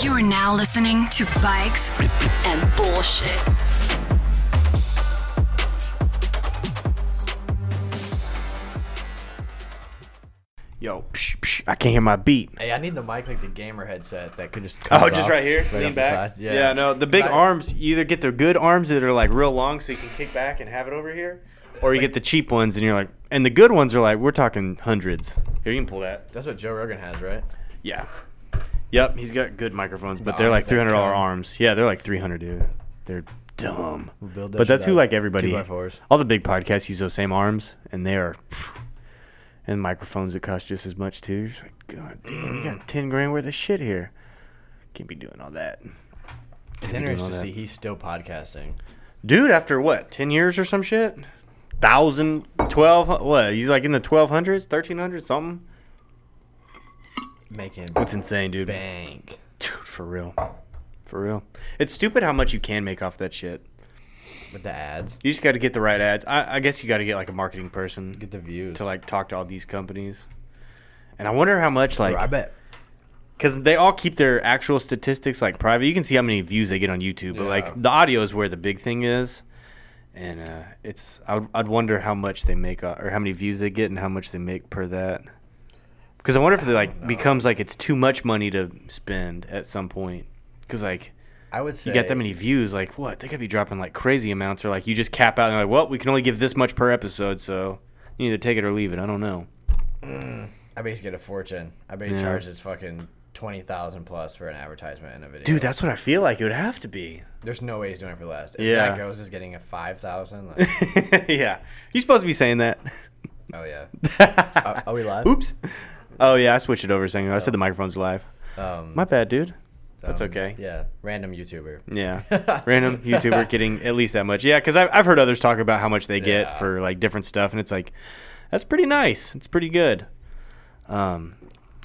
You are now listening to Bikes and Bullshit. Yo, psh, psh, I can't hear my beat. Hey, I need the mic like the gamer headset that could just. Oh, comes just off, right here, off lean the back. side. Yeah. no, the big Right. arms. You either get the good arms that are like real long, so you can kick back and have it over here, or you get the cheap ones, and you're like, and the good ones are like, we're talking hundreds. Here, you can pull that. That's what Joe Rogan has, right? Yeah. Yep, he's got good microphones, but The they're like arms that three hundred dollar come. arms. Yeah, they're like three hundred, dude. They're dumb. build that but that's shit who out like of everybody. two by fours. All the big podcasts use those same arms, and they are, and microphones that cost just as much too. You're just like, God damn, you Mm. got ten grand worth of shit here. Can't be doing all that, It's doing all interesting to that. see he's still podcasting. dude. After what, ten years or some shit? Thousand, twelve, what? He's like in the twelve hundreds, thirteen hundred, something. Making It's insane, dude. bank. Dude, for real, for real. It's stupid how much you can make off that shit. With the ads. You just got to get the right ads. I, I guess you got to get like a marketing person Get the views. to like talk to all these companies. And I wonder how much Bro, I like bet. because they all keep their actual statistics like private. You can see how many views they get on YouTube, but Yeah. like the audio is where the big thing is. And uh, it's I would, I'd wonder how much they make uh, or how many views they get and how much they make per that. Because I wonder if it like becomes like it's too much money to spend at some point. Because like I would say you got that many views, like what? They could be dropping like crazy amounts, or like you just cap out and they're like, well, we can only give this much per episode, so you either take it or leave it. I don't know. I bet he's get a fortune. I bet he Yeah. charges fucking twenty thousand plus for an advertisement in a video. Dude, that's what I feel like it would have to be. there's no way he's doing it for less. If Yeah. that goes is getting a five thousand. Like, yeah, you supposed to be saying that. oh yeah. Are, are we live? Oops. Oh yeah, I switched it over. a Second, ago. I said the microphone's live. Um, My bad, dude. That's um, okay. Yeah, random YouTuber. Yeah. Random YouTuber getting at least that much. Yeah, because I've, I've heard others talk about how much they get Yeah. for like different stuff, and it's like, that's pretty nice. It's pretty good. Um,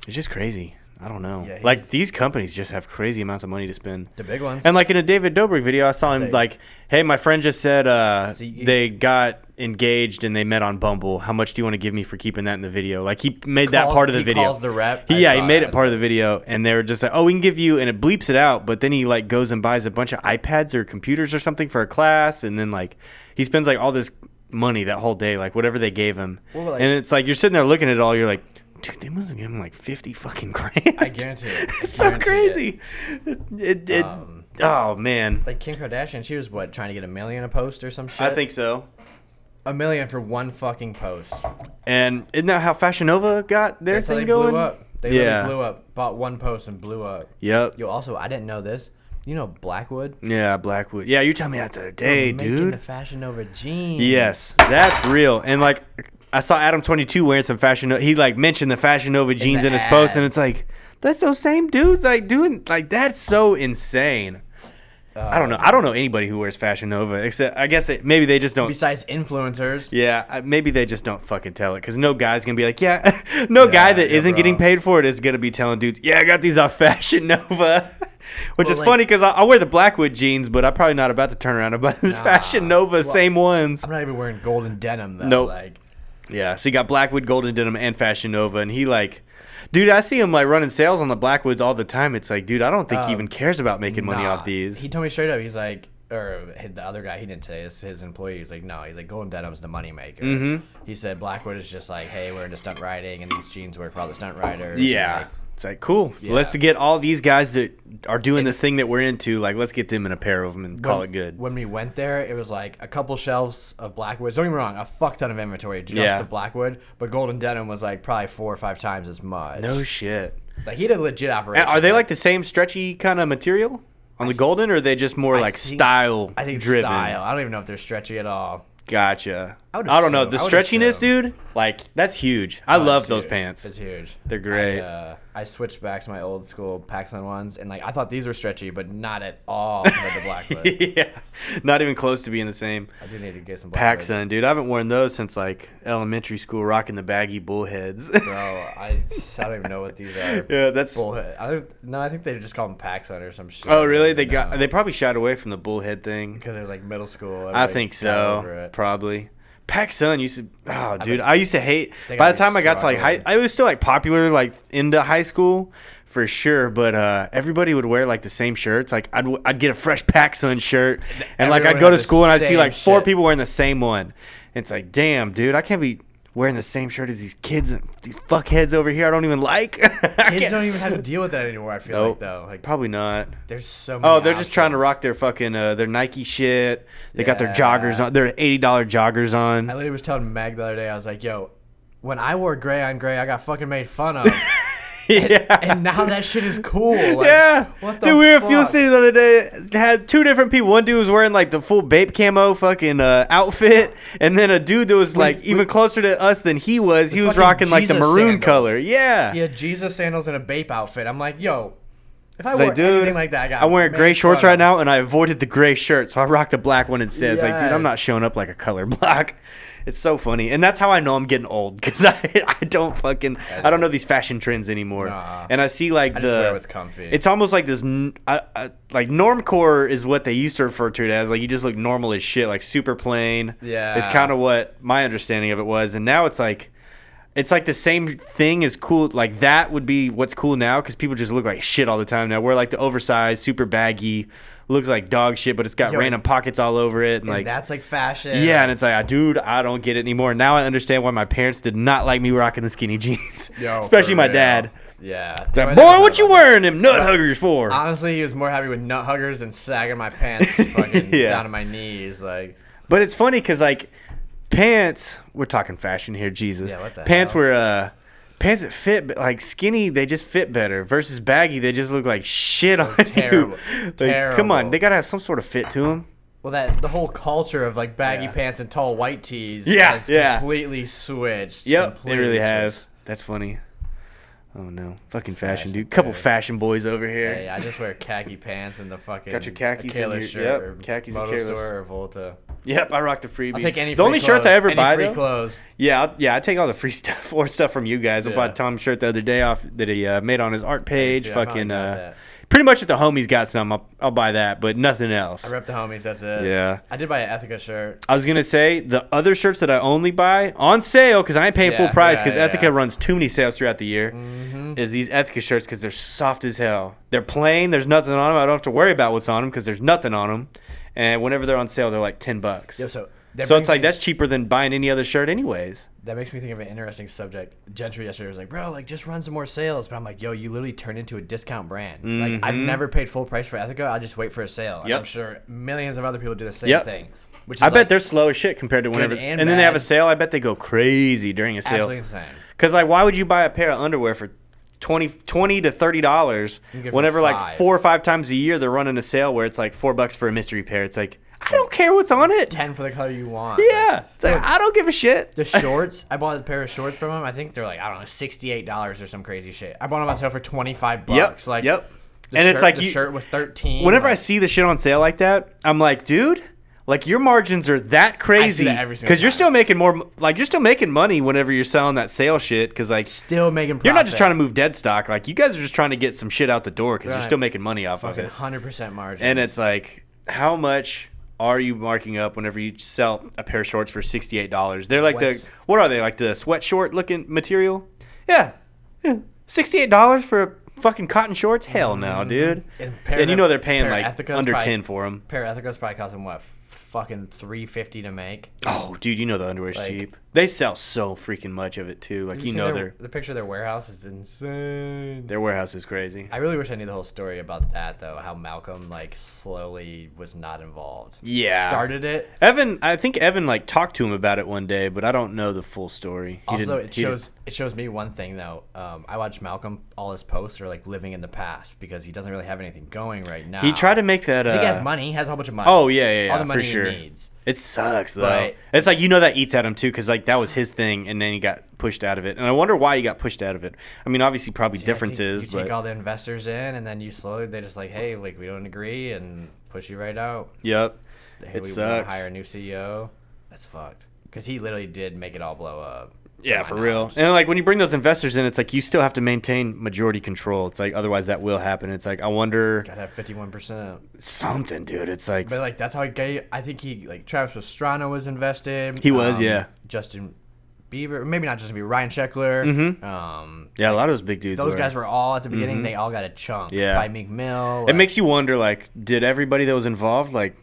it's just crazy. I don't know. Yeah, like he's- these companies just have crazy amounts of money to spend. The big ones. And like in a David Dobrik video, I saw him Say- like, "Hey, my friend just said uh, See- they got engaged and they met on Bumble. How much do you want to give me for keeping that in the video?" Like he made that Calls- part of the he video. calls the rep. He- I yeah, he saw made that. it part of the video, and they were just like, "Oh, we can give you," and it bleeps it out. But then he like goes and buys a bunch of iPads or computers or something for a class, and then like he spends like all this money that whole day, like whatever they gave him. Well, like- and it's like you're sitting there looking at it all, you're like. Dude, they must have given him like fifty fucking grand. I guarantee it. I it's so guarantee it. crazy. It, it, it- Um, oh man, Like Kim Kardashian, she was what trying to get a million a post or some shit. I think so. a million for one fucking post. And isn't that how Fashion Nova got their That's how thing they going? blew up. They Yeah. literally blew up. Bought one post and blew up. Yep. Yo, also I didn't know this. You know Blackwood, Yeah, Blackwood. Yeah, you told me that the other day, making dude. the Fashion Nova jeans. yes, that's real. And like, I saw Adam Twenty Two wearing some Fashion. Nova. He like mentioned the Fashion Nova jeans the in his post, ad. and it's like that's those same dudes like doing like that's so insane. I don't know. Uh, I don't know anybody who wears Fashion Nova except I guess it, maybe they just don't Besides influencers, Yeah, I- maybe they just don't fucking tell it because no guy's gonna be like, yeah, no guy that yeah, not getting bro. paid for it is gonna be telling dudes, yeah, I got these off Fashion Nova, which Well, is like- funny because I, I wear the Blackwood jeans, but I'm probably not about to turn around and buy the Fashion Nova same ones. I'm not even wearing golden denim though. Nope. Like Yeah, so you got Blackwood, Golden Denim, and Fashion Nova, and he like. Dude, I see him like running sales on the Blackwoods all the time. It's like, dude, I don't think he even cares about making money Uh, nah. off these. He told me straight up. He's like, or the other guy, he didn't say this. His employee, he's like, no. He's like, golden denim's the moneymaker. Mm-hmm. He said Blackwood is just like, hey, we're into stunt riding, and these jeans work for all the stunt riders. and, yeah. like, it's like cool. Yeah. Let's get all these guys that are doing this thing that we're into. Like, let's get them in a pair of them and call when- it good. When we went there, it was like a couple shelves of Blackwood. Don't get me wrong, a fuck ton of inventory just Yeah. of Blackwood, but Golden Denim was like probably four or five times as much. No shit. like he did a legit operation. And are they like the same stretchy kind of material on the golden, or are they just more like think- style I think it's driven? style. I don't even know if they're stretchy at all. Gotcha. I, I would don't know assume- the I would stretchiness, assume. dude. Like that's huge. I Oh, love it's those huge. pants. It's huge. They're great. I, uh, I switched back to my old school Paxson ones, and like I thought these were stretchy, but not at all compared to Blackwood. yeah, not even close to being the same. I do need to get some Blackwoods. Paxson, dude. I haven't worn those since like elementary school, rocking the baggy bullheads. Bro, I, I don't even know what these are. yeah, that's. Bullhead. I don't, no, I think they just call them Paxson or some shit. Oh, really? They got. No. They probably shied away from the bullhead thing. because it was like middle school. I everybody think got so. over it. Probably. Pac Sun used to. Oh, dude, I used to hate. They By got the time I got to like high, destroyed. I was still like popular like into high school for sure. But uh, everybody would wear like the same shirts. Like I'd w- I'd get a fresh Pac Sun shirt, and like everyone I'd go had to the school and I'd see same like four shit. people wearing the same one. And it's like, damn, dude, I can't be wearing the same shirt as these kids and these fuckheads over here. I don't even like. Kids don't even have to deal with that anymore. I feel like Nope. though, like Probably not. there's so. Many Oh, they're just trying to options. rock their fucking uh, their Nike shit. They got their Yeah. joggers on, their eighty dollar joggers on. I literally was telling Meg the other day. I was like, "Yo, when I wore gray on gray, I got fucking made fun of, yeah. and now that shit is cool." Like, yeah. what the dude, we were at Fuel fuck? City the other day. Had two different people. One dude was wearing like the full Bape camo fucking uh, outfit, and then a dude that was like even closer to us than he was. He was fucking rocking like the Jesus maroon sandals. color. Yeah. He had Jesus sandals and a Bape outfit. I'm like, "Yo, if I It's wore like, dude, anything like that, I got I'm wearing made gray fun shorts of." right now, and I avoided the gray shirt, so I rocked the black one instead. It's like, dude, I'm Yes. not showing up like a color block. It's so funny, and that's how I know I'm getting old because I, I don't fucking I don't know these fashion trends anymore. Nah. And I see like the I just wear what's comfy. It's almost like this n I I like normcore is what they used to refer to it as. Like you just look normal as shit, like super plain. Yeah. it's kind of what my understanding of it was, and now it's like it's like the same thing as cool. Like that would be what's cool now because people just look like shit all the time now. We're like the oversized, super baggy, looks like dog shit, but it's got Yo, random pockets all over it, and, And like. that's like fashion. yeah, and it's like, ah, dude, I don't get it anymore. Now I understand why my parents did not like me rocking the skinny jeans, Yo, especially for my real. dad. Yeah. Like, My dad boy, was what you like- wearing them nut huggers for? Honestly, he was more happy with nut huggers and sagging my pants fucking Yeah. down to my knees. Like, But it's funny because like pants, we're talking fashion here, Jesus. Yeah, what the pants hell? were uh, pants that fit but, like skinny, they just fit better. Versus baggy, they just look like shit on terrible. you. Like, Come on, Terrible. they gotta have some sort of fit to them. well, that the whole culture of like baggy Yeah. pants and tall white tees Yeah, has yeah. completely switched. Yep, it completely really switched. has. That's funny. Oh no, fucking fashion, Fashion, dude. Couple dude. fashion boys over here. Hey, I just wear khaki pants and the fucking Got your khakis and Achilles your- yep, shirt or khakis and Moto Achilles. Store or Volta. Yep, I rock the freebie. I'll take any. The only free shirts I clothes, ever any buy free though. clothes. Yeah, I'll, yeah, I take all the free stuff or stuff from you guys. I Yeah. bought Tom's shirt the other day off that he uh, made on his art page. too. I finally Fucking, got uh, that. pretty much if the homies got some, I'll, I'll buy that, but nothing else. I rep the homies. That's it. Yeah. I did buy an Ethica shirt. I was gonna say the other shirts that I only buy on sale because I ain't paying full Yeah, price yeah, because yeah, Ethica yeah. Mm-hmm. runs too many sales throughout the year. Is these Ethica shirts because they're soft as hell. They're plain. There's nothing on them. I don't have to worry about what's on them because there's nothing on them. And whenever they're on sale, they're like ten bucks. Yo, so that so brings it's like me- that's cheaper than buying any other shirt, anyways. That makes me think of an interesting subject. Gentry yesterday was like, bro, like just run some more sales. But I'm like, yo, you literally turned into a discount brand. Like I've never paid full price for Ethica. I just wait for a sale. And Mm-hmm. Yep. I'm sure millions of other people do the same Yep. thing. Which is I bet like, they're slow as shit compared to whenever. And, and then they have bad. a sale. I bet they go crazy during a absolutely sale. insane. Because like, why would you buy a pair of underwear for 20, 20 to thirty dollars can get for whenever like five. four or five times a year they're running a sale where it's like four bucks for a mystery pair? It's like I don't care what's on it. Ten for the color you want. Yeah, it's like I don't give a shit. The shorts, I bought a pair of shorts from them. I think they're like, I don't know, sixty-eight dollars or some crazy shit. I bought them on sale for twenty-five bucks. Like, yep. the And it's shirt- like the you- shirt was thirteen. Whenever I like, see the shit on sale like that, I'm like, dude. Like your margins are that crazy that every single because you're time. still making more. m- Like you're still making money whenever you're selling that sale shit. Because like still making, profit. You're not just trying to move dead stock. Like you guys are just trying to get some shit out the door because you're Right. still making money off fucking of it. hundred percent margin. And it's like, how much are you marking up whenever you sell a pair of shorts for sixty eight dollars? They're like What's- the what are they like the sweat short looking material? Yeah, yeah. sixty eight dollars for a fucking cotton shorts? Hell Mm-hmm. no, dude. And And, pair you of- know they're paying pair like of Ethicas under probably- ten for them. pair of Ethicas probably cost them what, f- fucking three fifty to make. Oh, dude, you know the underwear's Like- cheap. They sell so freaking much of it too. Like you, seen know their, their the picture of their warehouse is insane. their warehouse is crazy. I really wish I knew the whole story about that though. How Malcolm like slowly was not involved. Yeah. started it. Evan, I think Evan like talked to him about it one day, but I don't know the full story. He also, didn't- it he didn't- shows it shows me one thing though. Um, I watch Malcolm. All his posts are like living in the past because he doesn't really have anything going right now. He tried to make that. Uh, He has money. He has a whole bunch of money. Oh yeah, yeah, yeah. all the money for sure. he needs. It sucks though. But- it's like you know that eats at him too, because like that was his thing, and then he got pushed out of it. And I wonder why he got pushed out of it. I mean, obviously, probably Yeah, I think differences, You but take all the investors in, and then you slowly they just like, hey, like we don't agree, and push you right out. yep. Hey, It we wanna sucks. E Hire a new CEO. That's fucked. Because he literally did make it all blow up. Yeah, my for real. knowledge. And like when you bring those investors in, it's like you still have to maintain majority control. It's like otherwise that will happen. It's like I wonder Gotta have fifty one percent. something, dude. It's like But like that's how gay. I think he like Travis Pastrana was invested. Um, He was, yeah. Justin Bieber, maybe not Justin Bieber, Ryan Scheckler. Mm-hmm. Um, yeah, a lot of those big dudes. those guys were all at the beginning. They all got a chunk. Mm-hmm. Yeah. by Meek Mill. It makes you wonder, like, did everybody that was involved, like,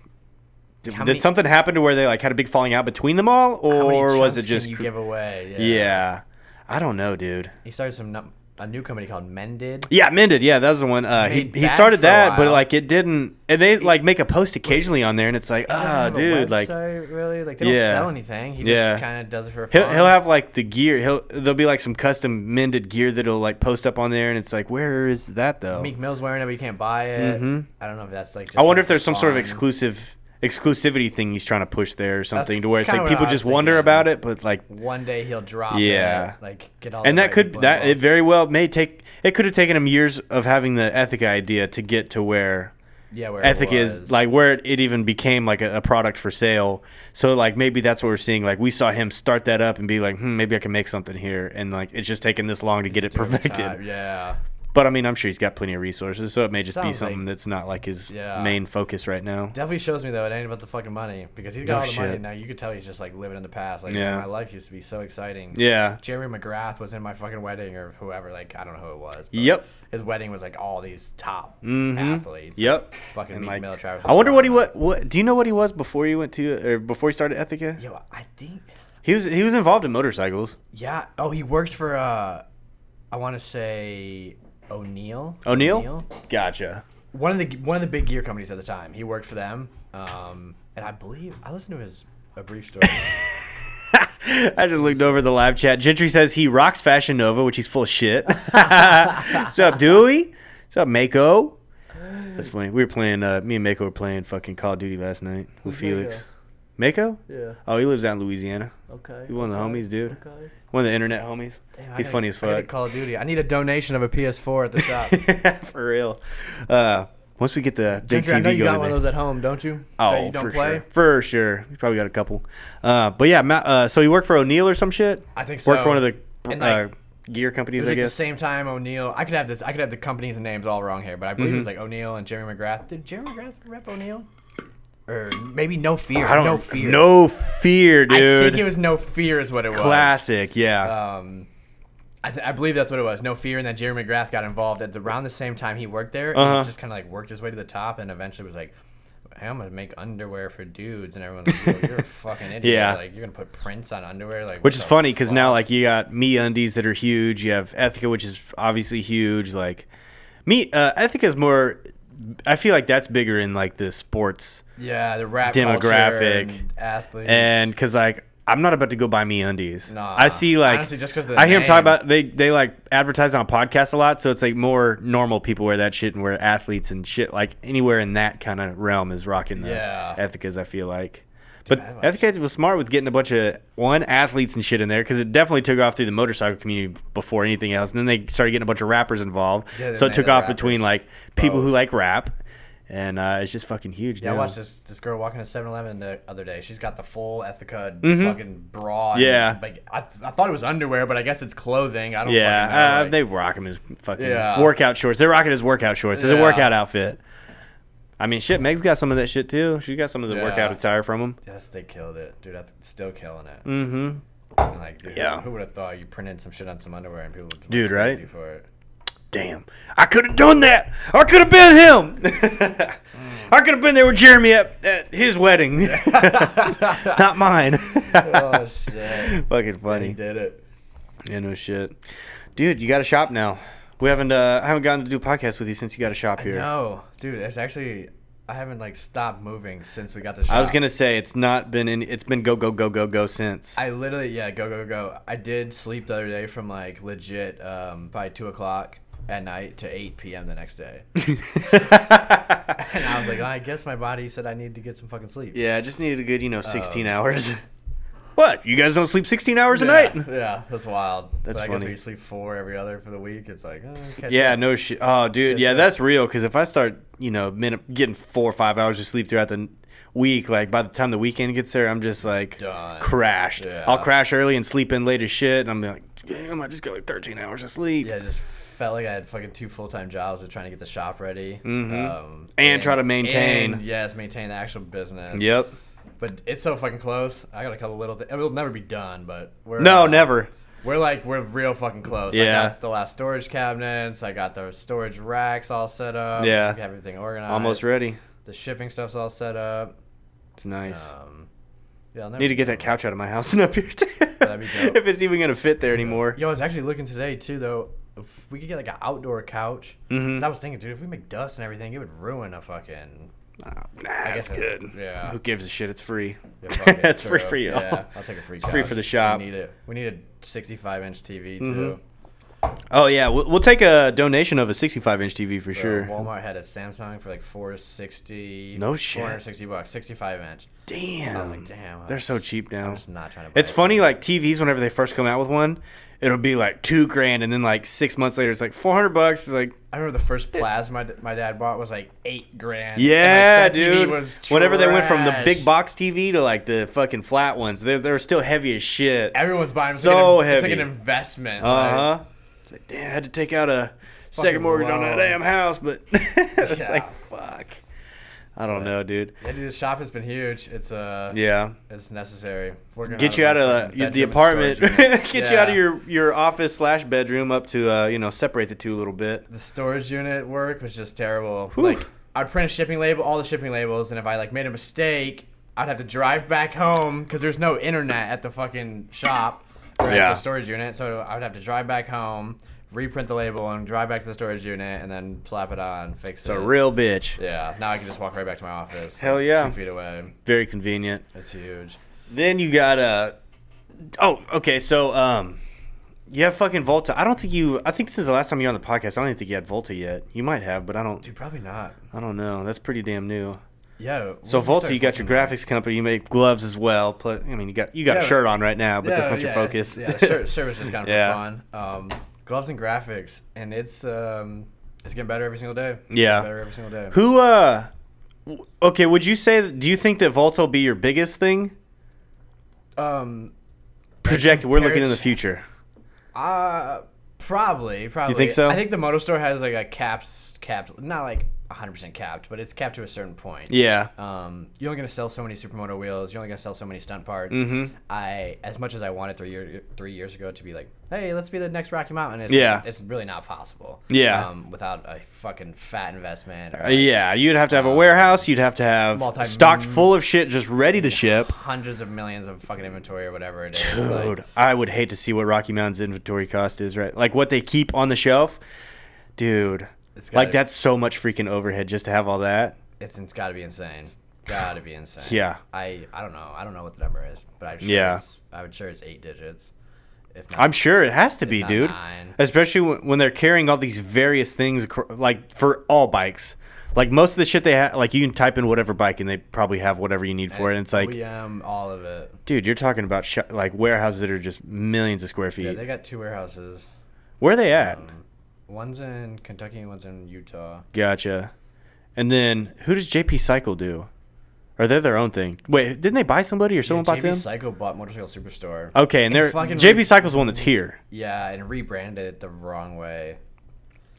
did, How did many- something happen to where they like had a big falling out between them all, or was it just? you cr- give away? yeah. I don't know, dude. he started some num- a new company called Mended. Yeah, Mended. Yeah, that was the one. Uh, he Made he bags started for a that, but while. like it didn't. And they like make a post occasionally on there, and it's like, ah, Doesn't have a dude, like website, really, like they don't Yeah. sell anything. He Yeah. just kind of does it for fun. He'll, he'll have like the gear. He'll there'll be like some custom mended gear that'll like post up on there, and it's like, where is that though? Meek Mill's wearing it, but you can't buy it. I don't know if that's like. Just Mm-hmm. I wonder kinda if there's for some sort of fun. exclusive exclusivity thing he's trying to push there or something to where it's kinda like what people I just was wonder thinking. about it, but like, One day he'll drop. Yeah. it, like get all. and the that right could people that it involved. very well may take. It could have taken him years of having the Ethica idea to get to where yeah, where it Ethic is was. like where it, it even became like a, a product for sale. So like maybe that's what we're seeing. Like we saw him start that up and be like, hmm, maybe I can make something here, and like it's just taken this long to get it Just over perfected. time, Yeah. But I mean, I'm sure he's got plenty of resources, so it may just be Sounds something like- that's not like his Yeah. main focus right now. Definitely shows me though it ain't about the fucking money because he's got No all the money shit. now. You could tell he's just like living in the past. Like Yeah. my life used to be so exciting. Yeah. Jerry McGrath was in my fucking wedding or whoever. Like I don't know who it was. but Yep. Mm-hmm. His wedding was like all these top athletes. Yep. Fucking And, Meek like, Mill, Travis. I wonder what he what Pastrana. what do you know what he was before he went to or before he started Ethica? Yo, I think. He was he was involved in motorcycles. Yeah. Oh, he worked for. uh I want to say O'Neill. O'Neill? Gotcha. one of the one of the big gear companies at the time. He worked for them, um, and I believe I listened to his a brief story. I just looked over the live chat. Gentry says he rocks Fashion Nova, which he's full of shit. What's up, Dewey? What's up, Mako? That's funny. We were playing. Uh, me and Mako were playing fucking Call of Duty last night with Felix. Mako? Yeah. Oh, he lives out in Louisiana. Okay. He's one of the homies, dude. Okay. One of the internet homies. Damn, I He's gotta- funny as I gotta fuck. Call of Duty. I need a donation of a PS4 at the shop. For real. Uh, once we get the big Ginger, I TV know you going, got one of there- those at home, don't you? oh, that you don't for play. sure, for sure. You probably got a couple. Uh, but yeah, Ma- uh, so you worked for O'Neill or some shit. I think Worked for so. one of the br- And, like, uh, gear companies, It was I like the guess. same time O'Neill. I could have this. I could have the companies and names all wrong here, but I Mm-hmm. believe it was like O'Neill and Jerry McGrath. Did Jerry McGrath rep O'Neill? Or maybe No Fear. I don't no Fear. No fear, dude. I think it was No Fear is what it was. classic. Yeah. um, I, th- I believe that's what it was. No fear, and then Jerry McGrath got involved at the, around the same time he worked there, and Uh-huh. he just kind of like worked his way to the top, and eventually was like, hey, "I'm gonna make underwear for dudes," and everyone's like, Yo, "You're a fucking idiot! Yeah. Like you're gonna put prints on underwear, like which what is the funny because now fuck?" like you got me undies that are huge. You have Ethica, which is obviously huge. Like me, uh, Ethica is more. I feel like that's bigger in like the sports yeah, the rap demographic demographic athletes and because like. I'm not about to go buy me undies. Nah. I see like Honestly, just 'cause of the I hear them talk name. about they they like advertise on podcasts a lot, so it's like more normal people wear that shit and wear athletes and shit like anywhere in that kind of realm is rocking the Yeah. Ethicas. I feel like, I but haven't Ethica was smart with getting a bunch of one athletes and shit in there because it definitely took off through the motorcycle community before anything else, and then they started getting a bunch of rappers involved, Yeah, they so it made took the off between like rappers. people who Both. like rap, and uh, it's just fucking huge. Yeah, now. I watched this this girl walking to 7-Eleven the other day. She's got the full Ethica fucking bra. Mm-hmm. and, Yeah. like I, th- I thought it was underwear, but I guess it's clothing. I don't. Yeah, fucking know, uh, like- they rock him as fucking Yeah. workout shorts. They rock it as workout shorts. It's a Yeah. workout outfit. I mean, shit, Meg's got some of that shit too. She got some of the Yeah. workout attire from him. Yes, they killed it, dude. That's still killing it. Mm-hmm. like, dude, Yeah. Who would have thought you printed some shit on some underwear and people would went Dude, crazy right? For it. Damn, I could have done that. I could have been him. I could have been there with Jeremy at, at his wedding, not mine. Oh shit! fucking he funny. did it. Yeah, no shit, dude. You got a shop now. We haven't. Uh, I haven't gotten to do podcasts with you since you got a shop here. No, dude, it's actually I haven't like stopped moving since we got the shop. I was gonna say it's not been in. It's been go go go go go since. I literally yeah go go go. I did sleep the other day from like legit um probably two o'clock at night to eight p.m. the next day, and I was like, "Oh." I guess my body said I need to get some fucking sleep. Yeah, I just needed a good, you know, 16 hours. What? You guys don't sleep 16 hours a Yeah, night? yeah, that's wild. That's but I guess funny. we sleep four every other for the week. It's like, eh, catch Yeah, up. no shit. Oh, dude. Good Yeah, shit. that's real. Because if I start, you know, min- getting four or five hours of sleep throughout the n- week, like by the time the weekend gets there, I'm just like Done. crashed. Yeah. I'll crash early and sleep in late as shit, and I'm like, damn, I just got like 13 hours of sleep, Yeah, I just felt like I had fucking two full time jobs of trying to get the shop ready um, Mm-hmm. and try to maintain. and, yes, maintain the actual business. Yep. But it's so fucking close. I got a couple little things. It'll never be done, but we're No, uh, never. We're like we're real fucking close. Yeah. I got the last storage cabinets. I got the storage racks all set up. Yeah. I got everything organized. Almost ready. The shipping stuff's all set up. It's nice. Um, yeah, I'll never Need to get that couch out of my house and up here too. That'd be dope. if it's even gonna fit there anymore. Yo, I was actually looking today too, though. If we could get like an outdoor couch, Mm-hmm. 'Cause I was thinking, dude, if we make dust and everything, it would ruin a fucking. Nah, guess that's it- good. yeah. Who gives a shit? It's free. yeah, fuck it, It's free true. for you. Yeah, I'll take a free. couch. free for the shop. Mm-hmm. We need it. We need a 65 inch TV too. Oh yeah, we'll, we'll take a donation of a 65 inch TV for Bro, sure. Walmart had a Samsung for like 460. No shit. 460 bucks, 65 inch. Damn. I was like, damn. They're so cheap now. I'm just not trying to. Buy It's it. funny, like TVs. Whenever they first come out with one, it'll be like two grand, and then like six months later, it's like 400 bucks. It's like I remember the first plasma d- my dad bought was like eight grand. Yeah, and, like, that TV dude. was Whenever they went from the big trash. box TV to like the fucking flat ones, they they were still heavy as shit. Uh everyone's buying. It's So like an, It's like heavy. Uh-huh. an investment. like- huh. It's like, damn, I had to take out a second Fucking mortgage on that loan. damn house, but it's Yeah. like fuck. I don't know, dude. Yeah, dude, the shop has been huge. It's uh, Yeah. it's necessary. We're gonna Get you out of fucking uh, the bedroom and apartment. storage unit. Get you out of Yeah. your, your office slash bedroom up to uh, you know separate the two a little bit. The storage unit work was just terrible. Whew. Like, I'd print a shipping label, all the shipping labels, and if I like made a mistake, I'd have to drive back home because there's no internet at the fucking shop or Yeah. at the storage unit. So I would have to drive back home, reprint the label, and drive back to the storage unit, and then slap it on, fix It's it. a real bitch. Yeah. Now I can just walk right back to my office. Hell like, yeah. Two feet away. Very convenient. That's huge. Then you got uh Oh, okay. So um you have fucking Volta. I don't think you I think since the last time you were on the podcast, I don't even think you had Volta yet. You might have, but I don't Dude, probably not. I don't know. That's pretty damn new. Yeah. So we Volta, started you got your talking about- graphics company, you make gloves as well. Plus, I mean, you got you got a Yeah. shirt on right now, but that's Yeah, not your yeah, focus. it's- Yeah, sure, sure was just kind of Yeah. for fun. Um, gloves and graphics, and it's um, it's getting better every single day. It's Yeah. getting better every single day. Who uh w- Okay, would you say do you think that Volta will be your biggest thing? Um, Project. We're looking in compared the to- future. uh, probably, probably. so? I think the Moto Store has like a caps, capped, not like 100 percent capped, but it's capped to a certain point. Yeah. Um, you're only gonna sell so many supermoto wheels. You're only gonna sell so many stunt parts. Mm-hmm. I, as much as I wanted three year, three years ago to be like, hey, let's be the next Rocky Mountain. It's Yeah. it's really not possible. Yeah. um, without a fucking fat investment. Or Uh, Yeah, you'd have to Um, have a warehouse. You'd have to have Multi- stocked full of shit, just ready to ship. hundreds of millions of fucking inventory or whatever it is. like- Dude, I would hate to see what Rocky Mountain's inventory cost is, right? Like what they keep on the shelf, dude. It's like gotta- that's so much freaking overhead just to have all that. it's it's got to be insane. Got to be insane. Yeah. I I don't know. I don't know what the number is, but I'm sure Yeah. it's, I'm sure it's eight digits. If not, I'm sure it has to be, not dude. nine. Especially when, when they're carrying all these various things, acro- like for all bikes. Like most of the shit they have, like you can type in whatever bike and they probably have whatever you need for it. And Oh, it's like, OEM, um, all of it. dude, you're talking about sh- like warehouses that are just millions of square feet. Yeah, they got two warehouses. Where are they at? One's in Kentucky, and one's in Utah. Gotcha. And then who does JP Cycle do? Or they're their own thing. Wait, didn't they buy somebody or someone bought JB them? Psycho bought Motorcycle Superstore. okay, and they're fucking JP re- Cycle's one that's here. Yeah, and rebranded it the wrong way.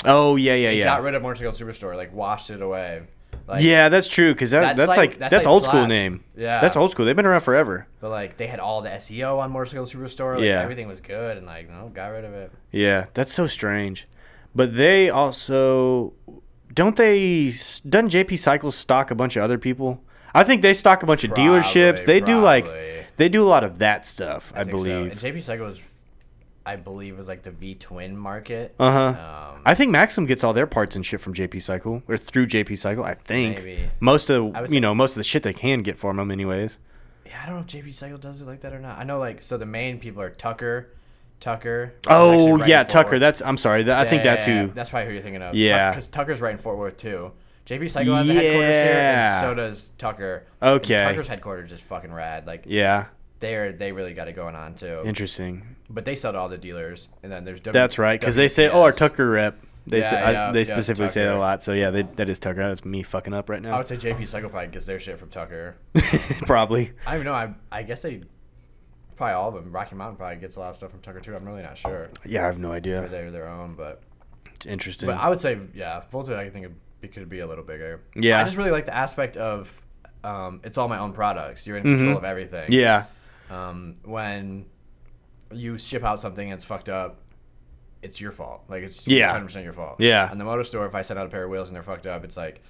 Oh yeah, yeah, They yeah. Got rid of Motorcycle Superstore, like washed it away. Like, yeah, that's true because that, that's, That's like, like- that's, that's like old school slapped. name. Yeah. that's old school. They've been around forever. But like they had all the SEO on Motorcycle Superstore. Like, Yeah. everything was good, and like no, got rid of it. Yeah, that's so strange. But they also don't they doesn't JP Cycles stock a bunch of other people? I think they stock a bunch of dealerships. Probably, They do probably. like they do a lot of that stuff. I, think so. believe. And JP Psycho was, I believe, was like the V twin market. Uh huh. Um, I think Maxim gets all their parts and shit from JP Cycle or through JP Cycle. I think Maybe. most of would you say- know most of the shit they can get from them, anyways. yeah, I don't know if JP Psycho does it like that or not. I know like so the main people are Tucker, Tucker. which is actually Oh right yeah, in Fort Tucker. Worth. that's I'm sorry. That, I think Yeah, that yeah, yeah. too. That's probably who you're thinking of. Yeah. because Tucker's right in Fort Worth too. JP Psycho has a headquarters here, Yeah. and so does Tucker. And Okay. Tucker's headquarters is fucking rad. Like Yeah, they're they really got it going on too. interesting. But they sell to all the dealers, and then there's W- That's right because they say, "Oh, our WPS. Tucker rep." They Yeah, s I yeah, they yeah, specifically say that a Tucker. lot. So yeah, they, that is Tucker. That's me fucking up right I now. would say JP Psychopath gets their shit from Tucker. Probably. I don't even know. I, I guess they probably all of them. Rocky Mountain probably gets a lot of stuff from Tucker too. I'm really not sure. Yeah, I have no idea. They're their own, but It's interesting. but I would say yeah, Voltage. I think it could be a little bigger. Yeah. I just really like the aspect of um, it's all my own products. You're in control of everything. Mm-hmm. yeah. Um, when you ship out something and it's fucked up, it's your fault. Like it's Yeah. hundred percent your fault. Yeah. On the motor store, if I send out a pair of wheels and they're fucked up, it's like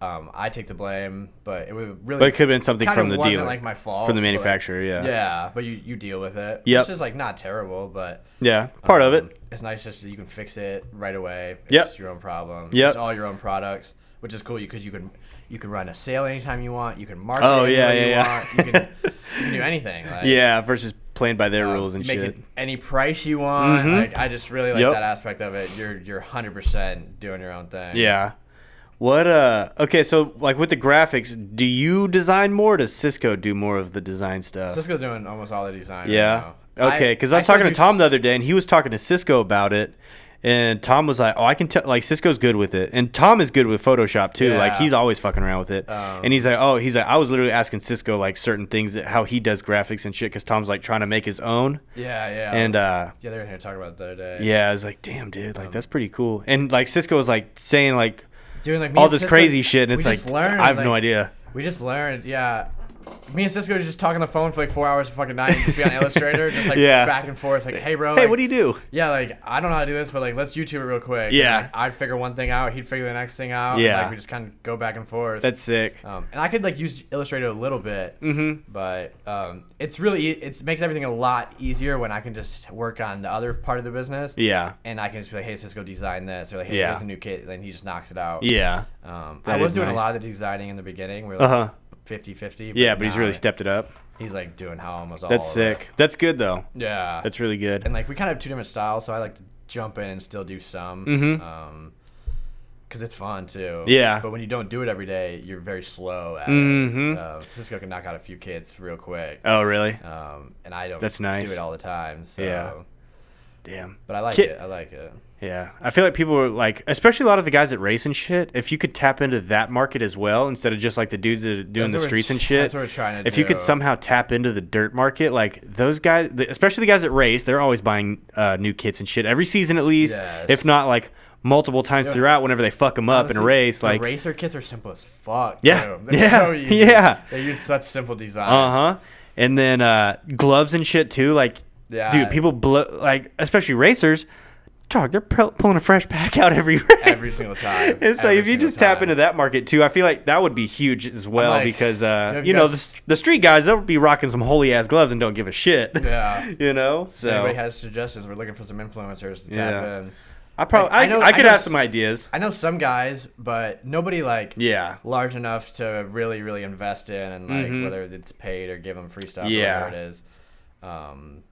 um, I take the blame, but it would really. But it could have been something kinda from the wasn't dealer. like my fault From the Oh, but- manufacturer, yeah. Yeah, but you, you deal with it. Yep. Which is like not terrible, but Yeah. Part of um, it. It's nice just that you can fix it right away. It's Yep. your own problem. Yep. It's all your own products, which is cool because you can you can run a sale anytime you want. You can market Oh, it any yeah, way yeah, you yeah. want. You can, you can do anything. Like, Yeah. Versus playing by their um, rules and you make shit. Mm-hmm. it any price you want. Like I just really like Yep. that aspect of it. You're you're hundred percent doing your own thing. Yeah. What uh okay, so like with the graphics, do you design more? or Does Cisco do more of the design stuff? Cisco's doing almost all the design. yeah. Right now. Okay, because I, was still talking to do Tom the s- other day and he was talking to Cisco about it. And Tom was like, "Oh, I can tell. Like Cisco's good with it, and Tom is good with Photoshop too. Like Yeah. Um he's always fucking around with it." and he's like, "Oh, he's like, I was literally asking Cisco like certain things that how he does graphics and shit, because Tom's like trying to make his own." Yeah, yeah. And uh, Oh. yeah, Um they were in here talking about it the other day. yeah, I was like, "Damn, dude, like that's pretty cool." And like Cisco was like saying like doing like me all and this Cisco- crazy shit, and we it's like just learned, I have no like, idea. We just learned, yeah. Me and Cisco were just talking on the phone for like four hours, fucking night, just be on Illustrator, just like Yeah. back and forth, like, hey, bro, Hey, oh, like, what do you do? Yeah, like I don't know how to do this, but like let's YouTube it real quick. And, Yeah. like, I'd figure one thing out, he'd figure the next thing out. and, Yeah. like we just kind of go back and forth. That's sick. um, and I could like use Illustrator a little bit, mm-hmm. but um, it's really e- it makes everything a lot easier when I can just work on the other part of the business. Yeah. And I can just be like, hey, Cisco, design this, or like, hey, Yeah. here's a new kit, and then he just knocks it out. Yeah. Um, I That was is doing nice. a lot of the designing in the beginning. We were Uh-huh. like 50 50. Yeah, but he's now really stepped it up. He's like doing how almost all That's of sick. it. That's good though. Yeah. That's really good. Oh, and like we kind of have two different styles, so I like to jump in and still do some. Mm-hmm. because it's fun too. Yeah. Mm-hmm. But when you don't do it every day, you're very slow at it. Uh, Cisco can knock out a few kits real quick. Oh, really? Um, and I don't That's nice. do it all the time. So. Yeah. Damn. But I like Kit- it. I like it. Yeah. I feel like people are like, especially a lot of the guys that race and shit. If you could tap into that market as well, instead of just like the dudes that are doing That's the what we're streets tr- and shit. that's what we're trying to If you could do. somehow tap into the dirt market, like those guys, the, especially the guys that race, they're always buying uh, new kits and shit every season at least, Yes. if not like multiple times throughout. Whenever they fuck them up in a Honestly, race, the like racer kits are simple as fuck. Yeah. too. They're Yeah. so easy. Yeah. They use such simple designs. Uh huh. And then uh, gloves and shit too. Like, Yeah. dude, people blow like, especially racers. Dog, they're pu- pulling a fresh pack out every race. Every single time. And so Every if you single just tap time. into that market too, I feel like that would be huge as well like, because uh, you know, if you you know guys- the, s- the street guys they'll be rocking some holy ass gloves and don't give a shit. Yeah. you know. If So anybody has suggestions, we're looking for some influencers to tap Yeah. in. I probably I- I I, know- I I could know have s- some ideas. I know some guys, but nobody like Yeah. large enough to really really invest in and like whether it's paid or give them free stuff Mm-hmm. Yeah. or whatever it is. Um,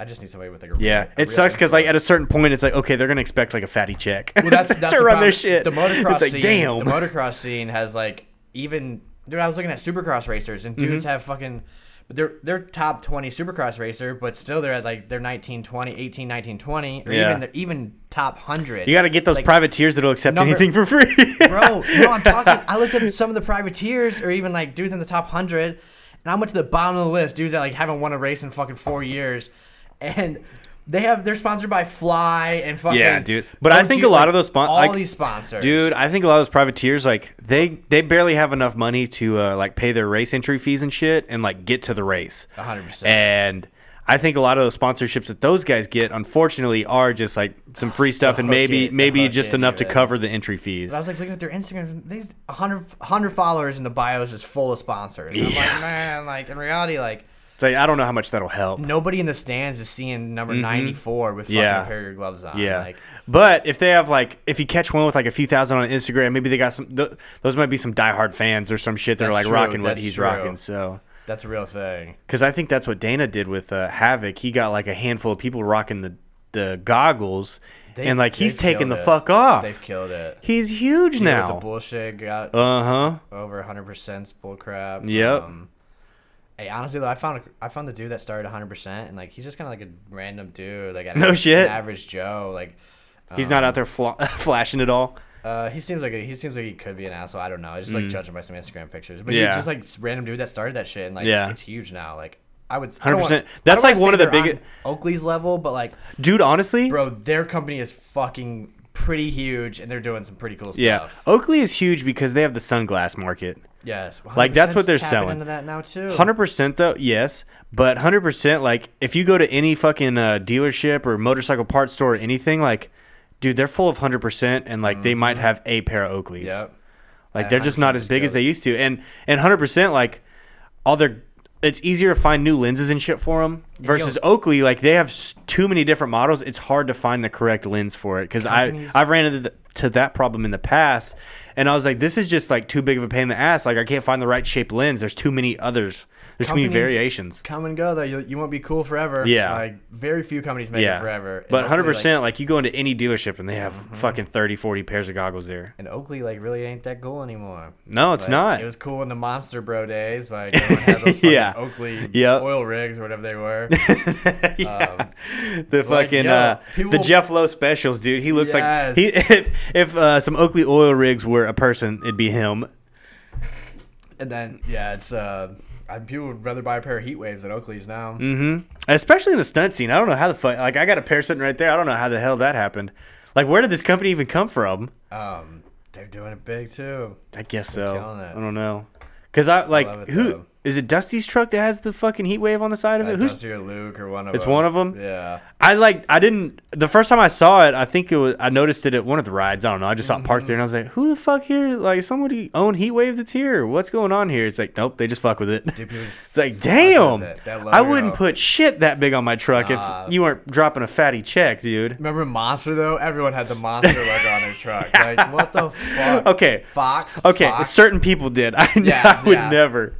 I just need somebody with like a real- Yeah, a it real sucks because like at influence. a certain point, it's like okay, they're gonna expect like a fatty check well, that's, that's to the run their problem. shit. The motocross it's like scene, damn. the motocross scene has like even dude. I was looking at supercross racers and Mm-hmm. dudes have fucking. But they're, they're top 20 supercross racer, but still they're at like they're 19, 20, 18, 19, 20, or Yeah. even, even top 100. You got to get those Like, privateers that'll accept number- anything for free. bro. No, I'm talking. I looked up some of the privateers or even like dudes in the top hundred, and I went to the bottom of the list. Dudes that like haven't won a race in fucking four years, and they have they're sponsored by Fly and fucking Yeah, dude. But I think a lot of those spon- all like- these sponsors, Dude, I think a lot of those privateers like they they barely have enough money to uh, like pay their race entry fees and shit and like get to the race. 100%. And I think a lot of those sponsorships that those guys get unfortunately are just like some free stuff and hook maybe it, the maybe hook just in enough to of it. cover the entry fees. But I was like looking at their Instagram. and These 100, 100 followers in the bio is just full of sponsors. And I'm like, man, like in reality, like It's like I don't know how much that'll help. nobody in the stands is seeing number ninety four with fucking Mm-hmm. Yeah. a pair of your gloves on. Yeah. like, but if they have like, if you catch one with like a few thousand on Instagram, maybe they got some. Th- those might be some diehard fans or some shit that are like That's true, rocking what that's he's true. rocking. So that's a real thing. Because I think that's what Dana did with uh, Havoc. He got like a handful of people rocking the the goggles, They- and like he's they've taking the killed it. fuck off. They've killed it. He's huge Deal with the Ah. now. bullshit got Uh huh. over 100% bullcrap. Yep. Um, hey, honestly though, I found I found the dude that started 100% and like he's just kind of like a random dude, like an No average, shit. an average Joe, like He's not out there fla- flashing it all. Uh, he seems like a, he seems like he could be an asshole. I don't know. I just like judging by some Instagram pictures, but Mm. Yeah. he's just like s- random dude that started that shit. And, like Yeah. it's huge now. Like I would Hundred percent. That's, like, one of the biggest- Oakley's level, but like Dude, honestly, bro, their company is fucking pretty huge, and they're doing some pretty cool stuff. yeah, Oakley is huge because they have the sunglass market. Yes. Like, that's what they're 100% tapping selling. Into that now too. Hundred percent though, yes, but hundred percent like if you go to any fucking uh, dealership or motorcycle parts store or anything, like, dude, they're full of hundred percent, and like they might have a pair of Oakleys. Mm-hmm. Yep. Like they're just not 100% as big as go. they used to, and and hundred percent like all their it's easier to find new lenses and shit for them versus Oakley. Like they have s- too many different models. It's hard to find the correct lens for it because I Companies- I've ran into th- to that problem in the past, and I was like, this is just like too big of a pain in the ass. Like I can't find the right shaped lens. There's too many others. There's too many Companies variations. Come and go though. You, you won't be cool forever. Yeah. Like very few companies make Yeah, it forever. And but Oakley, hundred like- Mm-hmm. percent, like you go into any dealership and they have fucking 30, 40 pairs of goggles there. and Oakley like really ain't that cool anymore. No, it's Like, not. It was cool in the Monster Bro days, like everyone had those fucking Yeah. Oakley Yep. oil rigs or whatever they were. Yeah. the like, fucking yo, uh, the people- Jeff Lowe specials, dude. He looks like Yes. he if, if uh, some Oakley oil rigs were a person, it'd be him. and then yeah, it's uh, I, people would rather buy a pair of Heat Waves than Oakley's now. Mm. Mm-hmm. Especially in the stunt scene. I don't know how the fuck. Like I got a pair sitting right there. I don't know how the hell that happened. Like where did this company even come from? Um, they're doing it big too. I guess so. killing it. I don't know. Cause I love like it, who is though. it? Dusty's truck that has the fucking heat wave on the side of it. Like Uh, Who's Dusty or Luke or one of It's them. one of 'em? Yeah. I like I didn't the first time I saw it, I think it was I noticed it at one of the rides. I don't know. I just saw it parked there and I was like, Who the fuck here? Like somebody own Heat Wave that's here. What's going on here? It's like, nope, they just fuck with it. Dude, people just It's like, damn. it. That I wouldn't logo. put shit that big on my truck Nah. if you weren't dropping a fatty check, dude. Remember Monster though? Everyone had the Monster logo on their truck. Like what the fuck? Okay. Fox. Okay, Fox, certain people did. I, Yeah, I would yeah. never.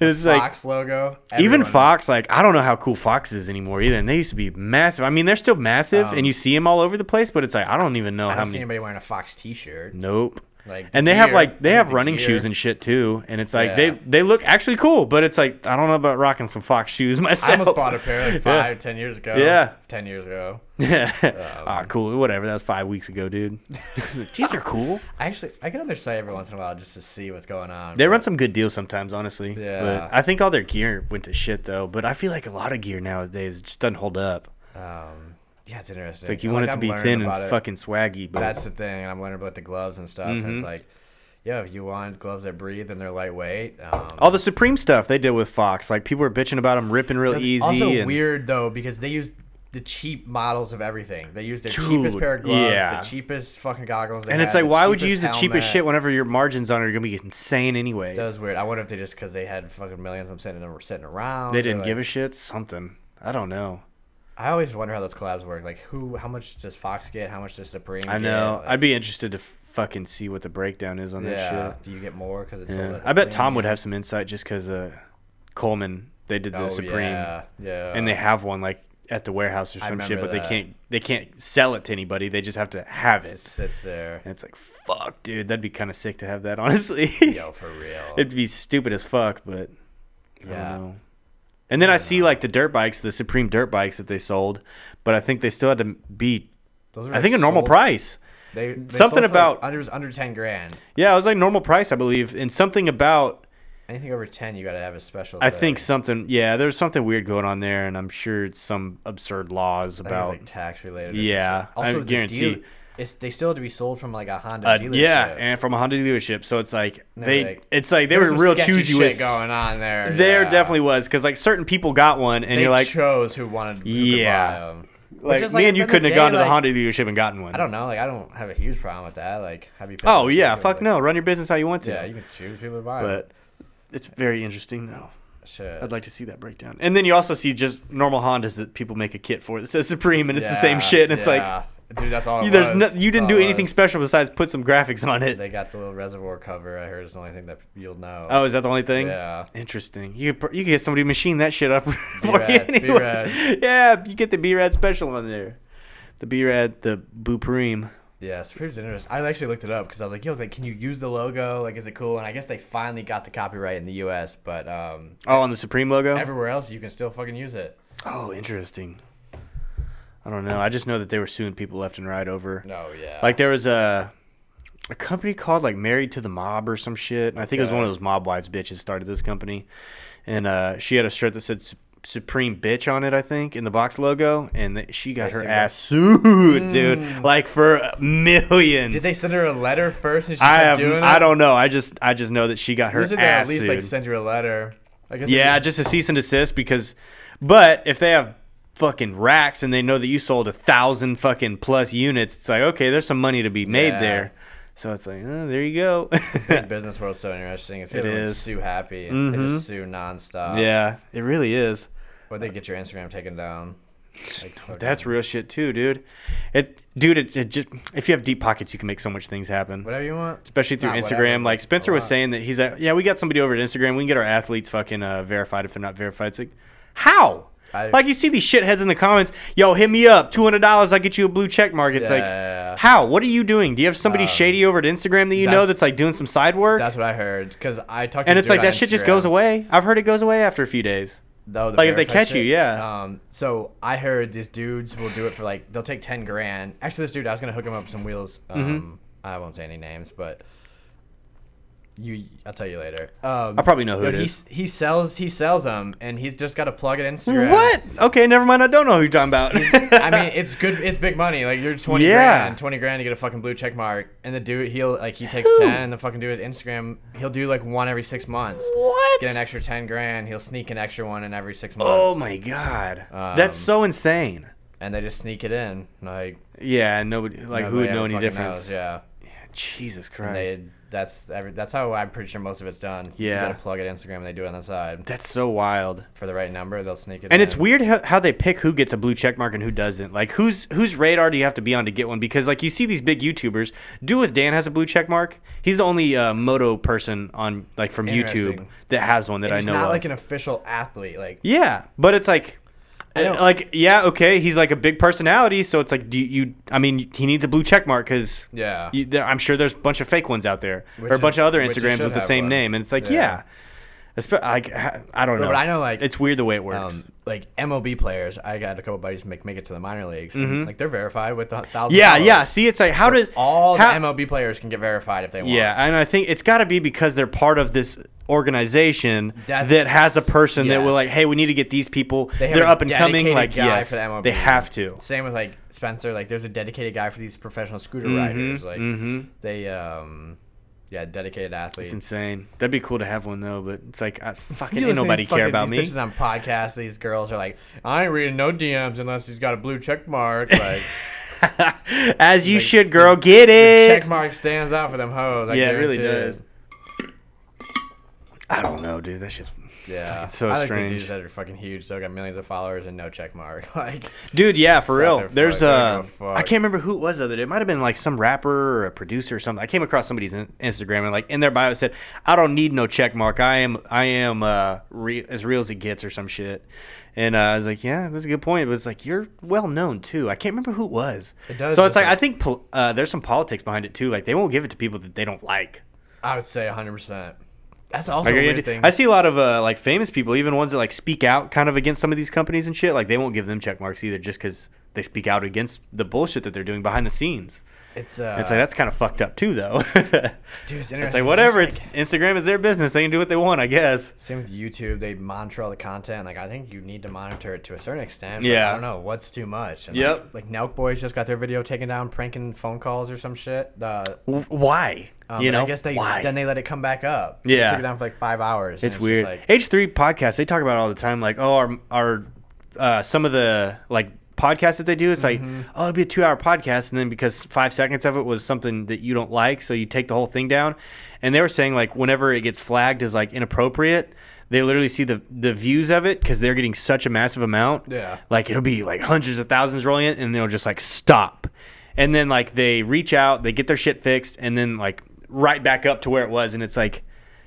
And it's like Fox logo. Even everyone- Fox, like I don't know how cool Fox is anymore either. And they used to be massive. I mean, they're still massive, and you see them all over the place. But it's like I don't even know Oh. I how don't see many. anybody wearing a Fox T-shirt. Nope. Like and they have gear, like they like have the running gear. shoes and shit too, and it's like they Yeah. they look actually cool, but it's like I don't know about rocking some Fox shoes myself. I almost bought a pair like Yeah. five, ten years ago. Yeah. ten years ago. Yeah. Oh, ah, cool. Whatever. That was five weeks ago, dude. These are cool. I actually I get on their site every once in a while just to see what's going on. They run some good deals sometimes, honestly. Yeah. But I think all their gear went to shit though. But I feel like a lot of gear nowadays just doesn't hold up. Um, yeah, it's interesting. Like you want it to I'm be learning thin and about it. fucking swaggy, but That's the thing. And I'm learning about the gloves and stuff. And Mm-hmm. it's like, yeah, if you want gloves that breathe and they're lightweight. Um, all the Supreme stuff they did with Fox, like people were bitching about them ripping real easy. Also and- weird though because they use the cheap models of everything. They use their cheapest Dude, pair of gloves, yeah. the cheapest fucking goggles. They And it's had, like, the why would you use cheapest the cheapest shit helmet. whenever your margins on it are gonna be insane anyway? That was weird. I wonder if they just because they had fucking millions of them sitting, them were sitting around. They didn't give a it. shit. Something. I don't know. I always wonder how those collabs work. Like, who, how much does Fox get? How much does Supreme? I get? know. Like, I'd be interested to fucking see what the breakdown is on yeah. that shit. Do you get more because it's? Yeah. I bet Tom would have some insight just because uh, Coleman they did the Oh, Supreme Yeah, yeah. and they have one like at the warehouse or some shit, remember but they that. can't they can't sell it to anybody. They just have to have it it. sits there. And it's like fuck, dude. That'd be kind of sick to have that. Honestly, Yo, for real. it'd be stupid as fuck, but I yeah. don't know. And then I, see like the dirt bikes, the Supreme dirt bikes that they sold, but I think they still had to be, Those were, I like, think, a normal sold- price. They, they Something sold for, like, about- under it was under ten grand. Yeah, it was like normal price, I believe, and something about Anything over ten, you got to have a special. I thing. think something. Yeah, there's something weird going on there, and I'm sure it's some absurd laws I think it's, about. like tax related. or some Yeah, shit. I Also, the guarantee. deal- it's they still had to be sold from like a Honda uh, dealership. yeah, and from a Honda dealership, so it's like And they, like, it's like they there was were some real sketchy choosy shit with. going on there. There yeah. definitely was because like certain people got one, and they you're like, chose who wanted. Who Yeah. yeah, buy 'em. Which like, is, me at and the you end of couldn't have day, gone to the like, Honda dealership and gotten one. I don't know. Like I don't have a huge problem with that. Like I'd be. pissed Oh off yeah, too, fuck but, no, run your business how you want to. Yeah, you can choose people to buy. 'em. but it's very interesting though. shit. I'd like to see that breakdown. And then you also see just normal Hondas that people make a kit for that says Supreme, and it's the same Yeah, shit. And it's yeah. dude, that's all. like It you, there's was. no, That's you didn't all do it anything was. special besides put some graphics on it. They got the little reservoir cover. I heard is the only thing that you'll know. Oh, is that the only thing? Yeah. Interesting. You could, pr- you could get somebody to machine that shit up for you. B-Rad, anyways. B-Rad. Yeah, you get the B-Rad special on there. The B-Rad, the Bupreme. Yeah, Supreme's interesting. I actually looked it up because I was like, yo, like, can you use the logo? Like, is it cool? And I guess they finally got the copyright in the U.S., but um, Oh, on the Supreme logo? everywhere else you can still fucking use it. oh, interesting. I don't know. I just know that they were suing people left and right over. No, yeah. Like there was a a company called like Married to the Mob or some shit. And I think it was Okay. one of those mob wives bitches started this company, and uh, she had a shirt that said Su- Supreme Bitch on it. I think in the box logo, and th- she got I her see Hmm. ass sued, dude, like for millions. Did they send her a letter first and she I kept have, doing it? I don't know. I just I just know that she got her Usually they ass uh, at least sued. like send you a letter. I guess Yeah, it'd just a cease and desist because, but if they have fucking racks and they know that you sold a thousand fucking plus units, it's like okay, there's some money to be made Yeah. there. So it's like, oh, there you go. be- the business world's so interesting. It's people is. Mm-hmm. sue happy. They just sue nonstop. yeah, it really is. Or they get your Instagram taken down. Like, fucking- That's real shit too, dude. It, dude, it, it just if you have deep pockets, you can make so much things happen. whatever you want. Especially through Not Instagram, whatever, like but Spencer a was lot. saying that he's like, yeah, we got somebody over at Instagram. We can get our athletes fucking uh, verified if they're not verified. It's like, how? I- like you see these shitheads in the comments, yo, hit me up, two hundred dollars, I get you a blue check mark. It's Yeah, like, yeah, yeah. how? What are you doing? Do you have somebody Um, shady over at Instagram that you know that's- that's like doing some side work? That's what I heard. Because I talked. to and a it's dude like on that shit just Instagram. goes away. I've heard it goes away after a few days. Though the Like, if they verified catch you, shit. yeah. Um, so I heard these dudes will do it for like they'll take ten grand. Actually, this dude, I was gonna hook him up with some wheels. Mm-hmm. Um, I won't say any names, but you, I'll tell you later. Um, I probably know who yo, Oh, it he is. s- He sells, he sells them, and he's just got to plug it Instagram. What? Okay, never mind. I don't know who you're talking about. I mean, it's good. It's big money. Like you're twenty Yeah. grand, twenty grand to get a fucking blue check mark, and the dude he'll like he takes ten, and the fucking dude at Instagram he'll do like one every six months. what? Get an extra ten grand. He'll sneak an extra one in every six months. oh my god, that's Um, so insane. And they just sneak it in, like Yeah, and nobody like who nobody would ever know any fucking difference? knows, Yeah, Jesus And Christ. they that's every, that's how I'm pretty sure most of it's done. Yeah. you gotta plug it Instagram, and they do it on the side That's so wild. for the right number. They'll sneak it. And in. it's weird how, how they pick who gets a blue check mark and who doesn't. Like whose whose radar do you have to be on to get one? Because like you see these big YouTubers. Do with Dan has a blue check mark. He's the only uh, moto person on like from YouTube Interesting. that has one that And I he's know. not of. like an official athlete. Like yeah, but it's like. uh, I don't- Like yeah okay he's like a big personality so it's like do you, you I mean he needs a blue check mark because Yeah. you, there, I'm sure there's a bunch of fake ones out there Which or a bunch is- of other which you Instagrams should with the have same one. name and it's like yeah, Yeah. Espe- like, I, I don't know No, but I know, like, it's weird the way it works um, like MLB players, I got a couple buddies make make it to the minor leagues. and, like they're verified with a thousand. Mm-hmm. Yeah, followers. yeah. See, it's like how does All how, the MLB players can get verified if they want. Yeah, and I think it's got to be because they're part of this organization That's- that has a person that will yes. like, hey, we need to get these people. They have They are a up and coming. dedicated Like, guy yes, for the MLB. they have to. Same with like Spencer. Like, there's a dedicated guy for these professional scooter Mm-hmm, riders. Like, they um, yeah, dedicated athletes. It's insane. That'd be cool to have one though, but it's like I, fucking You ain't listen to nobody these care fucking- about me. these bitches on podcasts. These girls are like, I ain't reading no DMs unless he's got a blue check mark. Like, As you like, should, girl. Get it. check mark stands out for them hoes. I Yeah, it really guarantee does. I don't know, dude. That's just. Yeah, so I like strange. the dudes that are fucking huge. So got millions of followers and no check mark. Like, Dude, yeah, for It's out real. there for There's like, uh, oh, I fuck. can't remember who it was the other day. It might have been like some rapper or a producer or something. I came across somebody's in- Instagram and like in their bio it said, "I don't need no check mark. I am I am uh re- as real as it gets" or some shit. And uh, I was like, "Yeah, that's a good point." It was like you're well known too. I can't remember who it was. It does, So it's it's like, I like- think pol- uh, there's some politics behind it too. Like they won't give it to people that they don't like. I would say 100. percent That's also Like, a I, weird get- thing. I see a lot of uh, like famous people, even ones that like speak out kind of against some of these companies and shit. Like they won't give them check marks either, just because they speak out against the bullshit that they're doing behind the scenes. It's uh, It's like that's kind of fucked up too, though. it's dude, it's interesting. like whatever. It's It's just, like, Instagram is their business. They can do what they want, I guess. same with YouTube. They monitor all the content. Like I think you need to monitor it to a certain extent. but Yeah. I don't know what's too much. And, Yep. Like, like Nelk Boys just got their video taken down, pranking phone calls or some shit. The W- Why? um, you and know? I guess they why? then they let it come back up. Yeah. They took it down for like five hours. and it's just weird. like- H three podcast. They talk about it all the time. Like, oh, our our uh, some of the like podcasts that they do. It's Mm-hmm. like, oh, it'd be a two hour podcast, and then because five seconds of it was something that you don't like, so you take the whole thing down. And they were saying like, whenever it gets flagged as like inappropriate. They literally see the the views of it because they're getting such a massive amount. Yeah. like it'll be like hundreds of thousands rolling in, and they'll just like stop, and then like they reach out, they get their shit fixed, and then like right back up to where it was, and it's like,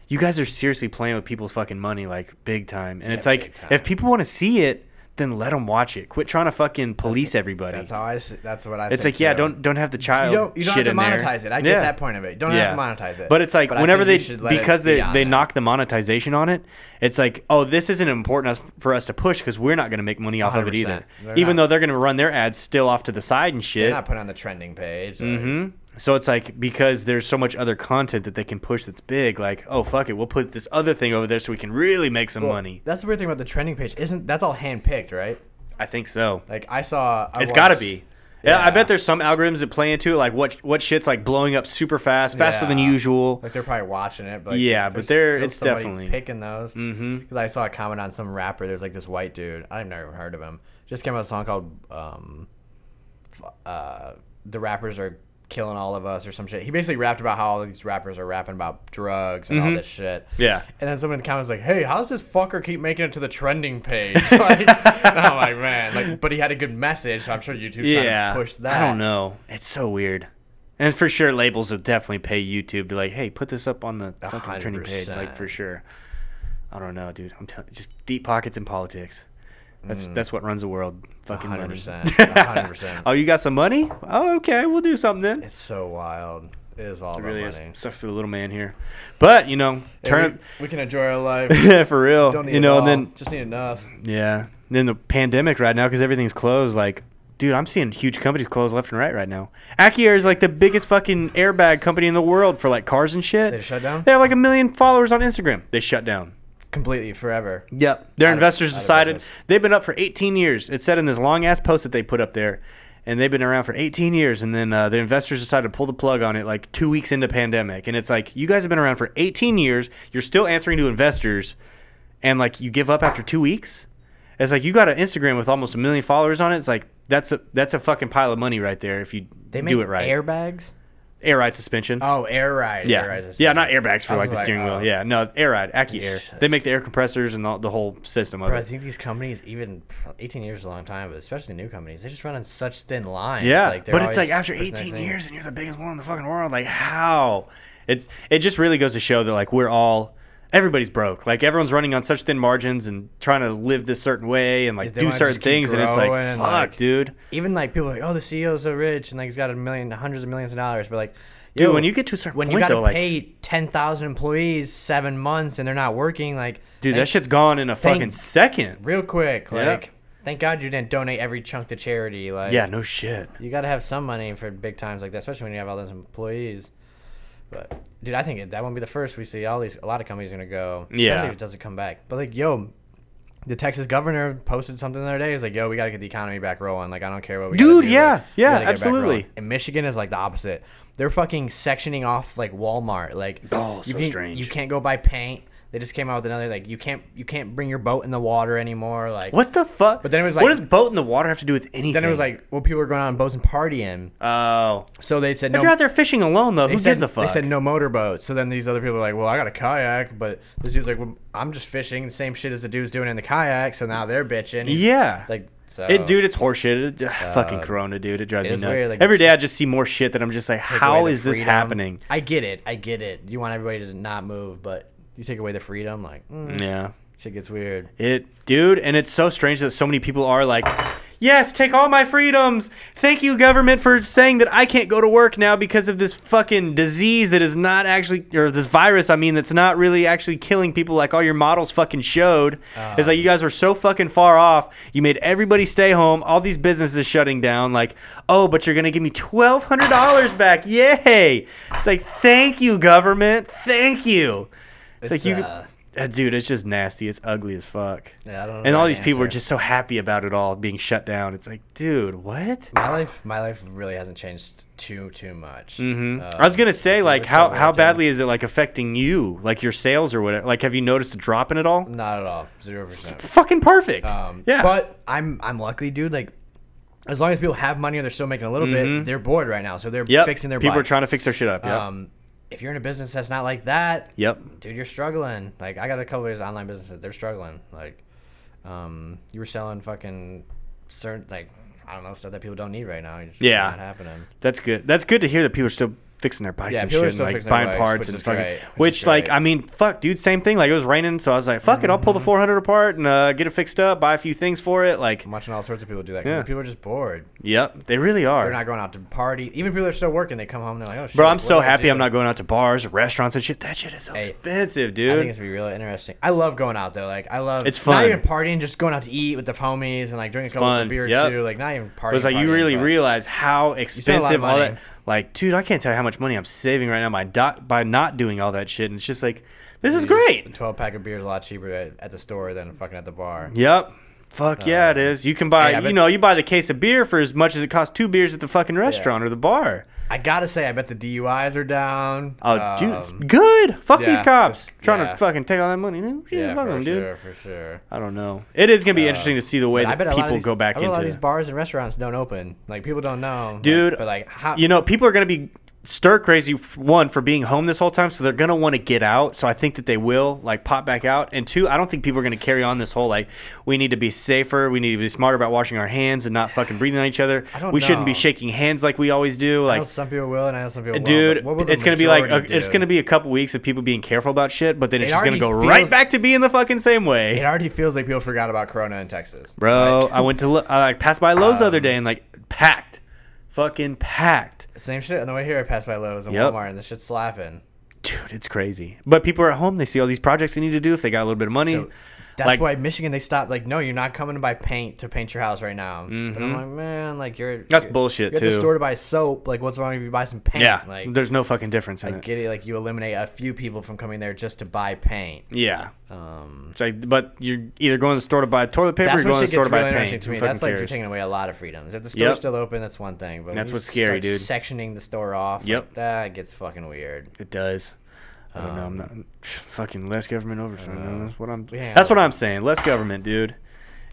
you guys are seriously playing with people's fucking money like big time and it's Yeah, like big time. if people want to see it then let them watch it. Quit trying to fucking police everybody. That's how I. See, that's what I. it's think like, yeah, too. don't don't have the child. You don't. You don't have shit to in there. monetize it. I Yeah. get that point of it. You don't have to monetize it. But it's like But I whenever think they you should let it because be they on they that. knock the monetization on it, it's like oh this isn't important us- for us to push because we're not going to make money off of it either. 100%. They're Even not. though they're going to run their ads still off to the side and shit. They're not put on the trending page. like, hmm So it's like because there's so much other content that they can push that's big. Like oh fuck it, we'll put this other thing over there so we can really make some well, money. That's the weird thing about the trending page. Isn't that's all handpicked, right? I think so. Like I saw. I It's got to watched- be. Yeah. I Yeah. bet there's some algorithms that play into it, like what what shit's like blowing up super fast, faster than Yeah. usual. Like they're probably watching it, but like, Yeah, but there's they're- still it's somebody definitely- picking those. Because mm-hmm. I saw a comment on some rapper. There's like this white dude. I've never even heard of him. Just came out with a song called um, f- uh, "The Rappers Are Killing All of Us" or some shit. He basically rapped about how all these rappers are rapping about drugs and all this shit. Mm-hmm. Yeah. And then someone in the comments was like, "Hey, how does this fucker keep making it to the trending page?" Like, and I'm like, man, like, but he had a good message, so I'm sure YouTube's yeah, trying to push that. I don't know. It's so weird. And for sure, labels will definitely pay YouTube to like, hey, put this up on the fucking trending page, like 100%. for sure. I don't know, dude. I'm telling, just deep pockets in politics. That's that's what runs the world. Fucking Mm. Hundred money. percent. Hundred percent. Oh, you got some money? Oh, okay, we'll do something then. It's so wild. It is all It about really is. money. Sucks for the little man here, but you know, Hey, turn we, we can enjoy our life. it for real. Don't need you it know, and all. then just need enough. Yeah. Then the pandemic right now, because everything's closed. Like, dude, I'm seeing huge companies close left and right right now. Accuair is like the biggest fucking airbag company in the world for like cars and shit. They shut down? They have like a million followers on Instagram. They shut down. Completely forever. Yep. Their Out of- investors out of decided business. they've been up for 18 years. It said in this long ass post that they put up there. And they've been around for 18 years, and then uh, the investors decided to pull the plug on it like two weeks into pandemic. And it's like you guys have been around for 18 years, you're still answering to investors, and like you give up after two weeks. It's like you got an Instagram with almost a million followers on it. It's like that's a that's a fucking pile of money right there if you They make do it right. airbags. air ride suspension. Oh, air ride. Yeah, Air ride is- yeah, not airbags I for was like the steering oh. wheel. Yeah, no, air ride, Accu Air. Shit. They make the air compressors and the, the whole system of Bro, I it. think these companies, even 18 years is a long time, but especially new companies, they just run on such thin lines. Yeah, like, they're but it's like always after pushing their 18 thing. years and you're the biggest one in the fucking world. Like how? It's it just really goes to show that like we're all everybody's broke. Like everyone's running on such thin margins and trying to live this certain way and like Dude, they do wanna certain just keep things, and it's like growing and, fuck, like- dude. Even like people are like, oh, the CEO's so rich and like he's got a million, hundreds of millions of dollars, but like, Dude, yo, when you get to a certain when you point, gotta though, like- pay 10,000 employees seven months and they're not working, like, Dude, thank- that shit's gone in a thank- fucking second. real quick, Yeah. like, thank God you didn't donate every chunk to charity, like, Yeah, no shit. You got to have some money for big times like that, especially when you have all those employees. But dude, I think that won't be the first we see. All these, a lot of companies are gonna go. Yeah. especially if it doesn't come back. But like, yo, the Texas governor posted something the other day. He's like, yo, we got to get the economy back rolling. Like, I don't care what we. gotta Dude, do, yeah, like, we yeah, gotta get back absolutely. rolling. And Michigan is like the opposite. They're fucking sectioning off like Walmart. Like, Oh, so you can't, strange. You can't go buy paint. They just came out with another like you can't you can't bring your boat in the water anymore. Like What the fuck? But then it was what like- does boat in the water have to do with anything? Then it was like, well, people are going out on boats and partying. oh, So they said if no. you're out there fishing alone though, They who said, gives a fuck? They said no motorboats. So then these other people are like, well, I got a kayak, but this dude's like, well, I'm just fishing the same shit as the dude's doing in the kayak. So now they're bitching. He's- Yeah. Like, so. It, dude, it's horseshit. It, ugh, fucking Corona, dude. It drives Oh. it me is nuts. weird, like, Every it's- day I just see more shit that I'm just like, take away how the is this freedom. happening? I get it. I get it. You want everybody to not move, but you take away the freedom. Like, mm, Yeah. shit gets weird. It, dude, and it's so strange that so many people are like, yes, take all my freedoms. Thank you, government, for saying that I can't go to work now because of this fucking disease that is not actually, or this virus, I mean, that's not really actually killing people like all your models fucking showed. it's like you guys were so fucking far off. You made everybody stay home. All these businesses shutting down. Like, oh, but you're going to give me $1,200 back. Yay. It's like, thank you, government. Thank you. It's, It's, like you. uh, Uh, dude, it's just nasty. It's ugly as fuck. Yeah, I don't know and all my these people are answer. just so happy about it all being shut down. It's like, dude, what? My life, my life really hasn't changed too, too much. Mm-hmm. I was gonna say, like, we're how still how working. badly is it like affecting you, like your sales or whatever? Like, have you noticed a drop in it all? Not at all. Zero percent. Fucking perfect. Um, yeah. But I'm I'm lucky, dude. Like, as long as people have money and they're still making a little bit, they're bored right now, so they're Mm-hmm. yep. fixing their. people are bikes. trying to fix their shit up. Yep. Um, if you're in a business that's not like that, yep. dude, you're struggling. Like, I got a couple of these online businesses, they're struggling. Like, um, you were selling fucking certain like. I don't know stuff that people don't need right now. It's just Yeah. not happening. That's good. That's good to hear that people are still fixing their bikes Yeah, and people are shit, and, still like fixing their buying bikes, parts which and is fucking. great, which, which is like, great. Mm-hmm. I mean, fuck, dude, same thing. Like it was raining, so I was like, fuck it, I'll pull the 400 apart and uh, get it fixed up, buy a few things for it. Like, I'm watching all sorts of people do that. Yeah. because People are just bored. yep, they really are. They're not going out to party. Even people that are still working, they come home. They're like, oh shit. Bro, I'm what so do I happy I'm do? not going out to bars, restaurants, and shit. That shit is so Hey, expensive, I dude. think it's gonna be really interesting. I love going out though. Like I love It's Not fun. even partying, just going out to eat with the homies and like drinking a couple fun. of beer Yep. too. Like not even partying. But it's like you partying, really but- realize how spend a lot of expensive all money. that. Like, dude, I can't tell you how much money I'm saving right now by not by not doing all that shit. And it's just like, this is Dude, great. A Twelve pack of beer is a lot cheaper at, at the store than fucking at the bar. Yep. Fuck Uh, yeah, it is. You can buy, yeah, you but- know, you buy the case of beer for as much as it costs two beers at the fucking restaurant or the bar. I gotta say, I bet the DUIs are down. Oh, Um, dude, good. Fuck these yeah, cops it's- trying yeah. to fucking take all that money. Yeah, Yeah, fuck for 'em, dude. sure, for sure. I don't know. It is gonna be interesting to see the way But I that bet a lot people of these, go back I bet into. a lot of these bars and restaurants don't open. Like people don't know, like, Dude, but like, how, you know, people are going to be stir crazy f- one for being home this whole time, so they're going to want to get out. So I think that they will like pop back out. And two, I don't think people are going to carry on this whole like we need to be safer, we need to be smarter about washing our hands and not fucking breathing on each other. I don't we shouldn't be know. shaking hands like we always do. I know Like some people will, and I know some people won't. Dude, but what will the it's gonna be like majority a, it's do? gonna be a couple weeks of people being careful about shit, but then it's It just gonna already go right feels- back to being the fucking same way. It already feels like people forgot about Corona in Texas, Bro, Like, Um, I went to Lo- I like passed by Lowe's the other day and like packed, fucking packed. same shit on the way here. I passed by Lowe's and Yep. Walmart, and this shit's slapping. Dude, it's crazy. But people are at home. They see all these projects they need to do if they got a little bit of money. So that's like, why Michigan they stopped. Like, no, you're not coming to buy paint to paint your house right now. But I'm like, man, like you're Mm-hmm. That's you're- bullshit, You're at too. the store to buy soap. Like, what's wrong if you buy some paint? yeah, like there's no fucking difference in I it. get it. Like you eliminate a few people from coming there just to buy paint. yeah, Um, it's like, but you're either going to the store to buy toilet paper or that's you're going what to the shit store gets to buy really interesting paint. to Who me. fucking That's like you're cares? taking away a lot of freedoms. If the store's Yep. still open, that's one thing. But when That's you what's start scary, dude. Sectioning the store off. like, Yep. that gets fucking weird. It does. I don't know. I'm not fucking less government oversight. man. That's what I'm. Um, We hang That's out what I'm saying. Less government, dude.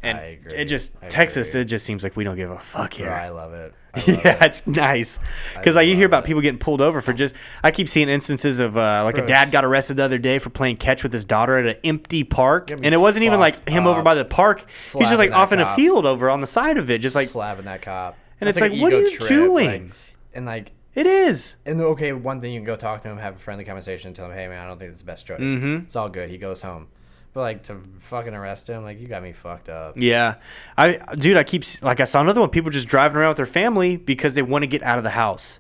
And I agree. it just I Texas. agree. It just seems like we don't give a fuck here. Bro, I love it. I love yeah, it. it's nice because like you hear love about it. people getting pulled over for just. I keep seeing instances of uh, like a Bro, dad it's- got arrested the other day for playing catch with his daughter at an empty park, Get me and it wasn't even like fucked him over up. by the park. He's just like Slapping that off in a cop. field over on the side of it, just like slapping that cop. And That's it's like, an what are ego you doing? like- and like, it is. and okay, one thing you can go talk to him, have a friendly conversation, tell him, hey man, I don't think this is the best choice. Mm-hmm. It's all good. He goes home. But like to fucking arrest him, like you got me fucked up. Yeah, I dude, I keep s- like I saw another one. People just driving around with their family because they want to get out of the house.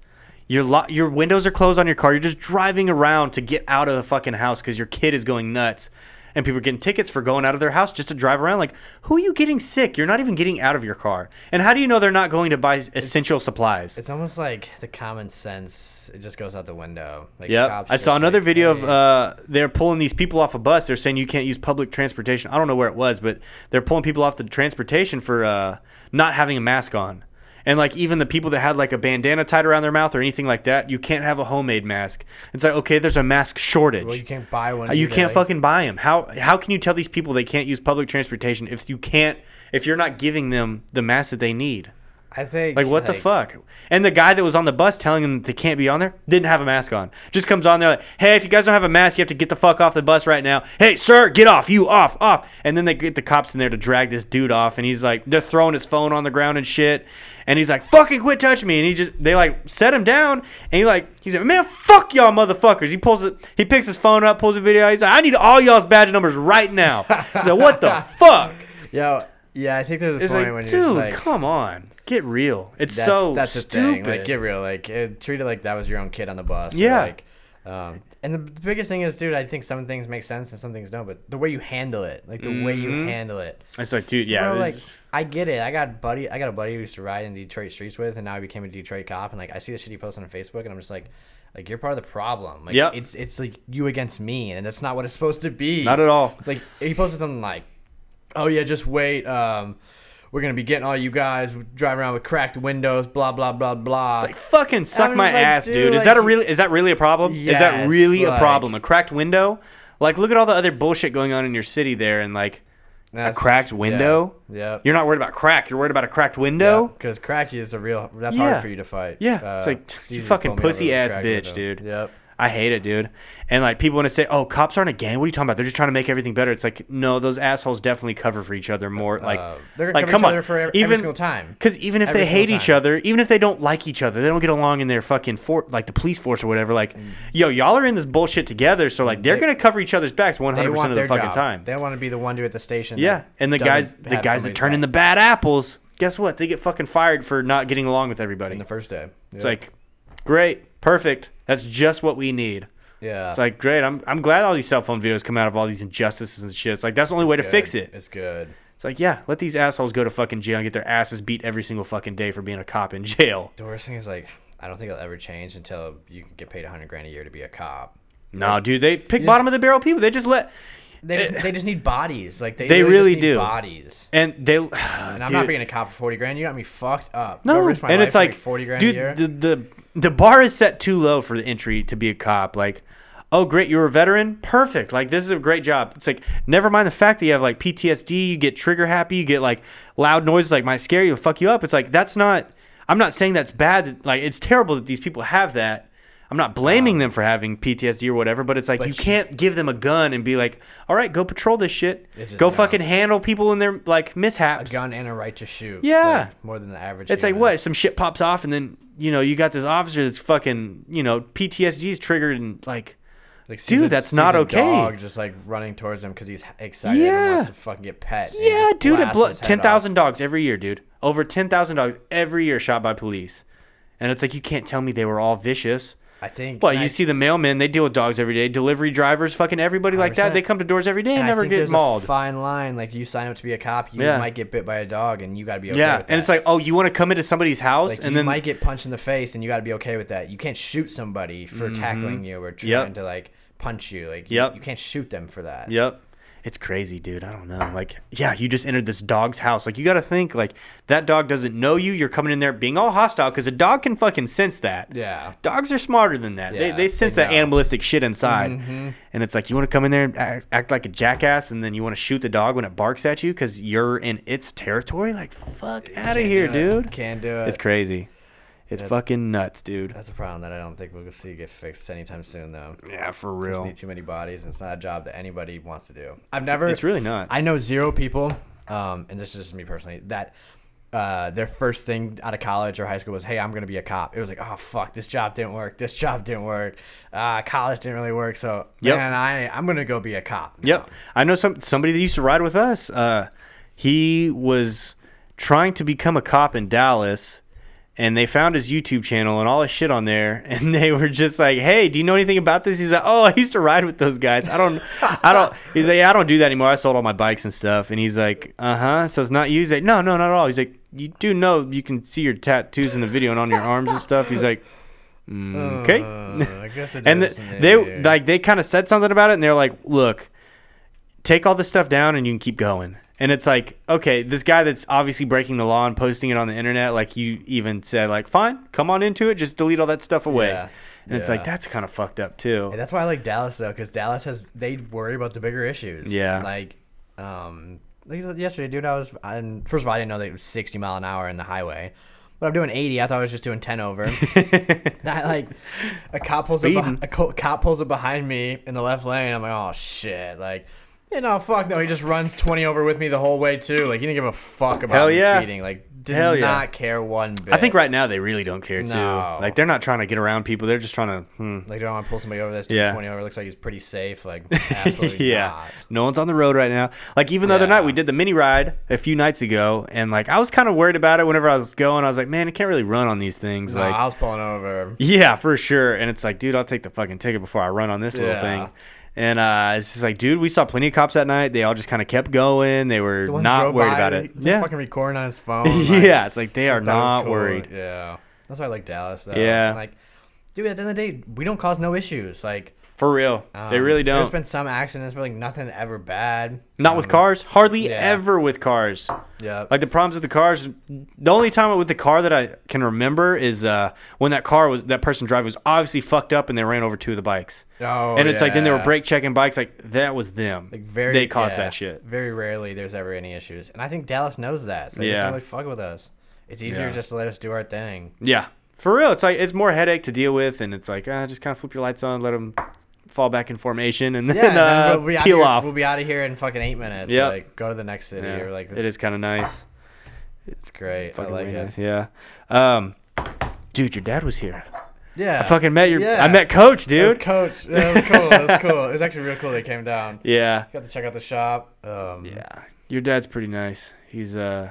Your lo- your windows are closed on your car. You're just driving around to get out of the fucking house because your kid is going nuts, and people are getting tickets for going out of their house just to drive around. Like, who are you getting sick? You're not even getting out of your car. And how do you know they're not going to buy essential supplies? It's almost like the common sense it just goes out the window. Like Yep. cops I saw just another like, video of hey. uh, they're pulling these people off a bus. They're saying you can't use public transportation. I don't know where it was, but they're pulling people off the transportation for uh, not having a mask on. And like even the people that had like a bandana tied around their mouth or anything like that, you can't have a homemade mask. It's like okay, there's a mask shortage. well, you can't buy one. Uh, you either, can't like- fucking buy them. How how can you tell these people they can't use public transportation if you can't if you're not giving them the mask that they need? I think Like what the fuck? And the guy that was on the bus telling them that they can't be on there didn't have a mask on. Just comes on there like, hey, if you guys don't have a mask, you have to get the fuck off the bus right now. Hey, sir, get off, you off, off. And then they get the cops in there to drag this dude off, and he's like, they're throwing his phone on the ground and shit. And he's like, fucking quit touching me. And he just, they like set him down, and he like, he's like, man, fuck y'all motherfuckers. He pulls it, he picks his phone up, pulls a video. He's like, I need all y'all's badge numbers right now. He's like, what the fuck? Yo, yeah, I think there's a It's point like, when you're dude, just like come on, get real. It's that's, so that's the stupid. thing. Like, get real. Like, it, treat it like that was your own kid on the bus. or, Yeah. Like, um, and the b- biggest thing is, dude, I think some things make sense and some things don't. But the way you handle it, like the way you Mm-hmm. handle it, It's like, dude, yeah, Bro, this- like I get it. I got buddy. I got a buddy who used to ride in Detroit streets with, and now he became a Detroit cop. And like I see the shit he posts on Facebook, and I'm just like, like you're part of the problem. Like Yep. it's it's like you against me, and that's not what it's supposed to be. Not at all. Like he posted something like, oh yeah, just wait. Um, we're gonna be getting all you guys driving around with cracked windows, blah blah blah blah. like fucking suck was my just like, ass, dude. dude, is like, that a he- really is that really a problem? is that Yes, really a like- problem? A cracked window? Like, look at all the other bullshit going on in your city there, and like a That's- cracked yeah, window. Yeah. You're not worried about crack. You're worried about a cracked window. because Uh, cracky is a real. That's Yeah. hard for you to fight. Yeah, it's like, you Uh, easy to fucking pull me over pussy with a ass cracked bitch, dude. Yep. I hate it, dude. And like people want to say, "Oh, cops aren't a gang. What are you talking about? They're just trying to make everything better." It's like, no, those assholes definitely cover for each other more. Like, Uh, they're gonna like cover each come other on, for ev- every single time. Because even if Every they single hate each time. other, even if they don't like each other, they don't get along in their fucking for like the police force or whatever. Like, yo, y'all are in this bullshit together, so like they're Mm. They- gonna cover each other's backs one They hundred want percent of their the fucking job. time. They want to be the one dude at the station. Yeah, that and the doesn't guys, the have guys that somebody's turn in the back bad apples, guess what? They get fucking fired for not getting along with everybody. in the first day. it's like, great, perfect. That's just what we need. yeah, It's like, great. I'm, I'm glad all these cell phone videos come out of all these injustices and shit. It's like that's the only way to fix it. It's good. It's like, yeah, let these assholes go to fucking jail and get their asses beat every single fucking day for being a cop in jail. The worst thing is like, I don't think it'll ever change until you can get paid a hundred grand a year to be a cop. No, dude, they pick bottom of the barrel people. They just let They just, they just need bodies. Like they, Eh. They literally just really need do. bodies. and they. And I'm not being a cop for forty grand. You got me fucked up. No, Go risk my and life it's to make like, forty grand dude, a year. the the the bar is set too low for the entry to be a cop. Like, oh great, you're a veteran, perfect. Like this is a great job. It's like never mind the fact that you have like PTSD, you get trigger happy, you get like loud noises like might scare you, fuck you up. It's like that's not. I'm not saying that's bad. Like it's terrible that these people have that. I'm not blaming them for having PTSD or whatever, but it's like you you- can't give them a gun and be like, "All right, go patrol this shit. It just- Go no. fucking handle people in their like mishaps." gun and a right to shoot. Yeah. like, more than the average. It's like human. what? Some shit pops off, and then you know you got this officer that's fucking you know PTSD's triggered, and like, Like sees dude, a- that's sees not a okay. Dog just like running towards him because he's excited Yeah. and wants to fucking get pet. and yeah, just dude, it blast blo- his head ten off. thousand dogs every year, dude. Over ten thousand dogs every year shot by police, and it's like you can't tell me they were all vicious. I think. Well, and you I- see the mailmen; they deal with dogs every day. Delivery drivers, fucking everybody like that, 100%. they come to doors every day and, and I never think get there's mauled. A fine line. Like you sign up to be a cop, you Yeah. might get bit by a dog, and you got to be okay. yeah, with that. and it's like, oh, you want to come into somebody's house, Like, and you then might get punched in the face, and you got to be okay with that. You can't shoot somebody for tackling you or trying Mm-hmm. Yep. to like punch you. Like Yep. you, you can't shoot them for that. Yep. It's crazy, dude. I don't know. Like, yeah, you just entered this dog's house. Like, you got to think, like, that dog doesn't know you. You're coming in there being all hostile because a dog can fucking sense that. Yeah. Dogs are smarter than that. they, Yeah, they they sense that know. Mm-hmm. animalistic shit inside. And it's like, you want to come in there and act, act like a jackass and then you want to shoot the dog when it barks at you because you're in its territory? Like, fuck out of Can't here, do it. dude. Can't do it. It's crazy. It's That's- fucking nuts, dude. That's a problem that I don't think we'll see get fixed anytime soon, though. Yeah, for Just real. need too many bodies, and it's not a job that anybody wants to do. I've never. It's really not. I know zero people, um, and this is just me personally, that uh, their first thing out of college or high school was, "Hey, I'm gonna be a cop." It was like, "Oh fuck, this job didn't work. This job didn't work. Uh, college didn't really work." So Yep. man, I I'm gonna go be a cop. Yep. I know some somebody that used to ride with us. Uh, he was trying to become a cop in Dallas, and they found his YouTube channel and all his shit on there, and they were just like, "Hey, do you know anything about this?" He's like, "Oh, I used to ride with those guys. I don't, I don't." He's like, yeah, "I don't do that anymore. I sold all my bikes and stuff." And he's like, "Uh huh." So it's not you. He's like, "No, no, not at all." He's like, "You do know you can see your tattoos in the video and on your arms and stuff." He's like, "Mm, "Okay." Uh, I guess it and is, th they maybe. like they kind of said something about it and they're like look take all this stuff down and you can keep going and it's like okay this guy that's obviously breaking the law and posting it on the internet like you even said like fine come on into it just delete all that stuff away Yeah, and it's like yeah. that's kind of fucked up too And that's why I like Dallas though, because Dallas has they worry about the bigger issues. Yeah. Like, um, like yesterday, dude, I was. I, first of all, I didn't know that it was sixty mile an hour in the highway, but I'm doing eighty. I thought I was just doing ten over. and I like a cop pulls up Speeding. behi- a co- cop pulls up behind me in the left lane. I'm like, oh shit, like. You know, fuck no. He just runs twenty over with me the whole way too. Like he didn't give a fuck about Hell me yeah. speeding. Like did Hell yeah. not care one bit. i think right now they really don't care too No. like they're not trying to get around people they're just trying to hmm. like they don't want to pull somebody over that's doing Yeah. twenty over. Looks like he's pretty safe. Like absolutely yeah. not. No one's on the road right now. Like even the other Yeah. night we did the mini ride a few nights ago and like I was kind of worried about it whenever I was going. I was like, man, I can't really run on these things. No, like I was pulling over. Yeah, for sure. And it's like, dude, I'll take the fucking ticket before I run on this little Yeah. thing. And uh, it's just like, dude, we saw plenty of cops that night. They all just kind of kept going. They were One not drove worried by, about it. he's, like, Yeah, fucking recording on his phone. like, yeah. It's like they are just thought it was not cool. worried. Yeah, that's why I like Dallas. Though. Yeah. like, dude, at the end of the day, we don't cause no issues. Like, For real, they um, really There's don't. been some accidents, but like nothing ever bad. not with cars. Hardly yeah. ever with cars. Yeah, Like the problems with the cars. The only time with the car that I can remember is uh, when that car was that person driving was obviously fucked up and they ran over two of the bikes. Oh, and it's like then they were yeah. brake checking bikes. Like that was them. like very. they caused yeah, that shit. Very rarely there's ever any issues, and I think Dallas knows that. So they Yeah. just don't really fuck with us. It's easier Yeah. just to let us do our thing. Yeah, For real, it's like it's more headache to deal with, and it's like ah, just kind of flip your lights on, let them fall back in formation, and then, Yeah, and then uh, we'll be out peel here, off. We'll be out of here in fucking eight minutes. Yep. Like, go to the next city Yeah, or like. it is kind of nice. It's great. I Fucking like way it. nice, Yeah. Um, dude, your dad was here. Yeah. I fucking met your. Yeah. I met Coach, That's dude. coach. That was cool. That was cool. It was actually real cool. They came down. yeah. Got to check out the shop. Um, Yeah. Your dad's pretty nice. He's uh.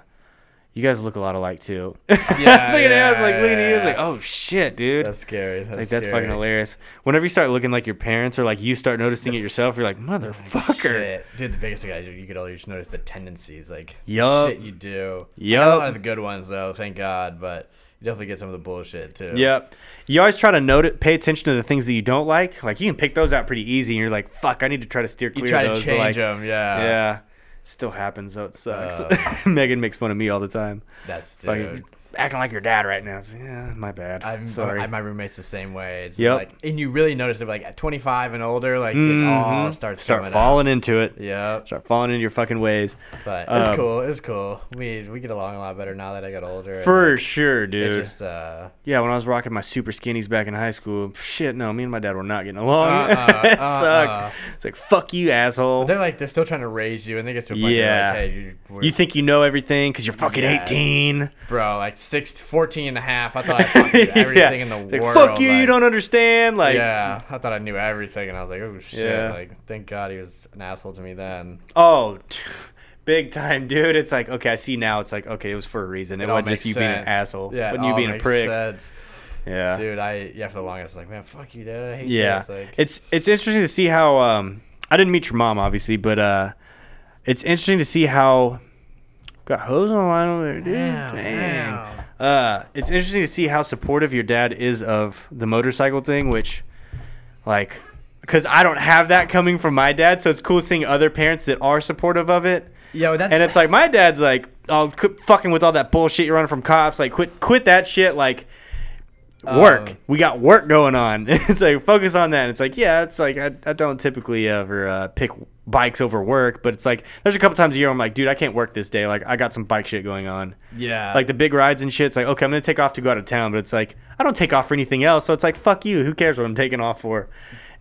You guys look a lot alike too. I Yeah, was looking at him, I was like looking at you, I was yeah. like, oh shit, dude. That's scary. That's, like that's scary. fucking hilarious. Whenever you start looking like your parents or like you start noticing it yourself, you're like, motherfucker. Shit. Dude, the biggest thing I do, you could always notice the tendencies, like Yup. shit you do. Yup. I know A lot of the good ones, though, thank God, but you definitely get some of the bullshit too. Yep. You always try to note it, pay attention to the things that you don't like. Like you can pick those out pretty easy, and you're like, fuck, I need to try to steer clear You try of to those. but, change like, them, yeah. Yeah. Still happens though. It sucks. Megan makes fun of me all the time. That's Uh. dude. Fucking acting like your dad right now. It's, yeah, my bad. I'm, Sorry. I- my roommate's the same way. It's Yup. like, and you really notice it, like at 25 and older, like it all Mhm. starts Start coming falling into it. Out. Yep. Start falling into your fucking ways. But Um, it's cool. It's cool. We we get along a lot better now that I got older. and, For like, sure, dude. it just uh, Yeah, when I was rocking my super skinnies back in high school, shit, no, me and my dad were not getting along. Uh-uh, it uh-uh. sucked. It's like, fuck you, asshole. they're like they're still trying to raise you, and they get to a point Yeah. yeah. like, hey, you, we're- You think you know everything because you're fucking Yeah. 18. bro, like six, 14 and a half. I thought I fucking knew everything in the It's like, world. fuck you, you like, don't understand. Like, yeah, I thought I knew everything, and I was like, oh shit! Yeah. Like, thank God he was an asshole to me then. oh, big time, dude. It's like, okay, I see now. It's like, okay, it was for a reason. It, all wasn't just makes you being an sense. asshole. Yeah, it wasn't you all being a makes prick. sense. Yeah. Dude, I yeah for the longest, like man, fuck you, dude. I hate Yeah, this. Like, it's it's interesting to see how. Um, I didn't meet your mom, obviously, but uh, it's interesting to see how. Got hose on the line over there, dude. Damn, Dang. Uh, it's interesting to see how supportive your dad is of the motorcycle thing, which, like, because I don't have that coming from my dad, so it's cool seeing other parents that are supportive of it. yo, that's And it's like my dad's like, "Oh, quit fucking with all that bullshit you're running from cops. Like, quit, quit that shit. Like, work. Um, we got work going on. it's like focus on that. And it's like, yeah, it's like I, I don't typically ever uh, pick bikes over work, but it's like there's a couple times a year I'm like, dude, I can't work this day. Like, I got some bike shit going on. yeah, Like the big rides and shit. It's like, okay, I'm gonna take off to go out of town, but it's like I don't take off for anything else. So it's like, fuck you. Who cares what I'm taking off for?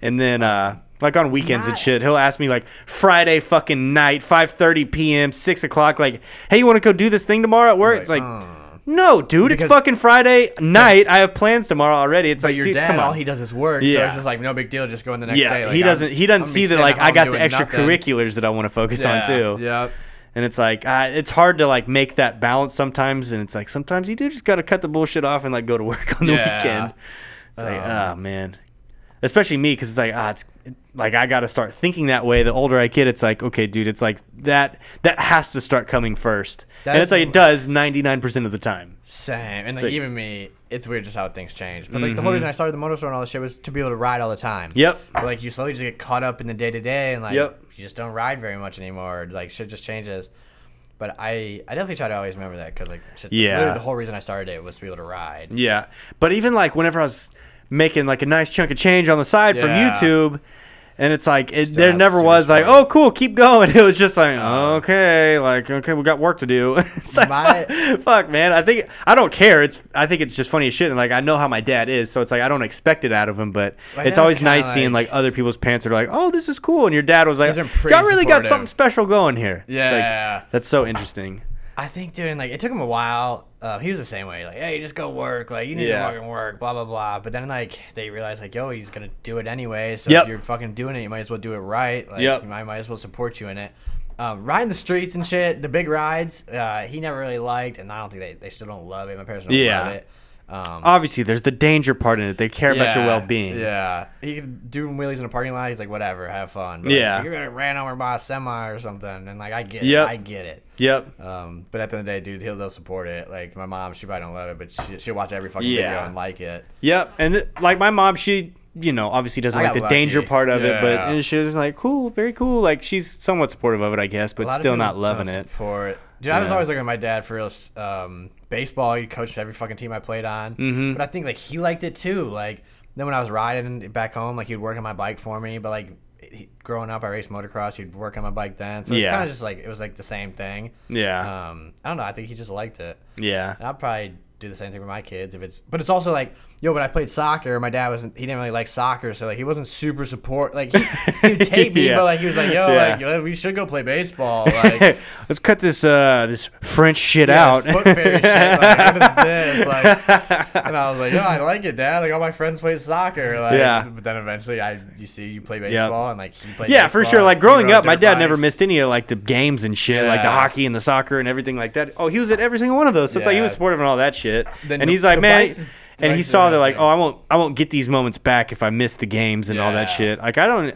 And then. uh like on weekends and Not- shit, he'll ask me like Friday fucking night, five thirty p.m., six o'clock. Like, hey, you want to go do this thing tomorrow at work? it's like, no, dude, it's Because- fucking Friday night. I have plans tomorrow already. It's But like, your dude, dad, come on. all he does is work. So Yeah. it's just like no big deal. Just go in the next yeah, day. Like, he I'm- doesn't. He doesn't I'm gonna see be that sitting like at I home got the doing nothing. extracurriculars that I want to focus on too. Yep. And it's like uh, it's hard to like make that balance sometimes. And it's like sometimes you do just gotta cut the bullshit off and like go to work on the Yeah. weekend. It's like Um, oh man, especially me because it's like ah, it's like I gotta start thinking that way. The older I get, it's like okay, dude, it's like that that has to start coming first. and That's- it's like it does ninety nine percent of the time. Same. And like, like- even me, it's weird just how things change. But like the whole reason I started the motor store and all this shit was to be able to ride all the time. Mm-hmm. Yep. But, like you slowly just get caught up in the day to day and like Yep. you just don't ride very much anymore. Like shit just changes. But I, I definitely try to always remember that because like shit, Yeah. literally the whole reason I started it was to be able to ride. Yeah. But even like whenever I was making like a nice chunk of change on the side Yeah. from YouTube, and it's like it, Still there not never super was like, smart. oh cool, keep going. It was just like Uh-huh. okay, like okay, we got work to do. it's like My- fuck, fuck, man. I think I don't care. It's I think it's just funny as shit, and like I know how my dad is, so it's like I don't expect it out of him. But My it's dad's always kinda nice seeing like- like other people's parents are like, oh this is cool, and your dad was like, These are y'all pretty really got supportive. something special going here. It's like, Yeah. that's so interesting. I think doing like it took him a while. Uh, he was the same way. Like, hey, just go work. Like, you need Yeah. to fucking work. Blah blah blah. But then like they realized like, yo, he's gonna do it anyway. So Yep. if you're fucking doing it, you might as well do it right. Like, Yep. I might, might as well support you in it. Um, riding the streets and shit, the big rides. Uh, he never really liked, and I don't think they, they still don't love it. My parents don't Yeah. love it. Um, Obviously, there's the danger part in it. They care about your well being. Yeah, he could do wheelies in a parking lot. He's like, whatever, have fun. But, like, Yeah. if you're gonna ran over by a semi or something, and like I get Yep. it. I get it. Yep. Um, but at the end of the day, dude, he'll they'll support it. Like my mom, she probably don't love it, but she, she'll watch every fucking video Yeah. and like it. Yep, and th- like my mom, she you know obviously doesn't I like got the lucky. danger part of it, but Yeah. and she was like, "Cool, very cool." Like she's somewhat supportive of it, I guess, A but lot of still people not loving don't it. Support. Dude, I was Yeah. always looking at my dad for real. s- Um, baseball, he coached every fucking team I played on. Mm-hmm. But I think like he liked it too. Like then when I was riding back home, like he'd work on my bike for me. But like he, growing up, I raced motocross. He'd work on my bike then, so it's Yeah. kind of just like it was like the same thing. Yeah, Um, I don't know. I think he just liked it. yeah, And I probably do the same thing for my kids if it's but it's also like yo but i played soccer my dad wasn't he didn't really like soccer so like he wasn't super support like he, he'd take me Yeah. but like he was like yo Yeah. like yo, we should go play baseball like Let's cut this uh this French shit out. Yeah, it's foot fairy shit. Like, what is this? Like, and I was like, yo, I like it, Dad. Like all my friends play soccer. Like, Yeah. But then eventually, I you see you play baseball and like he played. yeah, for baseball, sure. Like he growing rode up, my dirt dad never bikes. missed any of like the games and shit, like the Yeah. hockey and the soccer and everything like that. Oh, he was at every single one of those. So it's like he was Yeah. supportive and all that shit. Then and the- he's like, the man, bikes is- the and he bikes is saw that another like, thing. oh, I won't, I won't get these moments back if I miss the games and all that Yeah. shit. Like I don't.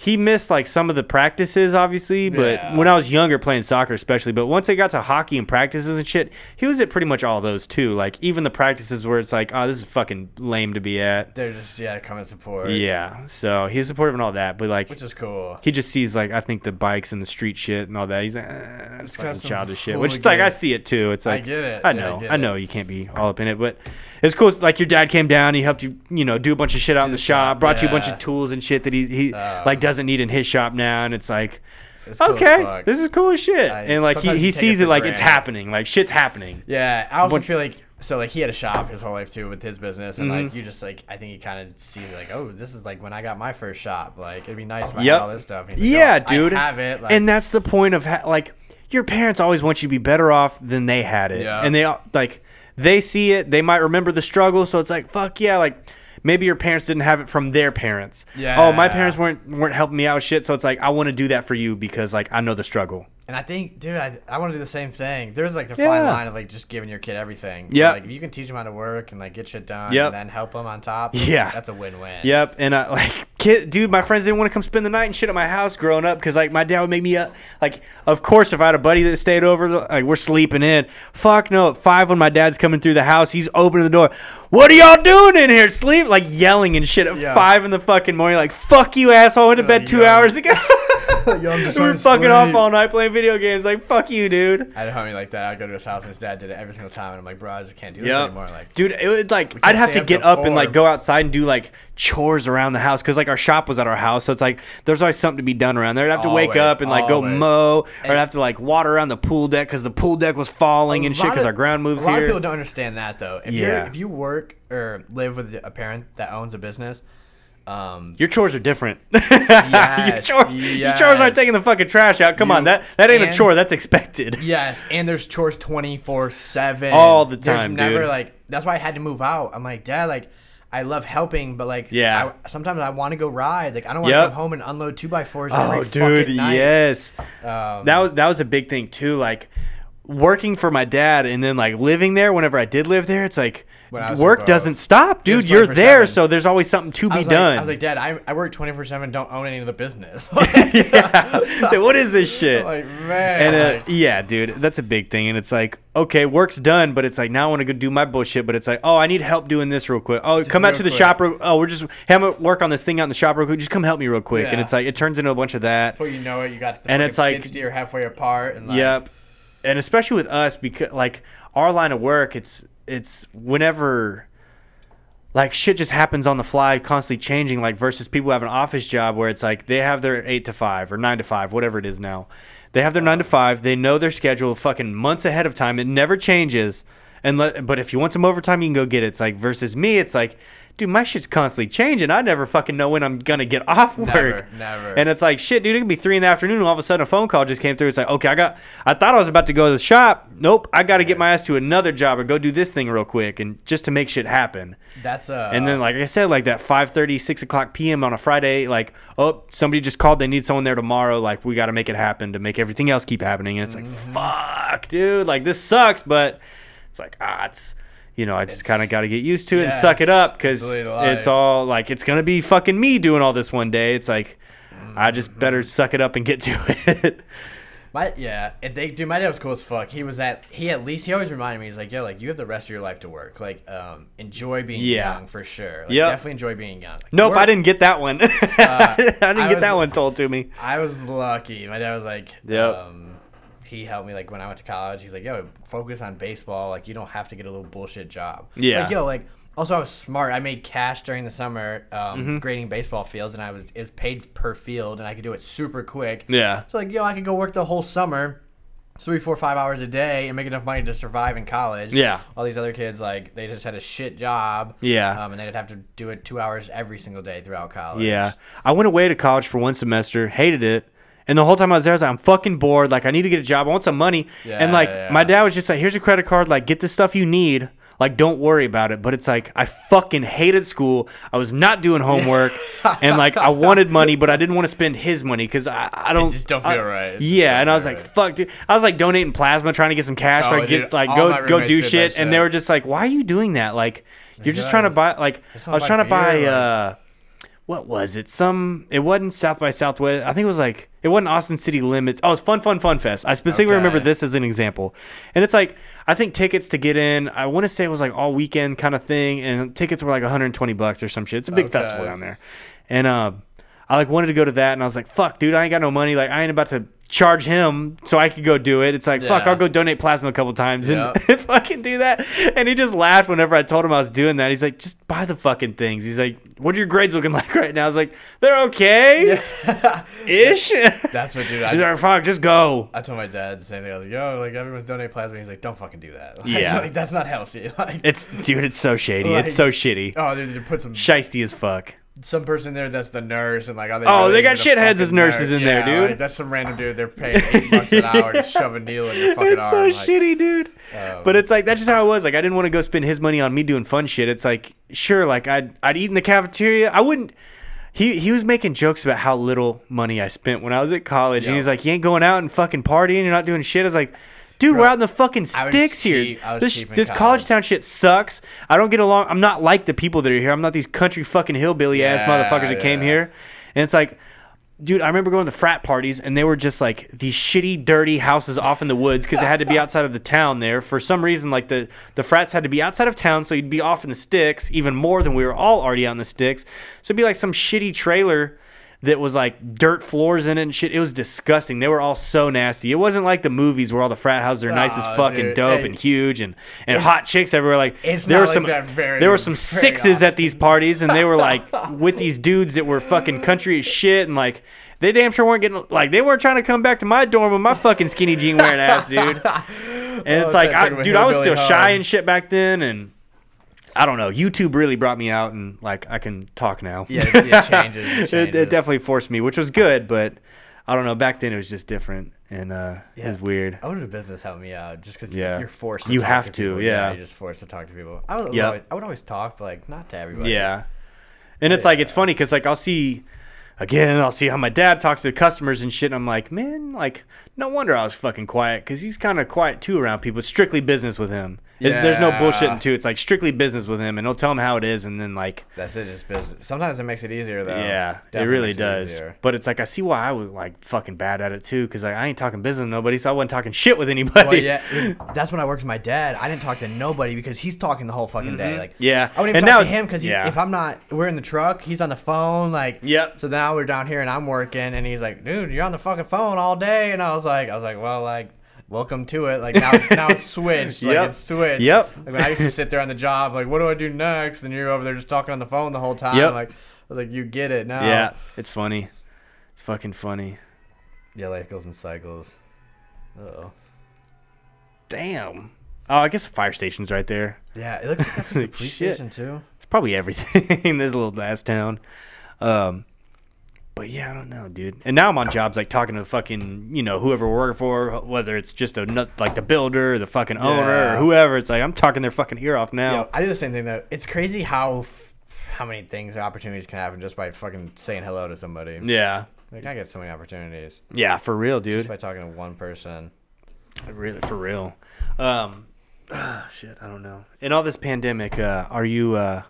He missed like some of the practices, obviously, but Yeah. when I was younger playing soccer, especially. But once I got to hockey and practices and shit, he was at pretty much all those too. Like even the practices where it's like, oh, this is fucking lame to be at. They're just yeah, come and support. Yeah, so he was supportive and all that, but like Which is cool. he just sees like I think the bikes and the street shit and all that. He's like, eh, it's kinda fucking some childish shit. Which is hooligan. like I see it too. It's I like get it. I Yeah, I know. I, get know it. you can't be all up in it, but it's cool. It's like your dad came down. He helped you, you know, do a bunch of shit out in the the shop. shop, Brought you a bunch yeah. of tools and shit that he he Oh. like doesn't need in his shop now. And it's like. It's cool as okay, fuck. this is cool as shit, I- and like he, sometimes he you take it sees it for like it's granted. happening, like shit's happening. Yeah, I also But- feel like so like he had a shop his whole life too with his business, and Mm-hmm. like you just like I think he kind of sees like oh this is like when I got my first shop like it'd be nice if I Yep. had all this stuff. And he's like, Yeah, "Oh, I dude. have it. Like, and that's the point of ha- like your parents always want you to be better off than they had it. Yeah. And they al- like they see it, they might remember the struggle, so it's like fuck yeah, like maybe your parents didn't have it from their parents. Oh, my Yeah. parents weren't weren't helping me out with shit, so it's like I want to do that for you because like I know the struggle. And I think, dude, I, I want to do the same thing. There's like the fine Yeah. line of like just giving your kid everything. Yep. Like if you can teach them how to work and like get shit done Yep. and then help them on top. Yeah. That's a win win. Yep, and I like kid, dude. My friends didn't want to come spend the night and shit at my house growing up because like my dad would make me up. Like, of course, if I had a buddy that stayed over, like we're sleeping in. Fuck no, at five when my dad's coming through the house, he's opening the door. What are y'all doing in here? Sleep? Like yelling and shit at Yeah. five in the fucking morning. Like fuck you, asshole. I went to Like, bed two yo. hours ago. Yo, I'm just we trying were to fucking off sleep. all night playing video games. Like fuck you, dude. I had a homie like that. I'd go to his house and his dad did it every single time. And I'm like, bro, I just can't do this Yeah, anymore. Like, dude, it would like can't I'd have stay to up get till up and like four. go outside and do like chores around the house because like our shop was at our house, so it's like there's always something to be done around there. I'd have to wake Always, up and like go always. mow, or I'd And- have to like water around the pool deck because the pool deck was falling and a shit lot because of- our ground moves A lot here. of people don't understand that though. If Yeah. you if you work or live with a parent that owns a business, um, Your chores are different. Yes, your, chores, your chores aren't yes. taking the fucking trash out. Come on, You- that that ain't a and- chore. That's expected. Yes, and there's chores twenty four seven All the time, There's never dude. like that's why I had to move out. I'm like, Dad, like I love helping, but like Yeah. I, sometimes I want to go ride. Like I don't want to Yep. come home and unload two by fours every Oh, dude, fucking Um, night. yes. that was that was a big thing too. Like working for my dad and then like living there. Whenever I did live there, it's like When I was work abroad. doesn't stop, was dude. You're there, 24/7. so there's always something to I be was, like, done. I was like, Dad, I, I work twenty four seven. Don't own any of the business. Yeah. Dude, what is this shit? like man, and uh, like, yeah, dude, that's a big thing. And it's like, okay, work's done, but it's like now I want to go do my bullshit. But it's like, oh, I need help doing this real quick. Oh, come out real to the quick. shop. Real, oh, we're just hey, I'm gonna work on this thing out in the shop real quick. Just come help me real quick. And Yeah. it's like it turns into a bunch of that. before you know it, you got the and fucking it's like- skid steer halfway apart. And like, Yep. And especially with us because like our line of work, it's it's whenever like shit just happens on the fly, constantly changing. Like versus people who have an office job where it's like they have their eight to five or nine to five, whatever it is now. They have their nine to five. They know their schedule fucking months ahead of time. It never changes. And let, but if you want some overtime, you can go get it. It's like versus me, it's like, dude, my shit's constantly changing. I never fucking know when I'm gonna get off work. never. And it's like, shit, dude, it could be three in the afternoon, and all of a sudden a phone call just came through. It's like, okay, I got, I thought I was about to go to the shop. Nope, I got to get my ass to another job or go do this thing real quick, and just to make shit happen. that's uh, And then, like I said, like that 5:30, 6 o'clock p.m. on a Friday, like, oh, somebody just called. They need someone there tomorrow. Like, we got to make it happen to make everything else keep happening. And it's Mm-hmm. like, fuck, dude, like this sucks. But it's like, ah, it's, you know, I just kind of got to get used to it and yeah, suck it up it's- it's because the way to it's life. all like it's gonna be fucking me doing all this one day. It's like, I Mm-hmm. just better suck it up and get to it. My yeah, and they dude, my dad was cool as fuck. He was at he at least he always reminded me. He's like, yo, like you have the rest of your life to work. Like, um, enjoy being Yeah. young for sure. Like, Yep. definitely enjoy being young. Like, nope, I work- Uh, didn't get that one. I didn't I get was- that one told to me. I was lucky. My dad was like, Yep. um, he helped me like when I went to college. He's like, yo, focus on baseball. Like you don't have to get a little bullshit job. Yeah. Like yo, like also I was smart. I made cash during the summer um, Mm-hmm. grading baseball fields, and I was is paid per field, and I could do it super quick. Yeah. So like yo, I could go work the whole summer. three, four, five hours a day and make enough money to survive in college. Yeah. All these other kids, like, they just had a shit job. Yeah. Um, and they'd have to do it two hours every single day throughout college. Yeah. I went away to college for one semester, hated it. And the whole time I was there, I was like, I'm fucking bored. Like, I need to get a job. I want some money. and, Yeah, like, yeah. my dad was just like, here's your credit card. Like, get the stuff you need. Like, don't worry about it. But it's like, I fucking hated school. I was not doing homework. and, like, I wanted money, but I didn't want to spend his money because I, I don't. just don't I- feel right. It just Yeah. don't And I was feel like, right. fuck, dude. I was like donating plasma, trying to get some cash. Oh, so I could dude, get, like, all my go, go roommates do did that shit. And they shit. were just like, why are you doing that? Like, you're just God. trying to buy, like, just I wanna was buy trying to buy, beer, like- uh, what was it? Some it wasn't South by Southwest. I think it was like it wasn't Austin City Limits. Oh, it's Fun Fun Fun Fest. I specifically Okay. remember this as an example. And it's like I think tickets to get in, I want to say it was like all weekend kind of thing and tickets were like 120 bucks or some shit. It's a big Okay. festival down there. And um I like wanted to go to that and I was like, "Fuck, dude, I ain't got no money. Like I ain't about to charge him so I could go do it." It's like, "Fuck, Yeah. I'll go donate plasma a couple times and Yeah. fucking do that." And he just laughed whenever I told him I was doing that. He's like, "Just buy the fucking things." He's like, "What are your grades looking like right now?" I was like, "They're okay, ish." He's That's what, dude. I, like, "Fuck, just go." I told my dad the same thing. I was like, yo, like, everyone's donating plasma. He's like, don't fucking do that. Like, Yeah. like, that's not healthy. Like, It's dude, it's so shady. Like- it's so shitty. oh, they they put some Shisty as fuck. some person there that's the nurse and like are Oh, really they got even a shitheads fucking as nurses nurse? in there, Yeah, dude. Like, that's some random dude. They're paying eight bucks an hour to shove a needle in your fucking It's so arm. like, shitty, dude. um, but it's like that's just how it was. Like I didn't want to go spend his money on me doing fun shit. It's like sure, like I'd I'd eat in the cafeteria. I wouldn't. He he was making jokes about how little money I spent when I was at college, and Yeah. he's like, "You ain't going out and fucking partying. You're not doing shit." I was like. Dude, we're out in the fucking I was sticks here. cheap- I was This cheap in this college college. town shit sucks. I don't get along. I'm not like the people that are here. I'm not these country fucking hillbilly ass Yeah, motherfuckers that came yeah. here. And it's like, dude, I remember going to frat parties and they were just like these shitty, dirty houses off in the woods because it had to be outside of the town there. For some reason, like the, the frats had to be outside of town, so you'd be off in the sticks even more than we were all already out in the sticks. So it'd be like some shitty trailer that was like dirt floors in it and shit. It was disgusting. They were all so nasty. It wasn't like the movies where all the frat houses are nice as Aw, fucking dude. dope Hey. and huge and, and hot chicks everywhere. Like It's there not were like some that very- there were some very sixes at these parties, and they were like with these dudes that were fucking country as shit, and like they damn sure weren't getting like they weren't trying to come back to my dorm with my fucking skinny jean wearing ass, dude. And it's Oh, like, that I, took him a dude, I was still hillbilly shy home. and shit back then, and I don't know. YouTube really brought me out, and like I can talk now. yeah, it, it changes. It, changes. it, it definitely forced me, which was good, but I don't know. Back then, it was just different, and uh, it was weird. I would have business help me out just because Yeah. you're forced. To You talk have to, to, people. yeah. You're just forced to talk to people. I would, Yep. always, I would always talk, but like not to everybody. Yeah. And it's like it's funny because like I'll see again, I'll see how my dad talks to customers and shit. And I'm like, man, like no wonder I was fucking quiet because he's kind of quiet too around people. It's strictly business with him. It's- There's no Yeah. bullshitting too. It's like strictly business with him, and he'll tell him how it is, and then like, that's it. Just business. Sometimes it makes it easier though. yeah, it Definitely really makes does. easier. But it's like I see why I was like fucking bad at it too, because like I ain't talking business with nobody, so I wasn't talking shit with anybody. Well, yeah, that's when I worked with my dad. I didn't talk to nobody because he's talking the whole fucking day. Like, Mm-hmm. Yeah. I wouldn't And even now- talk to him because yeah. if I'm not, we're in the truck. He's on the phone. Like, Yep. So now we're down here and I'm working, and he's like, "Dude, you're on the fucking phone all day," and I was like, "I was like, well, like." Welcome to it. Like now, it's, now it's switched. Like Yep. it's switched. Yep. Like when I used to sit there on the job, like, what do I do next? And you're over there just talking on the phone the whole time. Yep. Like I was like, you get it now. yeah, it's funny. It's fucking funny. Yeah, life goes in cycles. Oh. Damn. Oh, I guess the fire station's right there. Yeah, it looks like that's like the police Shit. station too. it's probably everything in this little ass town. Um, but yeah, I don't know, dude. And now I'm on jobs like talking to fucking you know whoever we're working for, whether it's just a nut like the builder, or the fucking owner, or Yeah. whoever. It's like I'm talking their fucking ear off now. Yeah, I do the same thing though. It's crazy how f- how many things and opportunities can happen just by fucking saying hello to somebody. Yeah, Like I get so many opportunities yeah, for real, just dude. by talking to one person. Really, for real. Um, ah, shit, I don't know. In all this pandemic, uh, are you uh,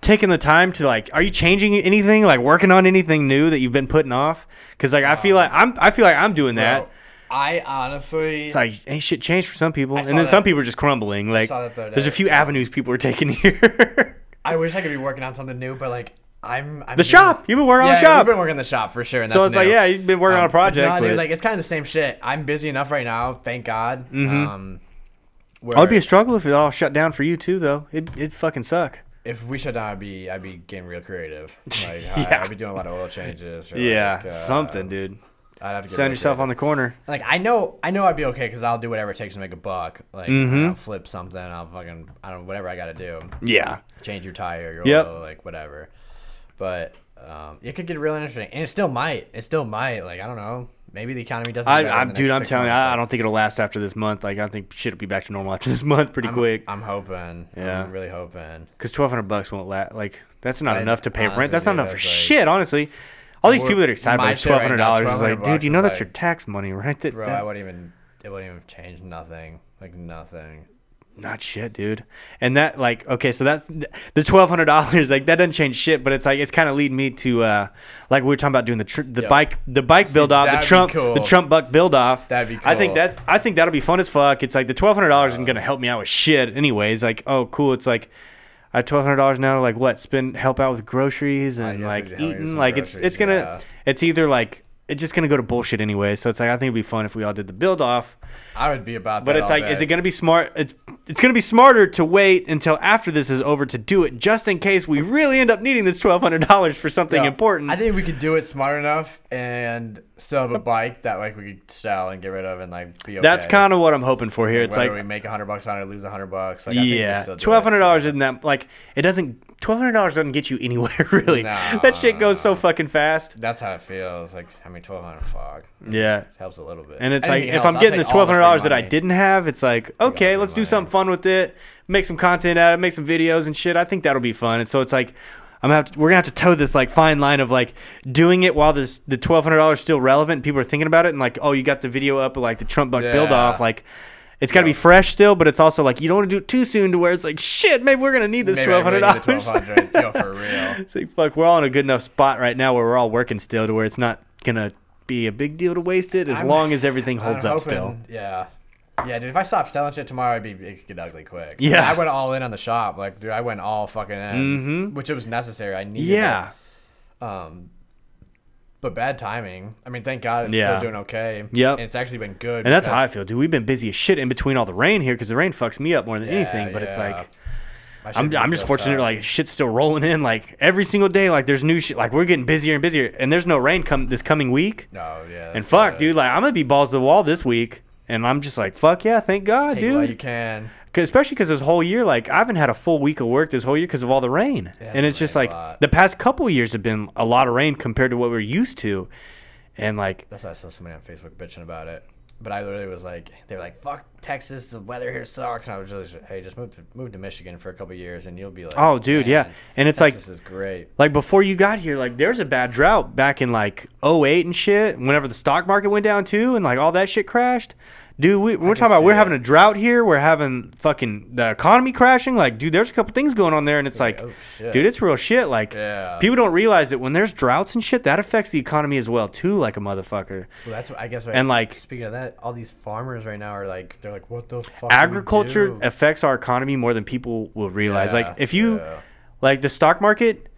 taking the time to like? Are you changing anything? Like working on anything new that you've been putting off? Because like I feel like I'm, I feel like I'm doing that. Bro, I honestly It's like ain't shit changed for some people, and saw then some that. people are just crumbling. Like saw that the other there's a day. few avenues people are taking here. I wish I could be working on something new, but like I'm, I'm the shop, you've been working Yeah, on the shop, we've been working on the shop for sure. And so that's it's like new. yeah, you've been working on a Um, but project. No, dude, but like it's kind of the same shit. I'm busy enough right now, thank God. it Um, Mm-hmm. would be where a struggle if it all shut down for you too, though. It it fucking suck. if we shut down, I'd be I'd be getting real creative. Like I, Yeah. I'd be doing a lot of oil changes. Or Yeah, like, uh, something, dude. I'd have to get Sound really yourself on the corner. Like I know, I know I'd be okay because I'll do whatever it takes to make a buck. Like Mm-hmm. I'll flip something, I'll fucking, I don't, whatever I got to do, Yeah. change your tire, your Yep. oil, like whatever. But um, it could get really interesting, and it still might. It still might. Like I don't know. Maybe the economy doesn't. I, get better I'm, in the dude, next I'm six telling you, months. I, I don't think it'll last after this month. Like, I think shit will be back to normal after this month pretty I'm, quick. I'm hoping. Yeah. I'm really hoping. Because twelve hundred bucks won't last. Like, that's not I- enough to pay honestly, rent. That's not dude, enough for that's like- shit, honestly. All these We're- people that are excited my about this shit twelve right hundred now, dollars is like, $1,200 dude, you know is that's like- your tax money, right? That, Bro, that- I wouldn't even. It wouldn't even change nothing. Like nothing. not shit, dude. And that like okay, so that's the twelve hundred dollars. Like that doesn't change shit, but it's like it's kind of leading me to uh like we were talking about doing the tr- the Yeah. bike the bike build off that'd the be Trump cool. the Trump buck build off. That'd be I think cool. that's I think that'll be fun as fuck. It's like the twelve hundred dollars isn't gonna help me out with shit anyways. Like oh cool, it's like. I twelve hundred dollars now. to, Like what? Spend help out with groceries and guess like it'd help you with eating. some Like it's groceries, it's gonna yeah. it's either like it's just gonna go to bullshit anyway. So it's like I think it'd be fun if we all did the build off. I would be about. But that it's all like, is day. it going to be smart? It's it's going to be smarter to wait until after this is over to do it, just in case we really end up needing this twelve hundred dollars for something Yeah. important. I think we could do it smart enough and still have a bike that like we could sell and get rid of and like be okay. That's kind of what I'm hoping for here. It's Whether we like, make hundred bucks on it, or lose hundred bucks. Like, I think we yeah, still do it. twelve hundred dollars isn't that like it doesn't twelve hundred dollars doesn't get you anywhere really. No. That shit goes so fucking fast. That's how it feels. Like I mean, twelve hundred fuck Yeah. helps a little bit. And it's Anything like if else, I'm I'll getting take this all twelve the hundred free dollars that I money. didn't have, it's like okay, the let's do money. something fun with it, make some content out of it, make some videos and shit. I think that'll be fun. And so it's like I'm gonna have to, we're gonna have to toe this like fine line of like doing it while this the twelve hundred dollars still relevant. People are thinking about it and like oh you got the video up of, like the Trump buck build off Yeah. like. It's got to be fresh still, but it's also like you don't want to do it too soon to where it's like shit. Maybe we're gonna need this Maybe I twelve really hundred need the dollars. 1200. Yo, for real. It's like fuck, we're all in a good enough spot right now where we're all working still to where it's not gonna be a big deal to waste it as I'm- long as everything I'm holds up hoping- still. Yeah. Yeah, dude. If I stopped selling shit tomorrow, it'd be it could get ugly quick. Yeah. I went all in on the shop. Like, dude, I went all fucking in, mm-hmm. which it was necessary. I needed. it. Yeah. Um, but bad timing. I mean, thank God it's Yeah. still doing okay. Yep. And it's actually been good. And that's how I because feel, dude. We've been busy as shit in between all the rain here because the rain fucks me up more than Yeah, anything. But it's yeah. like my shit I'm, didn't I'm just go fortunate top. like shit's still rolling in like every single day. Like there's new shit. Like we're getting busier and busier, and there's no rain come this coming week. no, yeah. and that's fuck, good. dude, like I'm gonna be balls to the wall this week. And I'm just like, fuck yeah, thank God, Take it while you dude. can. 'Cause- especially because this whole year, like, I haven't had a full week of work this whole year because of all the rain. and it's just rained like a lot. the past couple years have been a lot of rain compared to what we're used to. And like, That's why I saw somebody on Facebook bitching about it. But I literally was like, they were like, "Fuck Texas, the weather here sucks." And I was just, "Hey, just move to move to Michigan for a couple years, and you'll be like, Oh, dude, yeah. "Man, And it's like- Texas is great." like before you got here like there's a bad drought back in like 08 and shit whenever the stock market went down too and like all that shit crashed dude we, we're talking about see we're it. having a drought here we're having fucking the economy crashing like dude there's a couple things going on there and it's like oh, shit. dude it's real shit like Yeah. people don't realize that when there's droughts and shit that affects the economy as well too like a motherfucker Well, that's what I guess. And, like- speaking of that, all these farmers right now are like, they're like, "What the fuck?" do we agriculture do?" affects our economy more than people will realize. Yeah, like if you yeah. like the stock market,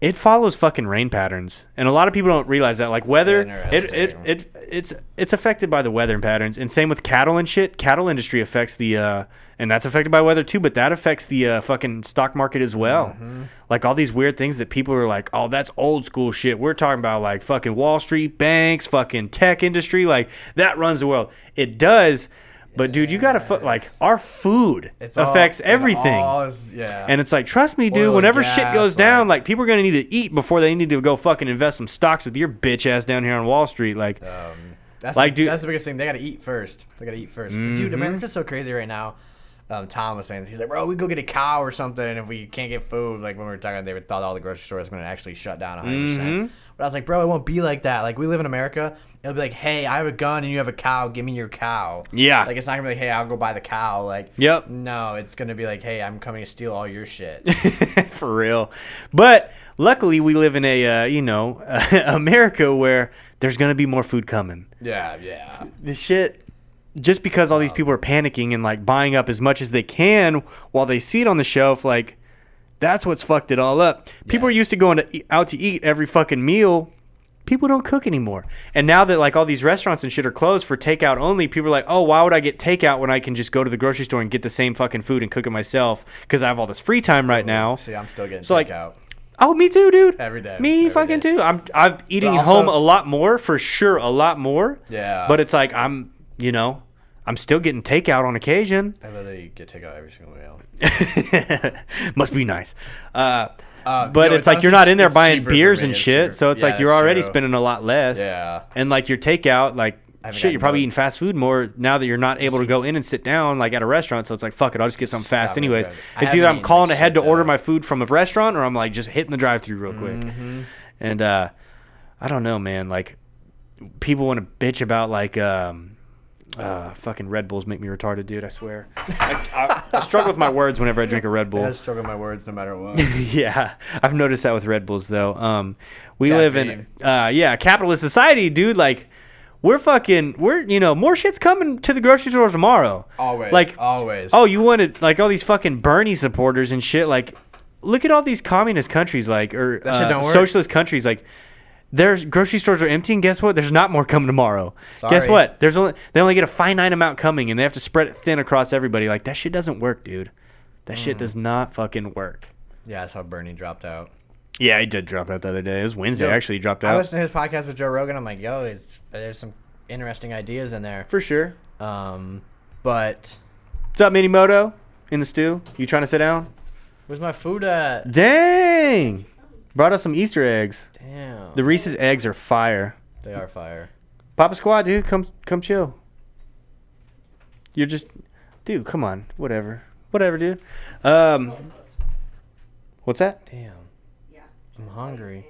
it follows fucking rain patterns, and a lot of people don't realize that. Like weather, it, it Interesting. it it's it's affected by the weather and patterns, and same with cattle and shit. Cattle industry affects the uh, and that's affected by weather too, but that affects the uh, fucking stock market as well. Mm-hmm. Like all these weird things that people are like, oh, that's old school shit. We're talking about like fucking Wall Street banks, fucking tech industry, like that runs the world. It does. But dude, you gotta fu- like our food It's all- affects it everything. all is- yeah. And it's like, trust me, dude. Oil and whenever shit gas, goes down, like people are gonna need to eat before they need to go fucking invest some stocks with your bitch ass down here on Wall Street. Like, That's Like, like, dude- Mm-hmm. that's the biggest thing. They gotta eat first. They gotta eat 1st But dude, America's so crazy right now. Um, Tom was saying this. he's like, bro, we go get a cow or something, and if we can't get food, like when we were talking, they thought all the grocery stores were gonna actually shut down 100. Mm-hmm. percent But I was like, bro, it won't be like that. Like we live in America, it'll be like, hey, I have a gun and you have a cow, give me your cow. Yeah. Like it's not gonna be like, hey, I'll go buy the cow. Like, Yep. No, it's gonna be like, hey, I'm coming to steal all your shit. for real. But luckily, we live in a uh, you know America where there's gonna be more food coming. yeah, yeah. The shit. Just because all these people are panicking and like buying up as much as they can while they see it on the shelf, like that's what's fucked it all up. People are used to going to eat, out to eat every fucking meal. People don't cook anymore. And now that like all these restaurants and shit are closed for takeout only, people are like, "Oh, why would I get takeout when I can just go to the grocery store and get the same fucking food and cook it myself because I have all this free time right now?" See, I'm still getting So, like, takeout. Oh, me too, dude. Every day, Me every fucking day. too. I'm I'm eating But also- home a lot more for sure, a lot more. Yeah. But it's like I'm, you know, I'm still getting takeout on occasion. I literally get takeout every single meal. Must be nice. Uh, Uh, but yo, it's like you're honestly not in there it's buying cheaper for beers me, and it's shit, cheaper. so it's Yeah, like you're it's already true. spending a lot less. Yeah. And like your takeout, like haven't shit, you're gotten probably much. eating fast food more now that you're not able to go in and sit down like at a restaurant. So it's like fuck it, I'll just get something fast Stop it, anyways. drive it. I It's either I'm haven't eaten calling like ahead to shit, order though. my food from a restaurant, or I'm like just hitting the drive-through real quick. Mm-hmm. And uh, I don't know, man. Like people want to bitch about like um, uh, fucking Red Bulls make me retarded, dude. I swear. I, I, I struggle with my words whenever I drink a Red Bull. I struggle with my words no matter what. Yeah, I've noticed that with Red Bulls though. Um, we live Caffeine. in uh, yeah, capitalist society, dude. Like we're fucking we're you know more shit's coming to the grocery store tomorrow. Always, Like always. Oh, you wanted like all these fucking Bernie supporters and shit. Like look at all these communist countries like or shit uh, don't work. socialist countries like. Their grocery stores are empty, and guess what? There's not more coming tomorrow. Guess Sorry. what? There's only they only get a finite amount coming, and they have to spread it thin across everybody. Like that shit doesn't work, dude. That Mm. shit does not fucking work. Yeah, I saw Bernie dropped out. Yeah, he did drop out the other day. It was Wednesday. Yo, actually, he dropped I out listened to his podcast with Joe Rogan. I'm like, yo, it's, there's some interesting ideas in there. for sure. Um, but What's up, Minimoto? In the stew? You trying to sit down? where's my food at? Dang! Brought us some Easter eggs. Damn, The Reese's eggs are fire. they are fire. Papa Squad, dude, come come chill. You're just, dude. Come on, whatever, whatever, dude. Um, what's that? Damn, Yeah. I'm hungry.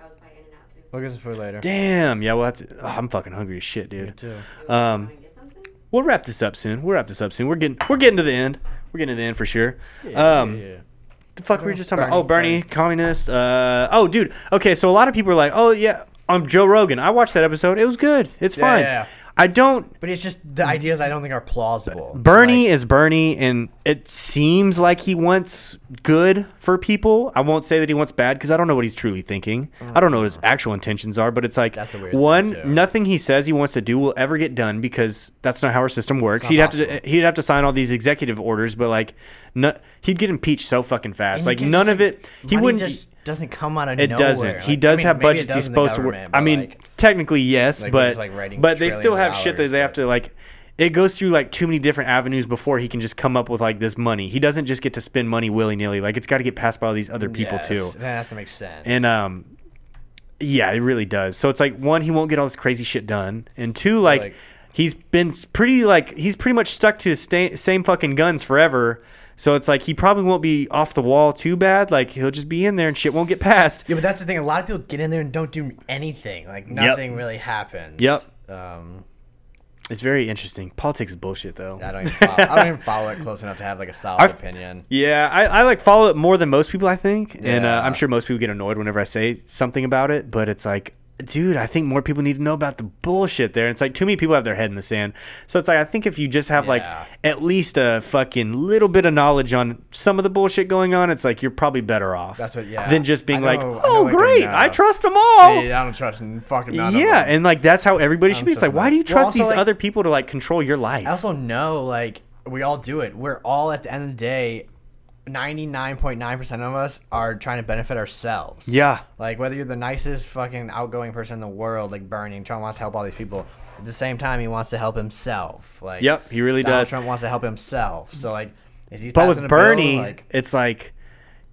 I was by In-N-Out too. We'll get some food later. Damn. Yeah, well, that's, oh, I'm fucking hungry as shit, Me dude. too. Um, Wanna get something? we'll wrap this up soon. We'll wrap this up soon. We're getting we're getting to the end. We're getting to the end for sure. um, yeah. the fuck were we just talking about? Bernie, Oh, Bernie, Bernie. communist. Uh, oh, dude. Okay, so a lot of people are like, oh yeah, I'm Joe Rogan. I watched that episode. It was good. It's Yeah, fine. yeah, yeah. I don't. But it's just the ideas I don't think are plausible. Mm. Bernie Like, is Bernie, and it seems like he wants good for people. I won't say that he wants bad because I don't know what he's truly thinking. I don't know what his actual intentions are, but it's like Mm. That's a weird thing, too. one, nothing he says he wants to do will ever get done because that's not how our system works. not He'd have possible. to he'd have to sign all these executive orders, but like, no, he'd get impeached so fucking fast. and like you get- nowhere. none it's of it. He money wouldn't. Just doesn't come out of It nowhere. doesn't. He Like, I does mean, have maybe it budgets does he's in the supposed to work. government, I but, mean, like, technically yes, like, we're but just, like, writing but they still trillions of have shit that dollars, they have but- to like. It goes through like too many different avenues before he can just come up with like this money. He doesn't just get to spend money willy nilly. Like it's got to get passed by all these other people yes, too. That has to make sense. And um, yeah, it really does. So it's like one, he won't get all this crazy shit done, and two, like, Like- he's been s- pretty like he's pretty much stuck to his sta- same fucking guns forever. So it's like he probably won't be off the wall too bad. Like he'll just be in there and shit won't get passed. Yeah, but that's the thing. A lot of people get in there and don't do anything. Like nothing really happens. Yep. Um, It's very interesting. Politics is bullshit, though. I don't even follow, I don't even follow it close enough to have like a solid I've- opinion. yeah, I, I like follow it more than most people, I think, and uh, Yeah. I'm sure most people get annoyed whenever I say something about it. But it's like, dude, I think more people need to know about the bullshit there. And it's like too many people have their head in the sand. So it's like I think if you just have like Yeah. at least a fucking little bit of knowledge on some of the bullshit going on, it's like you're probably better off. That's what- yeah. Than just being I like, know- I know oh like a great, no. I trust them all. See, I don't trust n- fucking none of yeah, them. and like that's how everybody should don't be. It's like, trust why none. do you Well, trust also, these like- other people to like control your life? I also know like we all do it. We're all at the end of the day, ninety nine point nine percent of us are trying to benefit ourselves. yeah. Like whether you're the nicest fucking outgoing person in the world, like Bernie, Trump wants to help all these people. At the same time, he wants to help himself. Like Yep, he really Donald does. Trump wants to help himself. So like, is he? But passing with a bill, Bernie, like, it's like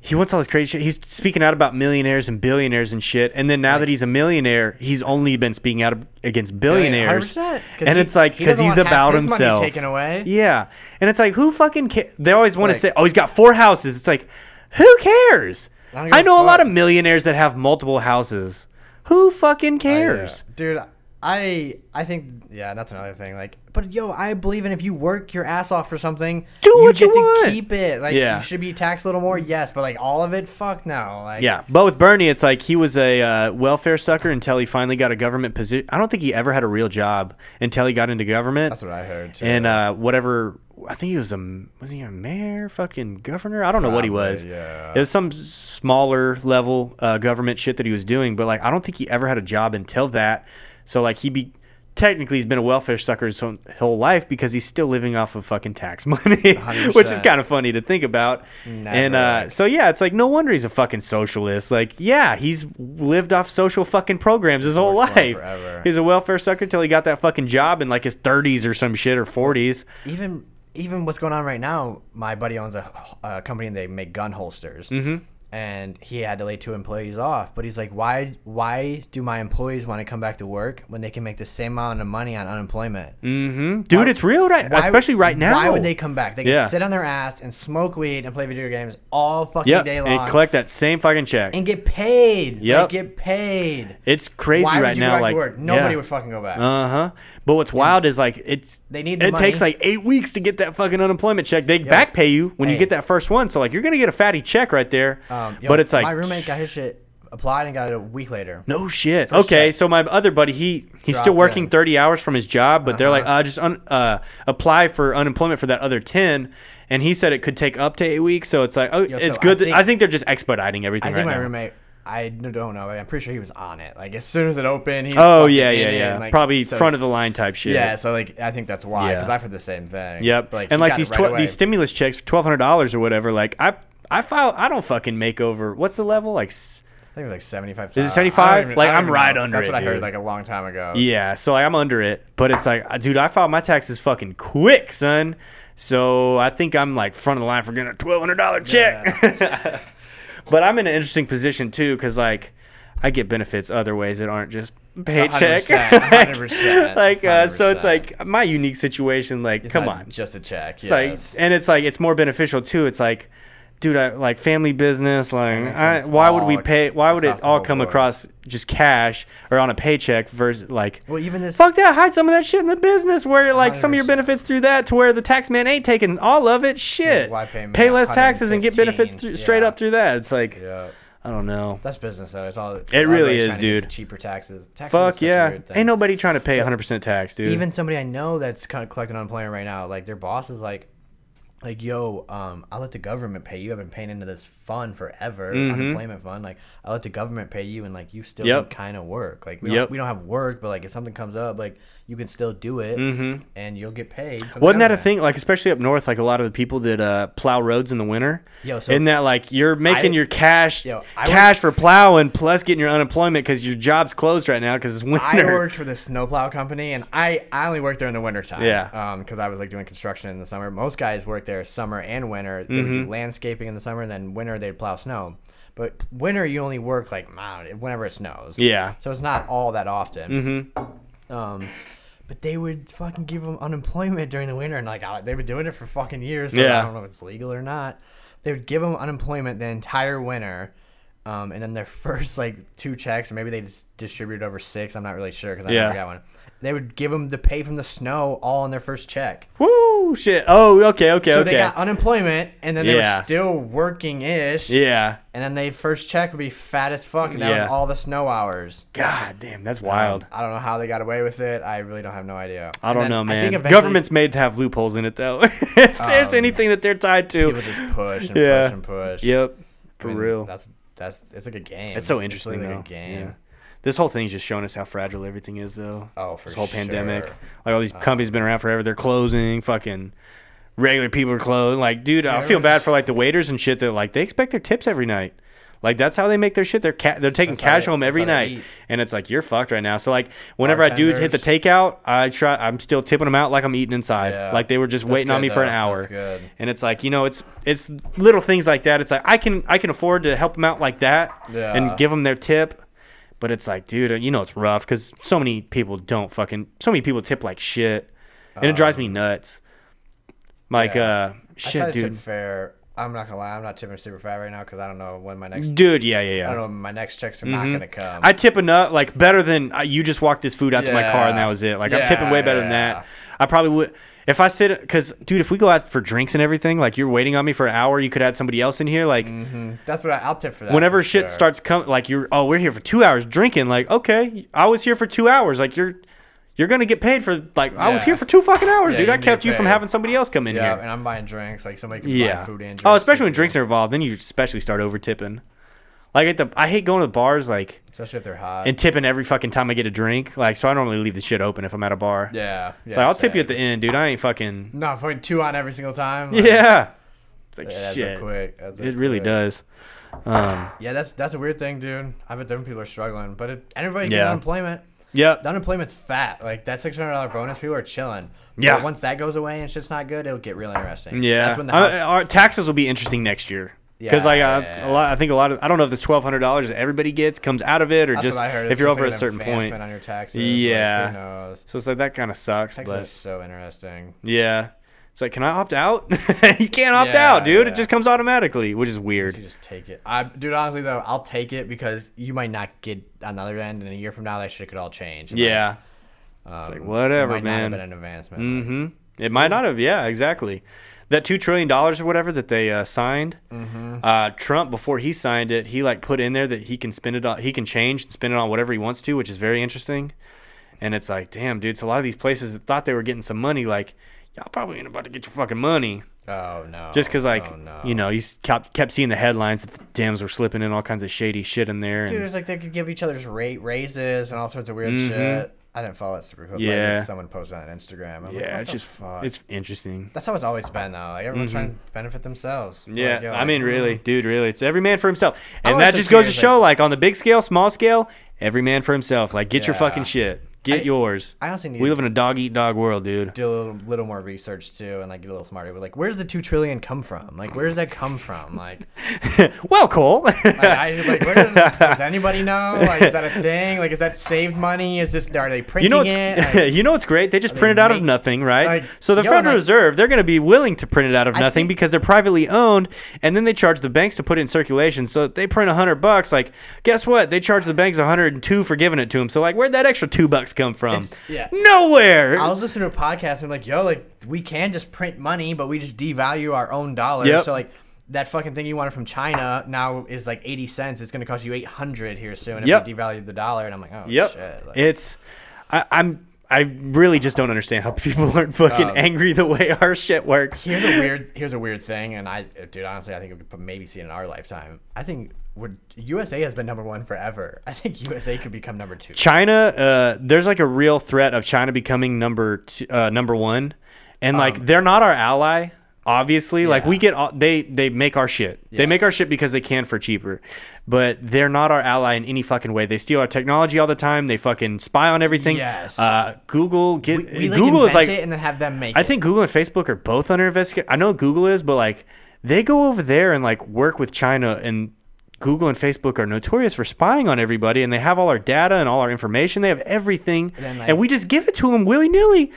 he wants all this crazy shit. He's speaking out about millionaires and billionaires and shit. And then now that he's a millionaire, he's only been speaking out ab- against billionaires. 100%, 'cause and he- it's like he because doesn't he's want half about his money himself. taken away. Yeah, and it's like who fucking? Ca- they always want to Like- say, "Oh, he's got four houses." It's like, who cares? I don't give I, a know a lot fuck. of millionaires that have multiple houses. Who fucking cares? Oh, Yeah. Dude, I I think yeah, that's another thing. Like, but yo, I believe in if you work your ass off for something, Do what get you to want. keep it. Like, Yeah. you should be taxed a little more, yes, but like all of it, fuck no. Like, Yeah, but with Bernie, it's like he was a uh, welfare sucker until he finally got a government position. I don't think he ever had a real job until he got into government. that's what I heard. Too. and uh, whatever, I think he was a was he a mayor, fucking governor? I don't know what he was. Probably, yeah. It was some smaller level uh, government shit that he was doing, but like I don't think he ever had a job until that. So like he be technically he's been a welfare sucker his whole, whole life because he's still living off of fucking tax money, which is 100%. kind of funny to think about. And uh, Never. so yeah, it's like no wonder he's a fucking socialist. Like yeah, he's lived off social fucking programs his whole Worked for life. him forever. He's a welfare sucker till he got that fucking job in like his 30s or some shit or 40s. even even what's going on right now, my buddy owns a, a company and they make gun holsters. Mm-hmm. And he had to lay two employees off, but he's like, why? Why do my employees want to come back to work when they can make the same amount of money on unemployment? Dude, it's real right, Why- especially right now. Why would they come back? They can Yeah. sit on their ass and smoke weed and play video games all fucking Yep, day long and collect that same fucking check. and get paid. Like, Yep. get paid. It's crazy why right would you now. go back like to work? Nobody yeah. would fucking go back. Uh huh. But what's wild is like it's They need it the takes money. like eight weeks to get that fucking unemployment check. They back pay you when you Hey. get that first one, so like you're gonna get a fatty check right there. Um, yo, but it's like my roommate got his shit applied and got it a week later. no shit. First okay, check. so my other buddy, he he's still Dropped working in. 30 hours from his job, but they're like, Uh-huh. uh, just un- uh, apply for unemployment for that other 10. And he said it could take up to eight weeks, so it's like, oh, Yo, it's so I good. that- I, think, think- they're just expediting I everything think right my now. roommate. I don't know. but I'm pretty sure he was on it. Like as soon as it opened, he's oh fucking yeah, in yeah, it, yeah. and, like, Probably so- front of the line type shit. Yeah, so like I think that's why because Yeah. I've heard the same thing. Yep. But, and he like got it these right twe- away. these stimulus checks for twelve hundred dollars or whatever. Like I I file I don't fucking make over. What's the level like? s- I think it was like seventy five. Is it 75? Like, I'm right under That's it, what I heard dude. like a long time ago. Yeah. So like, I'm under it, but it's like, uh, dude, I filed my taxes fucking quick, son. So I think I'm like front of the line for getting a twelve hundred dollar check. but I'm in an interesting position too, because like. I get benefits other ways that aren't just paycheck. 100%, 100%, like uh, so, it's 100%. like my unique situation. Like, It's come not on, just a check. It's like, yes. and it's like it's more beneficial too. It's like, dude, I like family business. Like, makes I, sense. why would we All pay? Why would across it the all whole come board. across just cash or on a paycheck versus like? well, even this Fuck that! Hide some of that shit in the business where like some of your 100%. benefits through that to where the tax man ain't taking all of it. Shit, why pay me pay less taxes and get benefits 115? through, straight Yeah. up through that. It's like Yeah, I don't know. that's business though. It's all. It really is, dude. Cheaper taxes. taxes is Fuck such a yeah! weird thing. Ain't nobody trying to pay 100% tax, dude. even somebody I know that's kind of collecting unemployment right now, like their boss is like, like yo, um, I let the government pay you. I've been paying into this fund forever, unemployment fund. Like I let the government pay you, and like you still Yep. kind of work. Like we Yep. don't, we don't have work, but like if something comes up, like you can still do it, and you'll get paid. from the Wasn't that a government. thing? Like especially up north, like a lot of the people that uh, plow roads in the winter. Yo, so- isn't that like you're making I- your cash, Yo, I cash for plowing plus getting your unemployment because your job's closed right now because it's I winter. worked for this snowplow company, and I, I only worked there in the wintertime. Yeah. Because I was like doing construction in the summer. Most guys work there summer and winter. They Mm-hmm. would do landscaping in the summer, and then winter they'd plow snow. But winter you only work like wow, whenever it snows. Yeah. So it's not all that often. Mm-hmm. Um, but they would fucking give them unemployment during the winter, and like I- they've been doing it for fucking years. So Yeah. I don't know if it's legal or not. They would give them unemployment the entire winter, um, and then their first like two checks, or maybe they just distributed over six. I'm not really sure because I Yeah. never got one. They would give them the pay from the snow all on their first check. Woo shit! Oh, okay, okay, So okay. they got unemployment, and then they Yeah. were still working ish. yeah. And then their first check would be fat as fuck, and that Yeah. was all the snow hours. Um, God damn, that's wild. I don't know how they got away with it. I really don't have no idea. I And don't then know, man. eventually Um, Government's made to have loopholes in it though. if there's anything that they're tied people to, just push and Yeah. push and push. yep, I for mean, real. That's that's it's like a game. That's so It's interesting literally though. Like a game. Yeah. This whole thing's just showing us how fragile everything is though. Oh, for This whole pandemic. sure. Uh, Like all these companies been around forever, they're closing, fucking regular people are closing. Like, dude, I feel everyone's- bad for like the waiters and shit that like they expect their tips every night. Like that's how they make their shit. They're ca- they're taking That's how they- cash home that's every how they night, eat. and it's like you're fucked right now. So like whenever I do hit the Bartenders. takeout, I try. I'm still tipping them out like I'm eating inside. Yeah. Like they were just That's waiting on good, me for an though. hour. That's good. And it's like you know, it's it's little things like that. It's like I can I can afford to help them out like that Yeah. and give them their tip. But it's like, dude, you know it's rough because so many people don't fucking. So many people tip like shit, and it drives me nuts. Like, Um, yeah. uh, I try shit, to dude, tip fair. I'm not gonna lie. I'm not tipping super fat right now because I don't know when my next. dude, yeah, yeah, I don't yeah. know when my next checks are not gonna come. Mm-hmm. I tip enough, like better than uh, you just walked this food out to my car and that Yeah. was it. Like I'm Yeah, tipping way better than yeah. that. I probably would if I sit because, dude, if we go out for drinks and everything, like you're waiting on me for an hour, you could add somebody else in here. Mm-hmm. Like that's what I, I'll tip for that. whenever for shit sure. starts coming, like you're oh we're here for two hours drinking. Like okay, I was here for two hours. Like you're you're gonna get paid for like I was Yeah. here for two fucking hours, Yeah, dude. you're I gonna get kept you from paid. having somebody else come in Yeah, here. and I'm buying drinks. Like somebody can yeah. buy food and drinks. oh, especially when if you- drinks are involved, then you especially start over tipping. Like at the, I hate going to bars like especially if they're hot. and tipping every fucking time I get a drink. Like, so I normally leave the shit open if I'm at a bar. yeah, yeah. So I'll tip you at same. the end, dude. I ain't fucking. Not fucking two on every single time. like, Yeah. It's like yeah, that's shit. a quick. That's a it really quick. does. Um. Yeah, that's that's a weird thing, dude. I bet them people are struggling, but it, everybody Yeah. get unemployment. Yep. The unemployment's fat. Like that six hundred dollar bonus, people are chilling. Yeah. But once that goes away and shit's not good, it'll get real interesting. Yeah. That's when the I- house- our taxes will be interesting next year. Because like I, Yeah. a lot, I think a lot of I don't know if this twelve hundred dollars that everybody gets comes out of it or that's just what I heard. if It's you're just over like a an certain advancement point. on your taxes. like, Yeah. who knows? So it's like that kind of sucks. Texas is But so interesting. yeah, it's like can I opt out? you can't opt Yeah, out, dude. yeah. It just comes automatically, which is You weird. just take it. I, dude, honestly though, I'll take it because you might not get on the other end, and a year from now that shit could all change. Like, Yeah. um, like, whatever, it might man. Not have been an advancement. hmm It might not have. Yeah, exactly. That two trillion dollars or whatever that they uh, signed, Mm-hmm. uh, Trump before he signed it, he like put in there that he can spend it on, he can change and spend it on whatever he wants to, which is very interesting. And it's like, damn, dude. So a lot of these places that thought they were getting some money, like y'all probably ain't about to get your fucking money, Oh no. just because like oh, no. you know you s- kept kept seeing the headlines that the Dems were slipping in all kinds of shady shit in there. Dude, and- it's like they could give each other's rate raises and all sorts of weird shit. I didn't follow that super close. but I Mm-hmm. Yeah. did- someone posted on Instagram. I'm like, yeah, what it's the just fuck? it's interesting. That's how it's always been though. Like everyone's trying to benefit themselves. Mm-hmm. Yeah, Like, yo, I mean, like, really, dude, really, it's every man for himself, and was that so just goes to curious, show, like, on the big scale, small scale, every man for himself. Like, get your Yeah. fucking shit, get I- yours. I honestly need we to live in a dog eat dog world, dude. do a little, little more research too, and like get a little smarter. But like, where does the two trillion come from? Like, where does that come from? Like, well, Cole, like, I, like where does, does anybody know? Like, is that a thing? Like, is that saved money? Is this are they you printing know what's it? Like, you know what's great? They just they print it out of make- nothing, right? like, so the yo, Federal like- Reserve, they're going to be willing to print it out of I nothing think- because they're privately owned, and then they charge the banks to put it in circulation. So if they print a hundred bucks, like, guess what? They charge the banks a hundred and two for giving it to them. So like, where'd that extra two bucks come from? It's- yeah. Nowhere. I was listening to a podcast and like, yo, like we can just print money, but we just devalue our own dollar. Yep. So like that fucking thing you wanted from China now is like eighty cents. It's gonna cost you eight hundred here soon if Yep. we devalue the dollar. And I'm like, oh Yep. shit. Like, it's I, I'm I really just don't understand how people aren't fucking Oh. angry the way our shit works. here's a weird here's a weird thing, and I dude, honestly, I think we could maybe see it in our lifetime. I think would USA has been number one forever. I think USA could become number two. China, uh, there's like a real threat of China becoming number two, uh, number one, and like they're not our ally. Obviously, like we Um. Yeah. get all, they they make our shit. They make Yes. our shit because they can for cheaper, but they're not our ally in any fucking way. They steal our technology all the time. They fucking spy on everything. Yes. Uh, Google get We, we like Google invent is like it and then have them make I it. think Google and Facebook are both under investigation. I know Google is, but like they go over there and like work with China and Google and Facebook are notorious for spying on everybody and they have all our data and all our information. They have everything and, then, like- we just give it to them willy-nilly.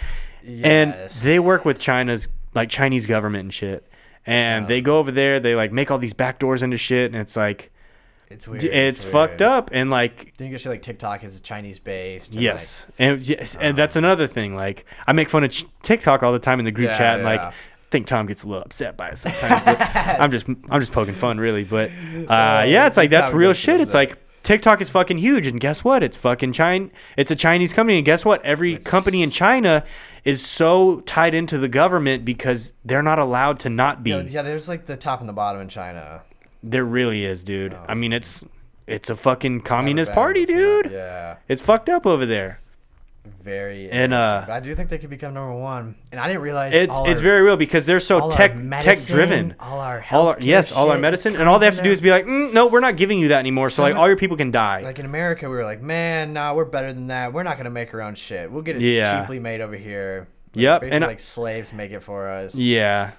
And Yes. they work with China's like Chinese government and shit. And they go over there, they like make all these back doors into shit and it's like it's weird. d- it's weird. fucked up and like Then you get shit like TikTok is Chinese based. Yes, and yes, and that's another thing. Like I make fun of Ch- TikTok all the time in the group um, Yeah, chat, and like yeah. I think Tom gets a little upset by it sometimes. but I'm just I'm just poking fun, really. But uh, yeah, it's like that's TikTok real gets shit. It's upset. like TikTok is fucking huge, and guess what? It's fucking China. It's a Chinese company, and guess what? Every company in China is so tied into the government because they're not allowed to not be. Yeah, yeah, there's like the top and the bottom in China. There really is, dude. Oh. I mean, it's it's a fucking communist Bad, party, yeah, dude. Yeah, It's fucked up over there. very. And, And uh, uh, but I do think they could become number one. And I didn't realize It's all it's our- very real because they're so all our tech tech medicine, driven. All our All our, healthcare yes, all our shit is medicine, and coming all they have from to do there. is be like, mm, no, we're not giving you that anymore. So like, Some- all your people can die. Like in America, we were like, man, nah, we're better than that. We're not gonna make our own shit. We'll get it Yeah. cheaply made over here. Like, Yep, basically and I- like slaves make it for us. yeah,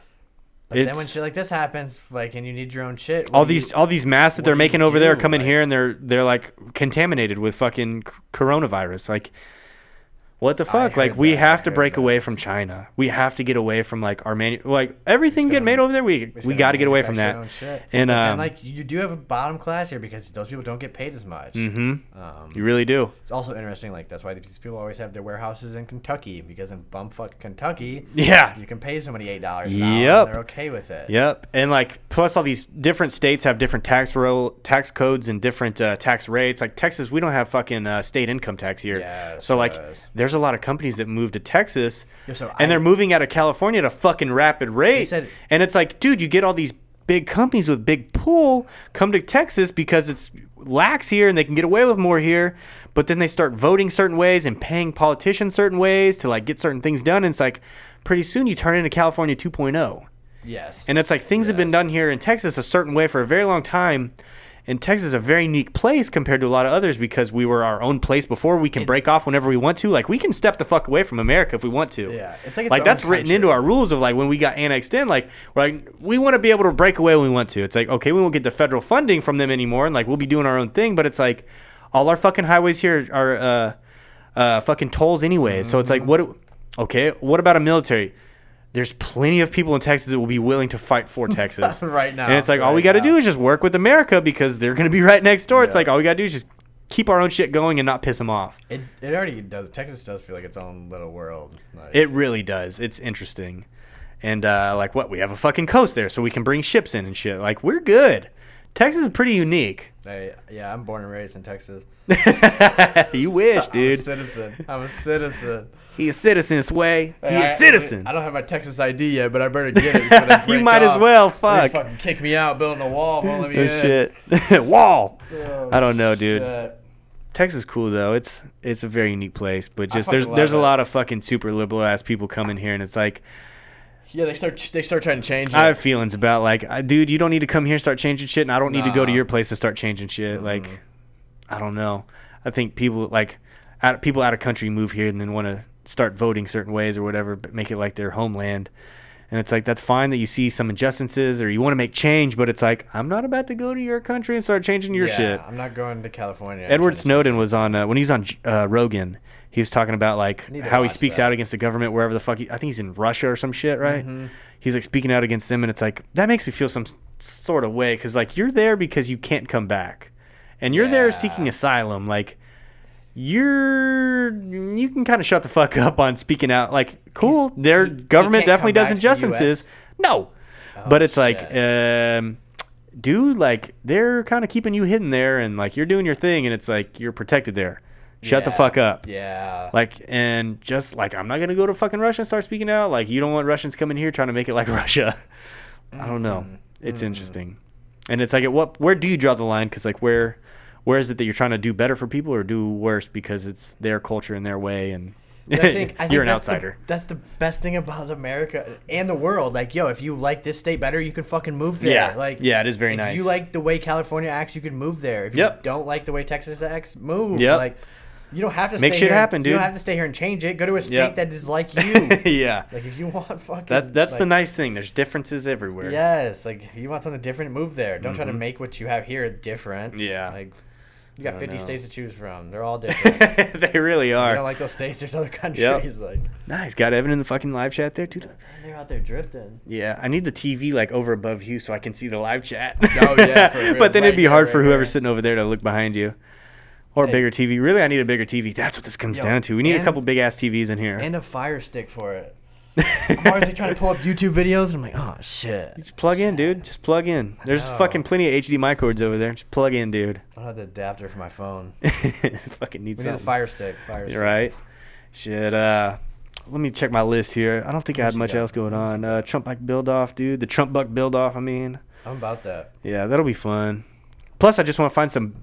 but then when it's- shit like this happens, like, and you need your own shit, what all do you- these all these masks that what they're do you making over there do, come in like- here and they're they're like contaminated with fucking c- coronavirus. Like, what the fuck? Like, heard we that, have I to heard break that. away from China. We have to get away from like our manu- like everything getting made over there. We we gotta got to get away from manufacture our own that. shit. And But then, um, like, you do have a bottom class here because those people don't get paid as much. Mm-hmm. Um, you really do. It's also interesting, like that's why these people always have their warehouses in Kentucky because in bumfuck Kentucky, Yeah. you can pay somebody eight dollars. Yep. they're okay with it. Yep, and like plus all these different states have different tax ro- tax codes and different uh, tax rates. Like Texas, we don't have fucking uh, state income tax here. Yes, so like, yes. there's a lot of companies that move to Texas, Yeah, so and I- they're moving out of California at a fucking rapid rate. said- and it's like, dude, you get all these big companies with big pool come to Texas because it's lax here and they can get away with more here. But then they start voting certain ways and paying politicians certain ways to like get certain things done. And it's like pretty soon you turn into California oh. 2.0. Yes. And it's like things have been Yes. done here in Texas a certain way for a very long time. And Texas is a very unique place compared to a lot of others because we were our own place before. We can break off whenever we want to. Like we can step the fuck away from America if we want to. Yeah, it's like its like own that's written into culture. our rules of like when we got annexed in. Like we're like we want to be able to break away when we want to. It's like okay, we won't get the federal funding from them anymore, and like we'll be doing our own thing. But it's like all our fucking highways here are uh, uh, fucking tolls anyway. So it's like what? do- Okay, what about a military? there's plenty of people in Texas that will be willing to fight for Texas Right now, And it's like all we right got to now. do is just work with America because they're going to be right next door. It's Yeah. like all we got to do is just keep our own shit going and not piss them off. it, it already does. Texas does feel like its own little world. Like, It really does. It's interesting. And uh, like what we have a fucking coast there, so we can bring ships in and shit. Like we're good. Texas is pretty unique. I- yeah, I'm born and raised in Texas. you wish, I'm a dude. citizen. I'm a citizen. He's a citizen, Sway. He's I- I- a citizen. I don't have my Texas ID yet, but I better get it. before they You break might as off. well, They're gonna fuck. fucking kick me out, building a wall, won't let me in. Oh, shit. Wall. Oh, I don't know, dude. shit. Texas is cool though. It's it's a very unique place, but just fucking there's there's a love it. lot of fucking super liberal ass people coming here, and it's like Yeah, they start they start trying to change it. I have feelings about like, I- dude, you don't need to come here and start changing shit, and I don't need to go to Nah. Mm-hmm. your place to start changing shit. Like, I don't know. I think people like out, people out of country move here and then want to start voting certain ways or whatever, but make it like their homeland. And it's like that's fine that you see some injustices or you want to make change, but it's like I'm not about to go to your country and start changing your yeah, shit. I'm not going to California. I'm Edward trying to- Snowden was on uh, when he was on uh, Rogan. He was talking about like Need to how he watch speaks that. out against the government wherever the fuck. He, I think he's in Russia or some shit, right? Mm-hmm. He's like speaking out against them, and it's like that makes me feel some s- sort of way because like you're there because you can't come back, and you're there Yeah. seeking asylum. Like you're you can kind of shut the fuck up on speaking out. Like cool, their he- he government can't come definitely does back to the US? injustices. No, but it's like. shit. Um, dude, like they're kind of keeping you hidden there, and like you're doing your thing, and it's like you're protected there. Shut the Yeah. fuck up. Yeah. Like and just like I'm not gonna go to fucking Russia and start speaking out. Like you don't want Russians coming here trying to make it like Russia. I don't know. Mm-hmm. It's interesting, and it's like at what where do you draw the line? Because like where where is it that you're trying to do better for people or do worse because it's their culture and their way and But I think, I think you're an that's the- outsider. that's the best thing about America and the world. Like, yo, if you like this state better, you can fucking move there. Yeah. Like, Yeah, it is very if nice. you like the way California acts, you can move there. If Yep. you don't like the way Texas acts, move. Yep. Like, you don't have to Make stay shit here- happen, You dude. don't have to stay here and change it. Go to a state Yep. that is like you. yeah, like, if you want fucking. that that's the like, nice thing. There's differences everywhere. Yes, like if you want something different, move there. Don't try to make what you have here different. Mm-hmm. Yeah. like you got don't fifty know. states to choose from. They're all different. they really I are. don't like those states. There's other countries. Like Nice, got Evan in the fucking live chat there, dude. man, they're out there drifting. Yeah, I need the TV like over above you so I can see the live chat. Oh, yeah, for real. but then it'd Right, be yeah, hard right, for whoever's right. sitting over there to look behind you, or a Hey. bigger TV. Really, I need a bigger TV. That's what this comes Yo, down to. We need a and- couple big ass TVs in here. And a fire stick for it. I'm always like trying to pull up YouTube videos, and I'm like, oh shit. Just plug in, dude. Just plug in. There's know. fucking plenty of HD microcords over there. Just plug in, dude. I don't have the adapter for my phone. fucking need We need a something. fire stick. Fire You're stick. right. Shit. Uh, let me check my list here. I don't think I had you much got? else going on. Uh, Trump buck build off, dude. The Trump buck build off. I mean. I'm about that. Yeah, that'll be fun. Plus, I just want to find some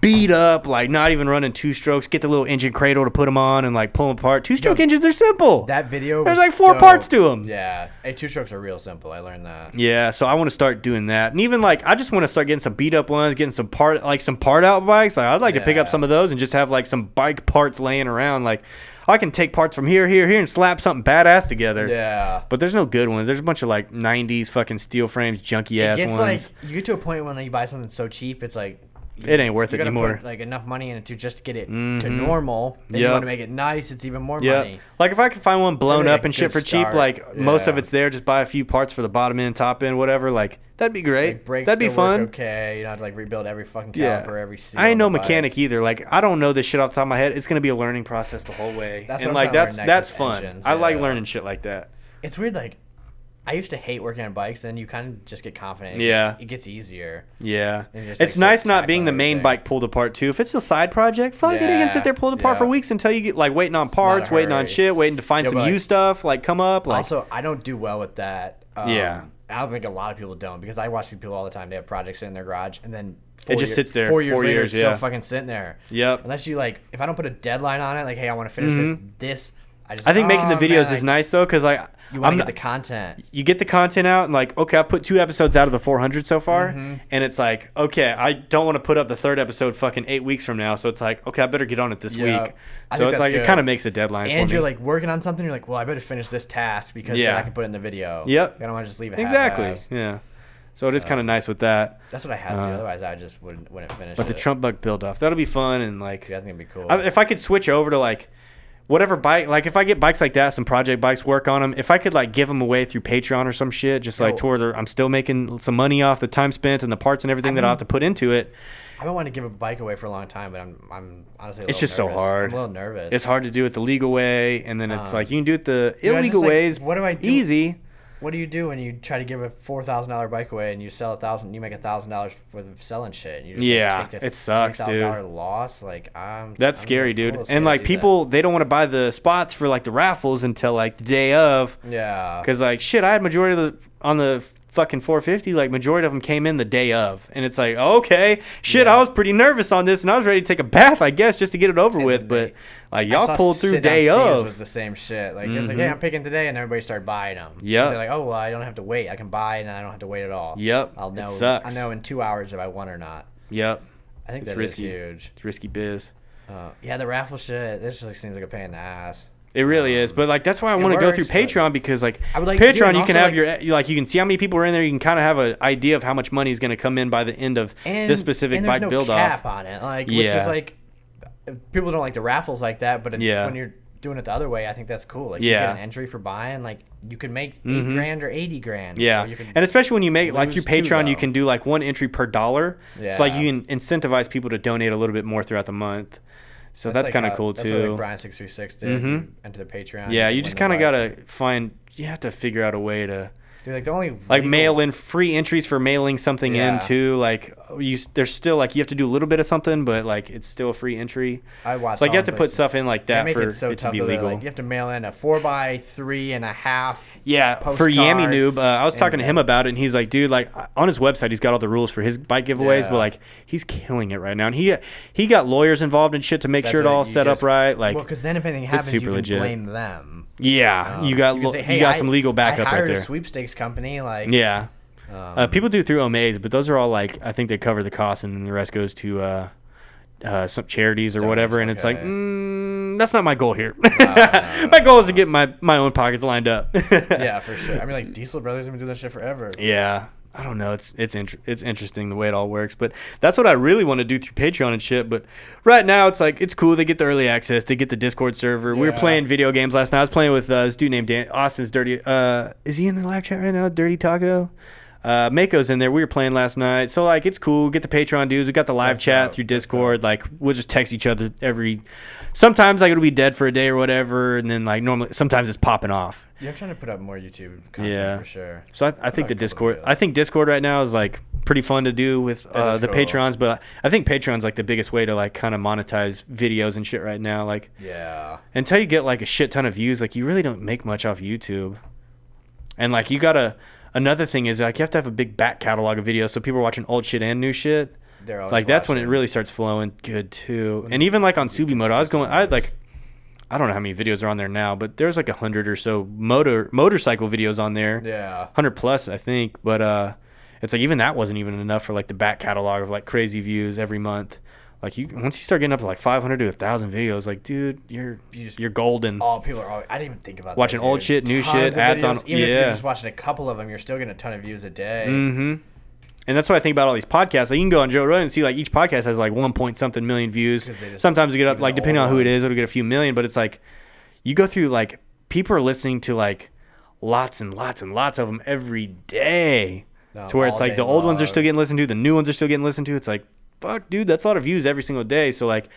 beat up, like not even running two strokes. Get the little engine cradle to put them on and like pull 'em apart. Two stroke Yo, engines are simple. That video. There's was like four dope. parts to 'em. Yeah. Hey, two strokes are real simple. I learned that. yeah, so I want to start doing that, and even like I just want to start getting some beat up ones, getting some part like some part out bikes. Like I'd like to pick up Yeah. some of those and just have like some bike parts laying around. Like I can take parts from here, here, here, and slap something badass together. Yeah. But there's no good ones. There's a bunch of like '90s fucking steel frames, junky ass It's ones. like you get to a point when you buy something so cheap, it's like it ain't worth you it gotta anymore. put like enough money in it to just to get it Mm-hmm. to normal. Then Yep. you want to make it nice. It's even more Yeah, money. like if I could find one blown like a up and shit good for cheap, start. like most of Yeah. it's there. Just buy a few parts for the bottom end, top end, whatever. Like that'd be great. Like brakes that'd be still work fun. Okay, you don't have to like rebuild every fucking caliper, Yeah, every seal. I ain't no on the bike. mechanic either. Like I don't know this shit off the top of my head. It's gonna be a learning process the whole way, That's and what I'm like trying that's to learn next that's is fun. engines, I like yeah. learning shit like that. It's weird. Like I used to hate working on bikes. Then you kind of just get confident. It Yeah. gets, it gets easier. Yeah, And it's just, like, sit nice not back being on the main everything. bike pulled apart too. If it's a side project, fuck it, it can sit Yeah, there pulled apart for yeah. weeks until you get like waiting on It's not a parts, waiting on hurry. shit, waiting to find Yeah, some but, new like, stuff. Like come up, like also, I don't do well with that. Um, Yeah. I don't think a lot of people don't because I watch people all the time. They have projects in their garage, and then four just sits there Four years four later, years, it's still yeah. fucking sitting there. Yep. Unless you like, if I don't put a deadline on it, like, hey, I want to finish this. This. I just. Mm-hmm. I think making the videos "Oh, man, is I- nice though, because like You want I'm to not, get the content. you get the content out and like okay, I put two episodes out of the 400 so far, Mm-hmm. and it's like okay, I don't want to put up the third episode fucking eight weeks from now, so it's like okay, I better get on it this Yeah. week. I So it's think that's like it good. kind of makes a deadline. And for you're me. like working on something. You're like, well, I better finish this task because then Yeah. I can put it in the video. Yep. I don't want to just leave it. exactly, half-assed. yeah. So it is kind of nice with that. That's what I have to do. Uh, Otherwise, I just wouldn't wouldn't finish. But the it. Trump buck build off that'll be fun and like Dude, I think it'd be cool. I, if I could switch over to like whatever bike, like if I get bikes like that, some project bikes, work on them. If I could like give them away through Patreon or some shit, just like Yo. toward the, I'm still making some money off the time spent and the parts and everything that I will have to put into it. I've been wanting to give a bike away for a long time, but I'm I'm honestly. A It's little just so nervous. hard. I'm a little nervous. It's hard to do it the legal way, and then it's Um, like you can do it the I was illegal just like, ways. what do I do? Easy. What do you do when you try to give a four thousand dollar bike away and you sell a thousand, you make a thousand dollars worth of selling shit? And you just, like, Yeah, take it sucks, dude. $3,000 Loss, like I'm. That's I'm scary, a little dude. scared And to like do that. people, they don't want to buy the spots for like the raffles until like the day of. Yeah. Cause like shit, I had majority of the on the fucking 450. Like majority of them came in the day of, and it's like okay, shit. I was pretty nervous on this, and I was ready to take a bath, I guess, just to get it over with. they- But like I y'all saw pulled through sit day downstairs of. Mm-hmm. was the same shit. Like it's like, hey, I'm picking today, and everybody started buying them. Yep. They're like, oh well, I don't have to wait. I can buy, and I don't have to wait at all. Yep, I'll it know. sucks. I know in two hours if I won or not. yep, I think It's that's risky. huge. it's risky biz. Uh, yeah, the raffle shit. This just like, seems like a pain in the ass. It really is, but like that's why I it want to go through works, but- Patreon because like, I would like- dude, Patreon, and you can also, have like- your you, like you can see how many people are in there. You can kind of have an idea of how much money is going to come in by the end of and this specific and there's bike no build cap off. on it, like which Yeah. is like people don't like the raffles like that, but it's Yeah. when you're doing it the other way, I think that's cool. Like you Yeah. Mm-hmm. get an entry for buying, like you can make 8 grand or eighty grand. Yeah, or you can, and especially when you make like through lose too, Patreon, you though. can do like one entry per dollar. Yeah. So like Yeah. you can incentivize people to donate a little bit more throughout the month. So that's, like kind of how- cool that's what, too. Mm-hmm. Like Brian six three six did mm enter the Patreon. yeah, and you win just the kind of bike. gotta find. You have to figure out a way to Dude, like the only like legal- mail in free entries for mailing something Yeah. in too. Like you, s- there's still like you have to do a little bit of something, but like it's still a free entry. I watched. So like you all have to the put places. stuff in like They that make for it so it to tough be though, that, legal. Like, you have to mail in a four by three and a half. Yeah, for Yami postcard. Noob, uh, I was talking to and- him about it, and he's like, "Dude, like on his website, he's got all the rules for his bike giveaways, Yeah. but like he's killing it right now, and he he got lawyers involved and shit to make That's sure it what all you set up just- right. Like, well, because then if anything happens, you super can legit. blame them. yeah, Um, you got can lo- say, you "Hey, got I- some legal backup I hired right there. A sweepstakes company, like yeah, uh, people do through OMAs, but those are all like I think they cover the cost, and then the rest goes to uh, uh, some charities or whatever. And it's like, okay. mm, that's not my goal here. my goal is to get my my own pockets lined up. yeah, for sure. I mean, like Diesel Brothers have been doing that shit forever. Yeah, I don't know. It's it's inter- it's interesting the way it all works, but that's what I really want to do through Patreon and shit. But right now, it's like it's cool. They get the early access. They get the Discord server. We were Yeah. playing video games last night. I was playing with uh, this dude named Dan Austin's Dirty. Uh, is he in the live chat right now? Dirty Taco. Uh, Mako's in there. We were playing last night, so like it's cool. Get the Patreon dudes. We got the live That's chat dope. through That's dope. Discord. Like we'll just text each other every. Sometimes like it'll be dead for a day or whatever, and then like normally sometimes it's popping off. Yeah, I'm trying to put up more YouTube content Yeah. for sure. So I, I think the Like, Discord, yeah. I think Discord right now is like pretty fun to do with uh, is the cool. patrons, but I think Patreon's like the biggest way to like kind of monetize videos and shit right now. Like Yeah, until you get like a shit ton of views, like you really don't make much off YouTube. And like you gotta, another thing is like you have to have a big back catalog of videos so people are watching old shit and new shit. they're always Like that's when it watching. really starts flowing good too. And even like on Subi Moto, I was going, I had like, I don't know how many videos are on there now, but there's like a hundred or so motor motorcycle videos on there Yeah, hundred plus, I think. But uh, it's like even that wasn't even enough for like the back catalog of like crazy views every month. Like you, once you start getting up to like five hundred to thousand videos, like dude, you're You just- you're golden. all people are. Always, I didn't even think about that, Watching old dude. shit, new Tons shit, of ads on- videos. Even if yeah. you're just watching a couple of them, you're still getting a ton of views a day. Mm-hmm. And that's what I think about all these podcasts. Like you can go on Joe Rogan and see like each podcast has like one point something million views. 'Cause they just- Sometimes you get up even like the depending on old who it ones. is, it'll get a few million. But it's like you go through like people are listening to like lots and lots and lots of them every day. No, to where all it's like day the old ones are still long. getting listened to, the new ones are still getting listened to. It's like fuck, dude, that's a lot of views every single day. So like.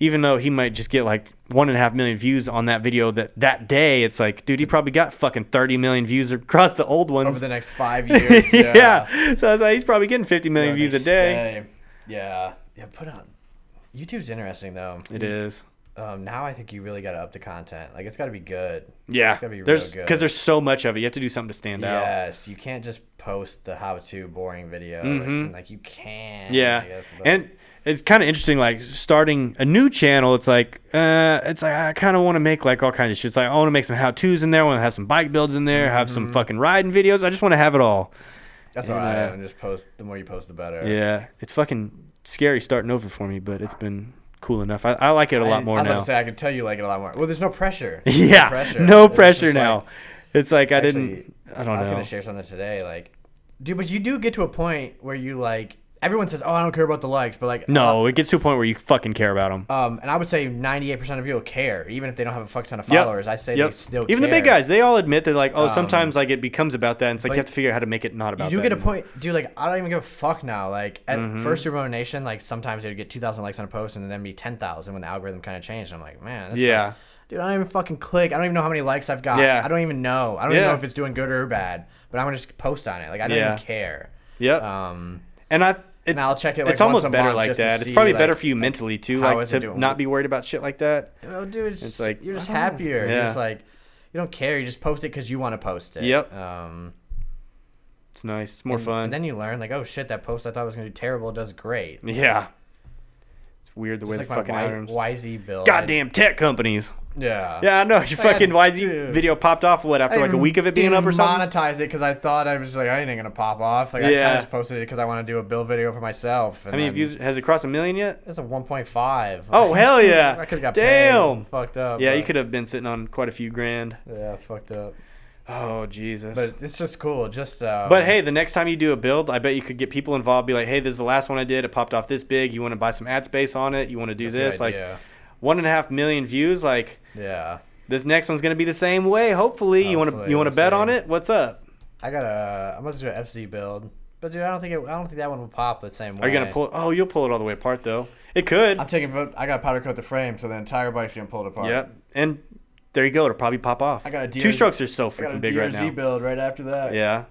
Even though he might just get like one and a half million views on that video that that day, it's like, dude, he probably got fucking thirty million views across the old ones Over the next five years, yeah, yeah. So I was like, he's probably getting 50 They're million on views a this day. day. Yeah, yeah. Put on. YouTube's interesting though. It is. Um, now I think you really got to up the content. Like it's got to be good. Yeah, it's got to be there's real good. because there's so much of it. You have to do something to stand out. yes, you can't just post the how-to boring video. Like, and, like, you can. I Mm-hmm. Yeah, guess, but- and it's kind of interesting. Like starting a new channel, it's like uh, it's like I kind of want to make like all kinds of shit. It's like I want to make some how tos in there. I want to have some bike builds in there. Have Mm-hmm. some fucking riding videos. I just want to have it all. that's all and, right. uh, and just post. The more you post, the better. Yeah, it's fucking scary starting over for me, but it's been cool enough. I, I like it a lot I- more I was now. about to say I could tell you like it a lot more. Well, there's no pressure. yeah, no pressure, no It's just pressure like- now. Oh, it's like I Actually, didn't. I don't I was know. gonna share something today, like, dude, but you do get to a point where you like everyone says, "Oh, I don't care about the likes," but like, no, it gets to a point where you fucking care about them. uh, um, and I would say 98 percent of people care, even if they don't have a fuck ton of Yep. followers. I say they still even the big care. guys they all admit that like oh sometimes like it becomes about that and it's like you have but to figure out how to make it not about You do that get a anymore. Mm-hmm. point, dude. Like I don't even give a fuck now. Like at first Super Bowl Nation, like sometimes they'd get 2,000 likes on a post and then be 10,000 when the algorithm kind of changed. I'm like, man, this Yeah. sucks. dude, I don't even fucking click. I don't even know how many likes I've got. Yeah. I don't even know. I don't Yeah. even know if it's doing good or bad. But I'm gonna just post on it. Like I don't Yeah. even care. yep Um, and i it's I'll check it, like, it's almost once a better month like just to that it's see, probably better like, uh, for you mentally too how like is it to doing? not be worried about shit like that Oh, dude, it's, It's like, like you're just I don't know. happier. Yeah. You're just like you don't care. You just post it because you want to post it. Yep. Um, it's nice it's more and fun then you learn like, oh shit, that post I thought was gonna do terrible does great. yeah it's weird the way It's the like my fucking algorithms y- YZ bill. goddamn tech companies Yeah. yeah i know your yeah, fucking yz Uh, dude. video popped off what after like a week of it being didn't up or something Monetize it because I thought I was just like I ain't gonna pop off. Like I kind Yeah. of just posted it because I want to do a bill video for myself. And i mean views has it crossed a million yet That's a 1.5. Oh, hell yeah. I could have got Damn. paid. Fucked up. yeah you but- could have been sitting on quite a few grand Yeah, fucked up. oh jesus But it's just cool. Just. Um, But hey, the next time you do a build, I bet you could get people involved. Be like, hey, this is the last one I did. It popped off this big. You want to buy some ad space on it? You want to do that's the this? Like, idea. one and a half million views. Like, Yeah. this. this next one's gonna be the same way. Hopefully, you want to Hopefully, you want to we'll bet see. on it. What's up? I got a. I'm about to do an FC build, but dude, I don't think it, I don't think that one will pop the same way. Are you gonna pull? Oh, you'll pull it all the way apart though. It could. I'm taking. I got to powder coat the frame, so the entire bike's gonna pull it apart. Yep. And there you go. It'll probably pop off. I got a Two DRZ strokes are so I got a freaking big DRZ right now. build right after that. Yeah.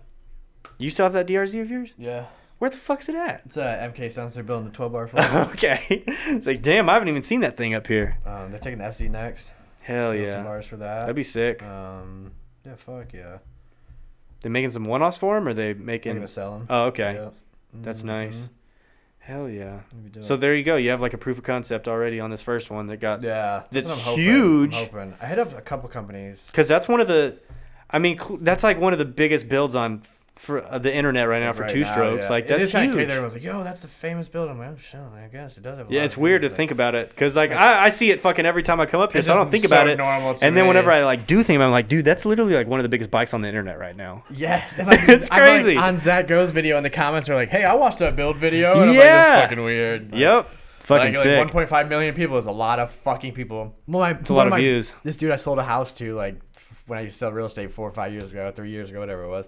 You still have that DRZ of yours? Yeah. Where the fuck's it at? It's a MK Suns. They're building the 12 bar for. okay. It's like, damn, I haven't even seen that thing up here. um, they're taking the FC next. Hell Build Some Oh, yeah. bars for that. That'd be sick. Um. Yeah. Fuck yeah. They making some one-offs for him, or they I'm making? gonna sell them. Oh, okay, Yep. that's nice. Hell yeah! Mm-hmm. That'd be dope. So there you go. You have like a proof of concept already on this first one that got. yeah. That's what I'm hoping. huge. I'm hoping. I hit up a couple companies. Because that's one of the, I mean, cl- that's like one of the biggest builds on for uh, the internet right now for right two now, strokes. yeah. Like It that's is kinda huge. Crazy. Everyone's like, "Yo, that's the famous build." I'm like, "Oh shit, I guess it does have." A yeah, lot it's of weird to views, like- think about it because like I, I see it fucking every time I come up here, It's so I just don't think so about it. normal to and then me. whenever I like do think, about it, I'm like, dude, that's literally like one of the biggest bikes on the internet right now. Yes, and like, It's I'm, like, crazy. on Zach Go's video, and the comments are like, "Hey, I watched that build video." And I'm like, Yeah. that's fucking weird. Like, Yep, fucking Like, like sick. 1.5 million people is a lot of fucking people. Well, my, it's a lot of views. This dude I sold a house to, like, f- when I used to sell real estate four or five years ago, three years ago, whatever it was.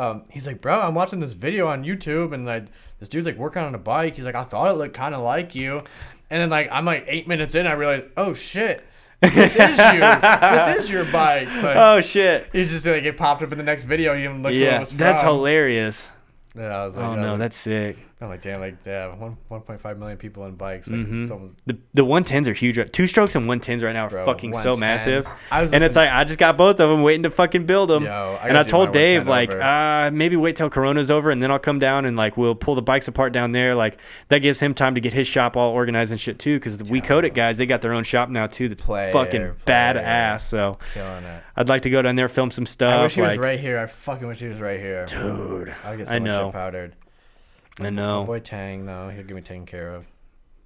Um, he's like, bro, I'm watching this video on YouTube, and like, this dude's like working on a bike. He's like, I thought it looked kind of like you, and then like, I'm like eight minutes in, I realize, oh shit, this is you. this is your bike. Like, oh shit! He's just like it popped up in the next video. You didn't look. who it Yeah, was that's from. hilarious. Yeah, I was like, uh, Oh yeah, no, like- that's sick. I'm like, damn, like, yeah, one one point five million people on bikes. Like, Mm-hmm. someone, The the one tens are huge. right- Two strokes and one tens right now are Bro, fucking so 110s. massive. I was and it's like listening- I just got both of them, waiting to fucking build them. Yo, I and I gotta do told my Dave 110 like, over. uh, maybe wait till Corona's over, and then I'll come down and like we'll pull the bikes apart down there. Like that gives him time to get his shop all organized and shit too. Because we code it guys, they got their own shop now too. That's Player, fucking player. badass. So killing it. I'd like to go down there, film some stuff. I wish he like- was right here. I fucking wish he was right here. Dude, I would get so I much know. shit powdered. I know. Boy Tang though, he'll get me taken care of.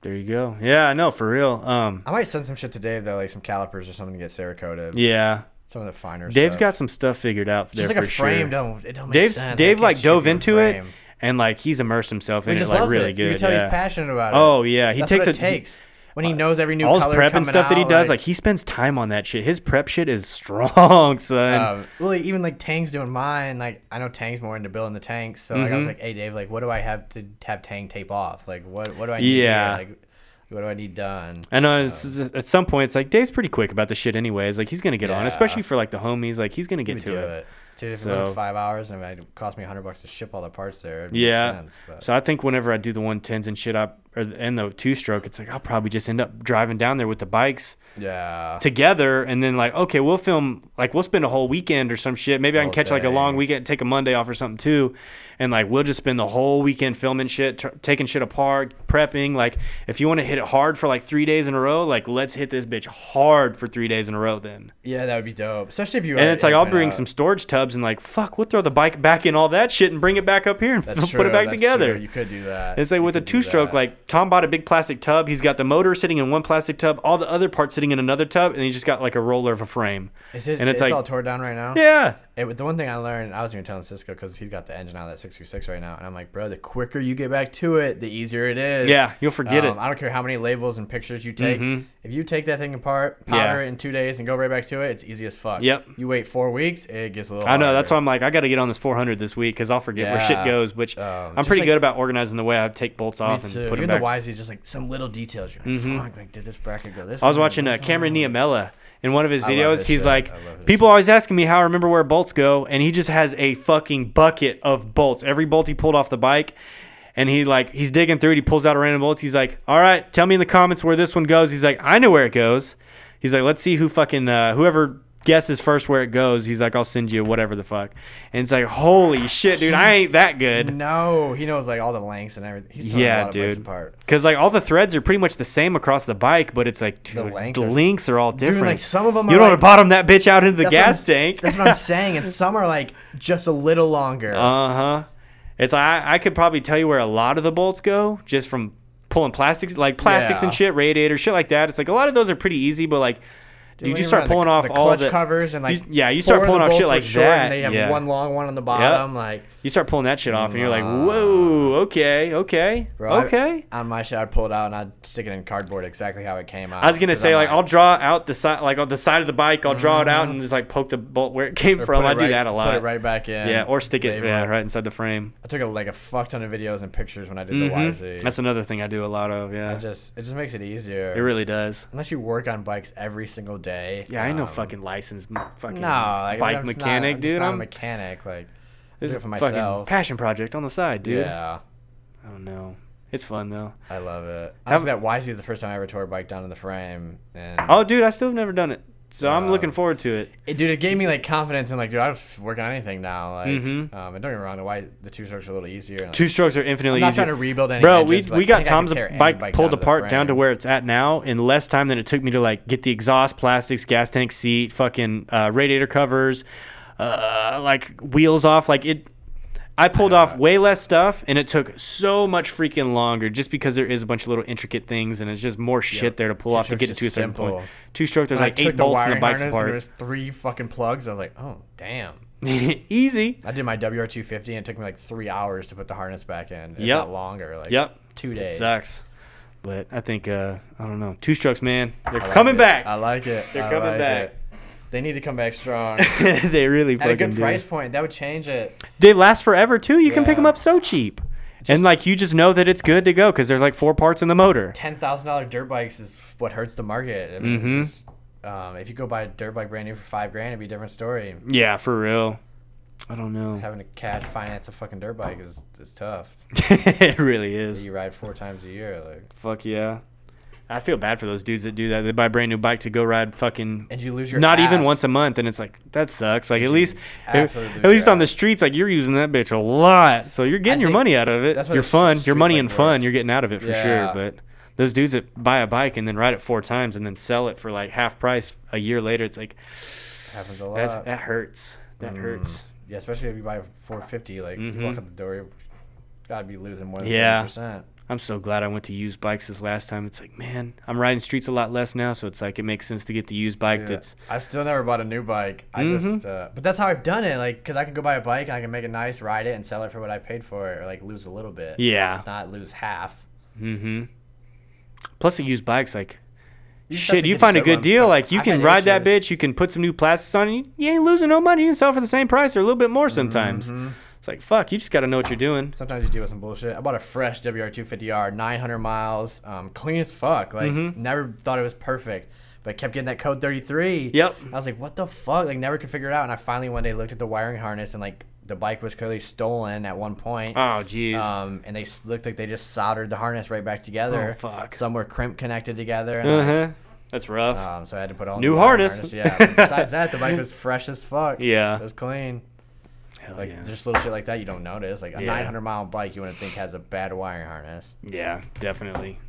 There you go. Yeah, I know for real. Um, I might send some shit to Dave though, like some calipers or something to get Cerakoted. yeah. Some of the finer. Dave's stuff. got some stuff figured out there just like for a frame. sure. Don't it don't make Dave's sense. Dave it like should be dove a into it frame. and like he's immersed himself in He it just like loves really it. good. You can tell yeah. he's passionate about it. Oh yeah, he That's takes what it a- takes when he knows every new all his color prep and coming stuff that he out, does. Like he spends time on that shit. His prep shit is strong, son. Um, well, like, even like Tang's doing mine. Like I know Tang's more into building the tanks, so like I Mm-hmm. was like, "Hey, Dave, like, what do I have to have Tang tape off? Like, what what do I need? here? Yeah. Like, what do I need done? I know it's, uh, at some point it's like Dave's pretty quick about the shit anyways. Like he's gonna get on, Yeah. especially for like the homies. Like he's gonna get Let to me do it. it. Dude, if it So- wasn't five hours and it cost me a hundred bucks to ship all the parts there, it'd make Yeah. sense, but so I think whenever I do the one tens and shit, I or the, and the two stroke, it's like I'll probably just end up driving down there with the bikes Yeah. together, and then like okay, we'll film like we'll spend a whole weekend or some shit. Maybe I can Whole catch like a long thing. weekend, take a Monday off or something too, and like we'll just spend the whole weekend filming shit, tr taking shit apart, prepping. Like if you want to hit it hard for like three days in a row, like let's hit this bitch hard for three days in a row then. Yeah, that would be dope. Especially if you And had it's like I'll it bring out. some storage tubs and like fuck, we'll throw the bike back in all that shit and bring it back up here and That's put true, it back that's together. true. You could do that. It's like You with a could do two stroke, that. like Tom bought a big plastic tub. He's got the motor sitting in one plastic tub, all the other parts sitting in another tub, and he just got like a roller of a frame. Is it, and it's, it's, like, all tore down right now. yeah, It, was- the one thing I learned, I was even telling Cisco because he's got the engine out of that six three six right now, and I'm like, bro, the quicker you get back to it, the easier it is. Um, Yeah, you'll forget it. Mm-hmm. I don't care how many labels and pictures you take. If you take that thing apart, Yeah. powder it in two days, and go right back to it, it's easy as fuck. Yep. You wait four weeks, it gets a little. I know. That's why harder. I'm like, I got to get on this 400 this week because I'll forget where shit Yeah. goes. Which Um, I'm just pretty like- good about organizing the way I take bolts off and Me too. put them Even back. Mm-hmm. the YZ, just like some little details. You're like, fuck, like did this bracket go this? I was way? watching uh, This Cameron way? Niemela in one of his I love videos. his He's shit. like, I love his people always asking me how I remember where bolts go, and he just has a fucking bucket of bolts. Every bolt he pulled off the bike, and he like he's digging through it. He pulls out a random bolt. He's like, all right, tell me in the comments where this one goes. He's like, I know where it goes. He's like, let's see who fucking uh, whoever guesses first where it goes. He's like, I'll send you whatever the fuck. And it's like, holy shit, dude, I ain't that good. No, he knows like all the lengths and everything. He's totally a Yeah, lot Of bikes dude. apart. Because like all the threads are pretty much the same across the bike, but it's like dude, The the, length is- links are all different. like, some of 'em you are, don't want like- to bottom that bitch out into the That's what I'm- gas tank. That's what I'm saying. And some are like just a little longer. uh huh. It's like I, I could probably tell you where a lot of the bolts go just from pulling plastics, like plastics and Yeah. shit, radiators, shit like that. It's like a lot of those are pretty easy, but like, dude, When you run start the- pulling off the all clutch the covers and like you- yeah, you start four of the pulling off shit bolts were like short that, and they have yeah. one long one on the bottom. Like, You start pulling that shit off, and you're like, whoa, okay, okay, bro, I- okay. on my shit, I pull it out and I'd stick it in cardboard exactly how it came out. I was gonna 'cause say I'm like Mm-hmm. I'll draw out the side like on the side of the bike I'll draw it out and just like poke the bolt where it came or from. put it I do right- that a lot. Put it right back in. yeah, or stick it label yeah, right inside the frame. I took a, like a fuck ton of videos and pictures when I did Mhm. the YZ. That's another thing I do a lot of. Yeah, it just it just makes it easier. it really does. Unless you work on bikes every single day. Yeah, I ain't no um, fucking licensed m- fucking No, like, bike I'm just not- mechanic, I'm just dude. not a I'm mechanic. Like, I this do is it for a myself. fucking passion project on the side, dude. Yeah, I don't know. It's fun though. I love it. Honestly, that YZ is the first time I ever tore a bike down in the frame, and Oh, dude, I still have never done it, so I'm Yeah. looking forward to it. it, dude, it gave me like confidence and like, dude, I'm working on anything now. Like, Mhm. um, and don't get me wrong, the y, the two strokes are a little easier. and, Two strokes are infinitely I'm not easier. trying to rebuild any Bro, engines, but we, we I got think I could Tom's tear any bike, bike pulled down to the apart down to frame. where it's at now in less time than it took me to like get the exhaust, plastics, gas tank seat, fucking uh, radiator covers, uh, like wheels off. Like it, I pulled off way less stuff, and it took so much freaking longer just because there is a bunch of little intricate things, and it's just more shit there to pull Two off to get it stroke's to a just certain simple. point. Two stroke, there's When I like eight took the bolts and the wiring bike's harness and there apart. was three fucking plugs. I was like, oh damn. Easy. I did my WR250 and it took me like three hours to put the harness back in. If Yep. not longer. Like Yep. two It days. sucks. But I think uh, I don't know. Two strokes, man. They're I like coming it. back. I like it. They're I coming like back. it. They need to come back strong. they really At fucking a good do. price point, that would change it. they last forever too. You can pick Yeah. them up so cheap, and like you just know that it's good to go because there's like four parts in the motor. Ten thousand dollar dirt bikes is what hurts the market. I mean, it's Mm-hmm. just- um, if you go buy a dirt bike brand new for five grand, it'd be a different story. Yeah, for real. I don't know. Having to cash finance a fucking dirt bike is, is tough. it really is. You ride four times a year, like, Fuck yeah. I feel bad for those dudes that do that. They buy a brand new bike to go ride fucking. and you lose your Not even ass. once a month, and it's like that sucks. Like at least, at, absolutely at least your on the ass. streets, like you're using that bitch a lot, so you're getting your think money out of it. that's why Your the sh- fun, your street money bike and fun, works. you're getting out of it for Yeah. sure. But those dudes that buy a bike and then ride it four times and then sell it for like half price a year later, it's like happens a That, lot. that hurts. That Mm. hurts. Yeah, especially if you buy four fifty, like you walk up the door, you gotta be losing more than Mm-hmm. Yeah. yeah. percent. I'm so glad I went to used bikes this last time. It's like, man, I'm riding streets a lot less now, so it's like it makes sense to get the used bike that's I've still never bought a new bike. I Mm-hmm. just, uh, but that's how I've done it. Like, cause I can go buy a bike and I can make it nice, ride it, and sell it for what I paid for it, or like lose a little bit. yeah. Not lose half. Mm-hmm. Plus the used bikes like just have shit, to you get a find a good good one. deal. Like you I've can had ride that issues. bitch, you can put some new plastics on, and you, you ain't losing no money. You can sell it for the same price or a little bit more sometimes. Mm-hmm. It's like fuck, you just gotta know what you're doing. Sometimes you deal with some bullshit. I bought a fresh WR250R, 900 miles, um, clean as fuck. Like, Mm-hmm. never thought it was perfect, but kept getting that code 33. Yep. I was like, what the fuck? Like, never could figure it out. And I finally one day looked at the wiring harness and like the bike was clearly stolen at one point. Oh, jeez. Um, and they s- looked like they just soldered the harness right back together. Oh, fuck. Some were crimp connected together. And uh like, huh. That's rough. um, so I had to put on New the harness. Yeah. but besides that, the bike was fresh as fuck. Yeah. It was clean. Hell Like yeah. just little shit like that you don't notice. Like a Yeah. 900 mile bike you wouldn't think has a bad wiring harness. yeah, definitely.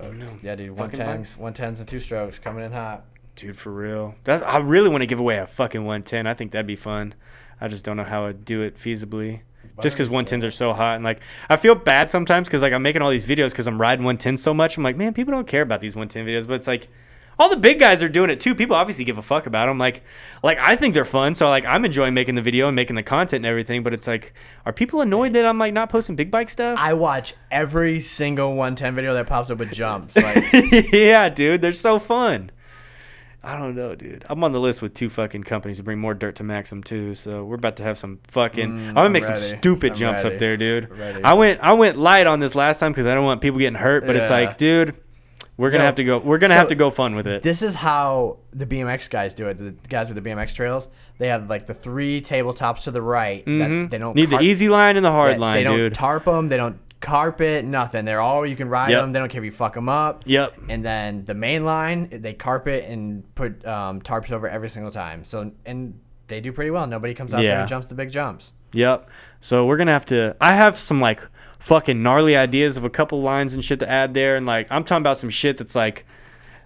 Oh no, Yeah, dude. One Fucking bikes. tens, one tens, and two strokes coming in hot. dude, for real. That I really want to give away a fucking 110. I think that'd be fun. I just don't know how I'd do it feasibly. Just because don't you just do 110s are so hot, and like I feel bad sometimes because like I'm making all these videos because I'm riding 110 so much. I'm like, man, people don't care about these 110 videos, but it's like all the big guys are doing it too. People obviously give a fuck about them. Like, like I think they're fun, so like I'm enjoying making the video and making the content and everything. But it's like, are people annoyed that I'm like not posting big bike stuff? I watch every single 110 video that pops up with jumps. Like, yeah, dude, they're so fun. I don't know, dude. I'm on the list with two fucking companies to bring more dirt to Maxim too. So we're about to have some fucking. I'm gonna Mm, I'm make some ready. stupid I'm jumps ready. up there, dude. Ready. I went I went light on this last time because I don't want people getting hurt. But it's Yeah. like, dude, we're gonna Yo, have to go. We're gonna so have to go fun with it. this is how the BMX guys do it. The guys with the BMX trails, they have like the three tabletops to the right. That they Mm-hmm. don't Need the car- easy line and the hard that line, They don't dude. tarp them. They don't carpet. Nothing. They're all you can ride Yep. them. They don't care if you fuck them up. Yep. And then the main line, they carpet and put um, tarps over every single time. So and they do pretty well. Nobody comes out there Yeah. and jumps the big jumps. Yep. So we're gonna have to. I have some like fucking gnarly ideas of a couple lines and shit to add there, and like I'm talking about some shit that's like,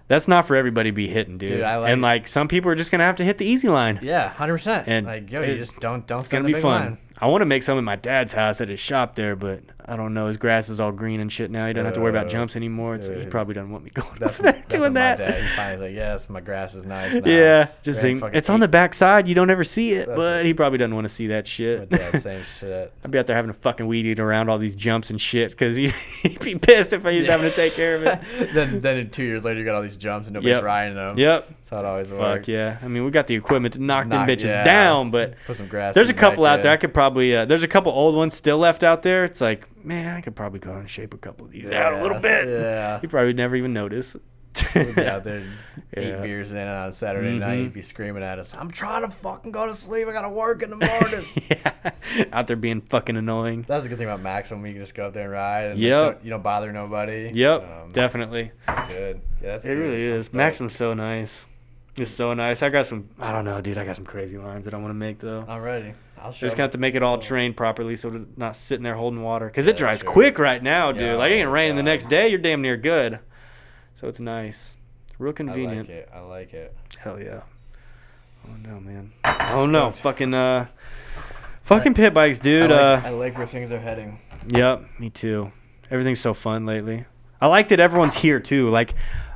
that's not for everybody to be hitting, dude. Dude, I like- and like some people are just gonna have to hit the easy line. Yeah, hundred percent. And like yo, you it- just don't don't. It's gonna be fun. I want to make some at my dad's house at his shop there, but I don't know. His grass is all green and shit now. He doesn't have to worry about Uh, jumps anymore. It's, he dude. probably doesn't want me going That's, over there that's doing doing that. My day. He finally like, yes, my grass is nice. Now. Yeah, just Man, think fucking it's on the hate back side. You don't ever see it, That's but it. he probably doesn't want to see that shit. my dad, same shit. I'd be out there having a fucking weed eat around all these jumps and shit because he'd, he'd be pissed if he's having to take care of it. then, then in two years later, you got all these jumps and nobody's Yep. riding them. Yep. That's how it always Fuck works. yeah. I mean, we got the equipment to knock, Knock- them bitches yeah. down, but Put some grass. there's a in the back couple out there. I end. could probably, uh, there's a couple old ones still left out there. It's like, man, I could probably go and shape a couple of these out a little Yeah, bit. You probably neuld never even notice. Yeah. Be out there, Yeah. Mm-hmm. eight beers in on Saturday night, you'd be screaming at us. I'm trying to fucking go to sleep. I gotta work in the morning. yeah. Out there being fucking annoying. That's the good thing about Max when we can just go up there and ride. And Yep. don't- you don't bother nobody. Yep. Um, definitely. that's good. Yeah, that's It really is. Maxim's so nice. It's so nice. I got some, I don't know, dude. I got some crazy lines that I want to make, though. I'm ready. I'll show. Just gonna have to make it all trained properly so it's not sitting there holding water. Because it That's dries true. quick right now, dude. Yeah, like, it ain't oh, raining the God. next day. You're damn near good. So it's nice. It's real I convenient. like it. I like it. Hell yeah. Oh, no, man. Oh, no. Fucking, uh, fucking pit bikes, dude. I Uh, like, I like where things are heading. Yep, me too. Everything's so fun lately. I like that everyone's here, too. Like,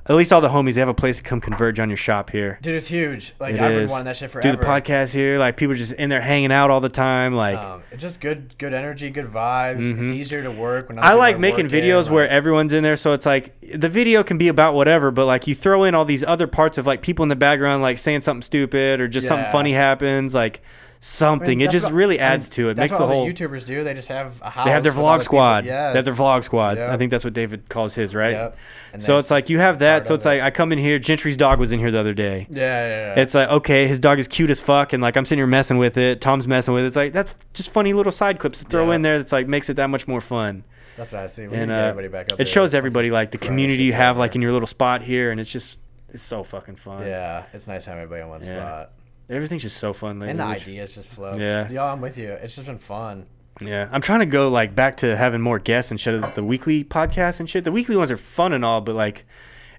at least all the homies, they have a place to come converge on your shop here. Dude, it's huge. Like It I've been is. wanting that shit Do forever. the podcast here. Like, people just in there hanging out all the time. Like, Um, it's just good, good energy, good vibes. It's easier to work when Mm-hmm. I like making videos where everyone's in there, so it's like the video can be about whatever, but like you throw in all these other parts of like people in the background like saying something stupid or just something Yeah. funny happens, like something. it just really adds to it. Makes That's what the all whole. YouTubers do. They just have a house. they have their with all vlog the squad. People. Yes. They have their vlog squad. I Yep. think that's what David calls his, right? Yep. And So that's it's like you have that. So it's like I come in here. Gentry's dog was in here the other day. Yeah, yeah, yeah. It's like okay, his dog is cute as fuck, and like I'm sitting here messing with it. Tom's messing with it. It's like that's just funny little side clips to throw Yeah. in there. That's like makes it that much more fun that's what I see. We and and, uh, get everybody back up. there. it shows That's everybody just like the gross. community you It's have over. like in your little spot here and it's just it's so fucking fun Yeah, it's nice having everybody in one Yeah. spot. everything's just so fun lately And the which- ideas just flow. Yeah. Yo, I'm with you. It's just been fun. yeah i'm trying to go like back to having more guests and shit the weekly podcasts and shit the weekly ones are fun and all but like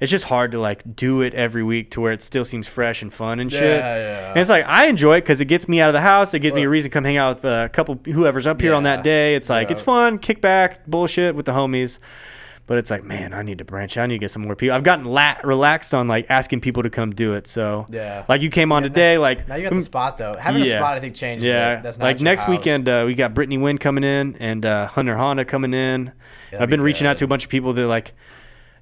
it's just hard to like do it every week to where it still seems fresh and fun and shit Yeah, yeah. and it's like i enjoy it because it gets me out of the house it gives me a Well- reason to come hang out with a couple whoever's up here on Yeah. that day it's like it's Yeah. fun kick back bullshit with the homies but it's like man i need to branch out i need to get some more people i've gotten la- relaxed on like asking people to come do it so Yeah. like you came on today like Now you got the Um, mm, spot though. Having yeah. a spot, I think, changes. yeah It. That's not like at your next house. weekend uh, we got brittany Wynn coming in and uh, hunter honda coming in That'd i've been be reaching out good. to a bunch of people that are like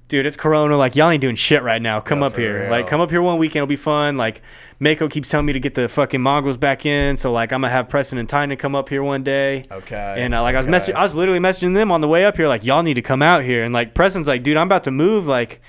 dude it's corona like y'all ain't doing shit right now come Yeah, up for here real. like come up here one weekend it'll be fun like mako keeps telling me to get the fucking mongrels back in so like i'm gonna have preston and tynan come up here one day Okay. and uh, like I was okay. messaging, I was literally messaging them on the way up here, like y'all need to come out here. And like Preston's like, dude, I'm about to move. Like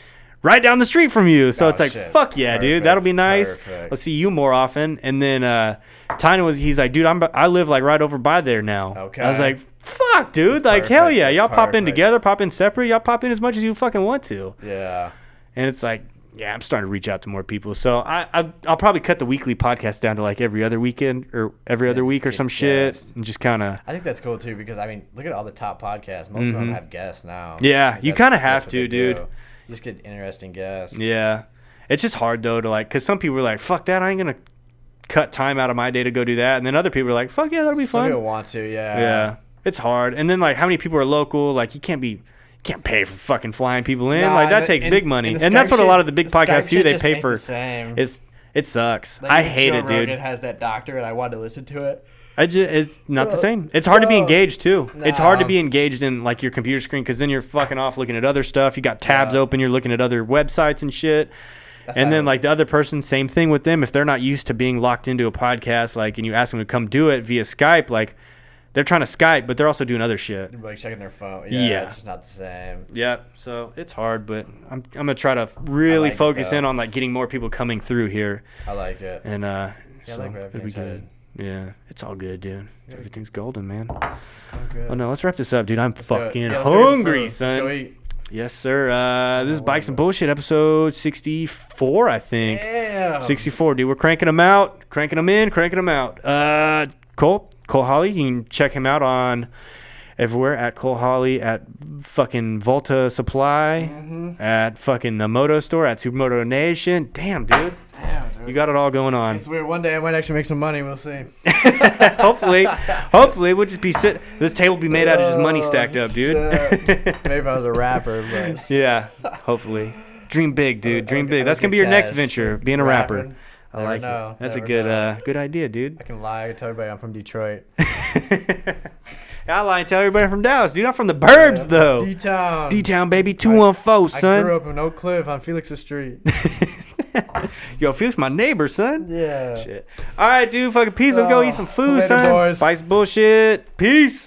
right down the street from you. So Oh, it's like, shit. fuck yeah, dude, Perfect, that'll be nice. perfect. I'll see you more often. And then uh, Tynan was, he's like, dude, I'm I live like right over by there now. I was Okay. like, fuck, dude, like hell perfect, yeah, that's y'all pop in perfect. together, pop in separate, y'all pop in as much as you fucking want to. Yeah. And it's like, yeah, I'm starting to reach out to more people. So I, I I'll probably cut the weekly podcast down to like every other weekend or every other just week or get some shit, guests. and just kind of. I think that's cool too because I mean, look at all the top podcasts. Most of them have guests now. Yeah, Like, you that's- kinda that's have what they to, dude. do. You just get interesting guests. Yeah. It's just hard though to like, cause some people are like, "Fuck that! I ain't gonna cut time out of my day to go do that," and then other people are like, "Fuck yeah, that'll be Some fun." people want to, yeah. yeah, it's hard. And then like, how many people are local? Like, you can't be, you can't pay for fucking flying people in. Nah, like that the- takes and- big money, and and, the that's Skype what a shit- lot of the big the Skype podcasts do. shit They just pay ain't the for same. it's it sucks. Like, I Joe hate it, dude. Rogan has that doctor, and I want to listen to it. I just, it's not the same. It's hard to be no. engaged too. It's hard to Nah. be engaged in like your computer screen because then you're fucking off looking at other stuff. You got tabs Yeah. open. You're looking at other websites and shit. how and it- then like the other person, same thing with them. If they're not used to being locked into a podcast, like, and you ask them to come do it via Skype, like, they're trying to Skype, but they're also doing other shit. Like checking their phone. Yeah, Yeah. it's just not the same. Yeah, so it's hard, but I'm I'm gonna try to really like it, focus though. in on like getting more people coming through here, I like it. and uh, Yeah, I so like where it'll be everything's good. headed. Yeah, it's all good, dude. Everything's golden, man. It's going good. Oh no, let's wrap this up, dude. I'm Let's do it. fucking Yeah, let's go get some food. hungry, Let's son. go eat. Yes, sir. Uh, this is Bikes and Bullshit, episode 64, I think. Damn. 64, Oh. dude. We're cranking them out, cranking them in, cranking them out. Uh, Cole, Cole Holly, you can check him out on everywhere at Cole Holly, at fucking Volta Supply, Mm-hmm. at fucking the Moto Store, at Supermoto Nation. Damn, dude. Damn, dude. You got it all going on. It's weird. One day I might actually make some money. We'll see. hopefully, hopefully, we'll just be sit. This table will be made out of just money Oh, stacked up, dude. shit. Maybe if I was a rapper, but Yeah, hopefully. Dream big, dude. Dream I'll- big. I'll That's gonna get be your next cash. venture, being a Rapping. rapper. I Never like know. it. That's a Never good, know. uh, good idea, dude. I can lie. I tell everybody I'm from Detroit. I lie and tell everybody I'm from Dallas, dude. I'm from the burbs, though. D town. D Town, baby, two one four, I son. grew up in Oak Cliff on Felix Street. Yo, Felix, my neighbor, son. yeah. Shit. All right, dude. Fucking peace. Let's go Oh, eat some food, later, son. boys. Spice bullshit. Peace.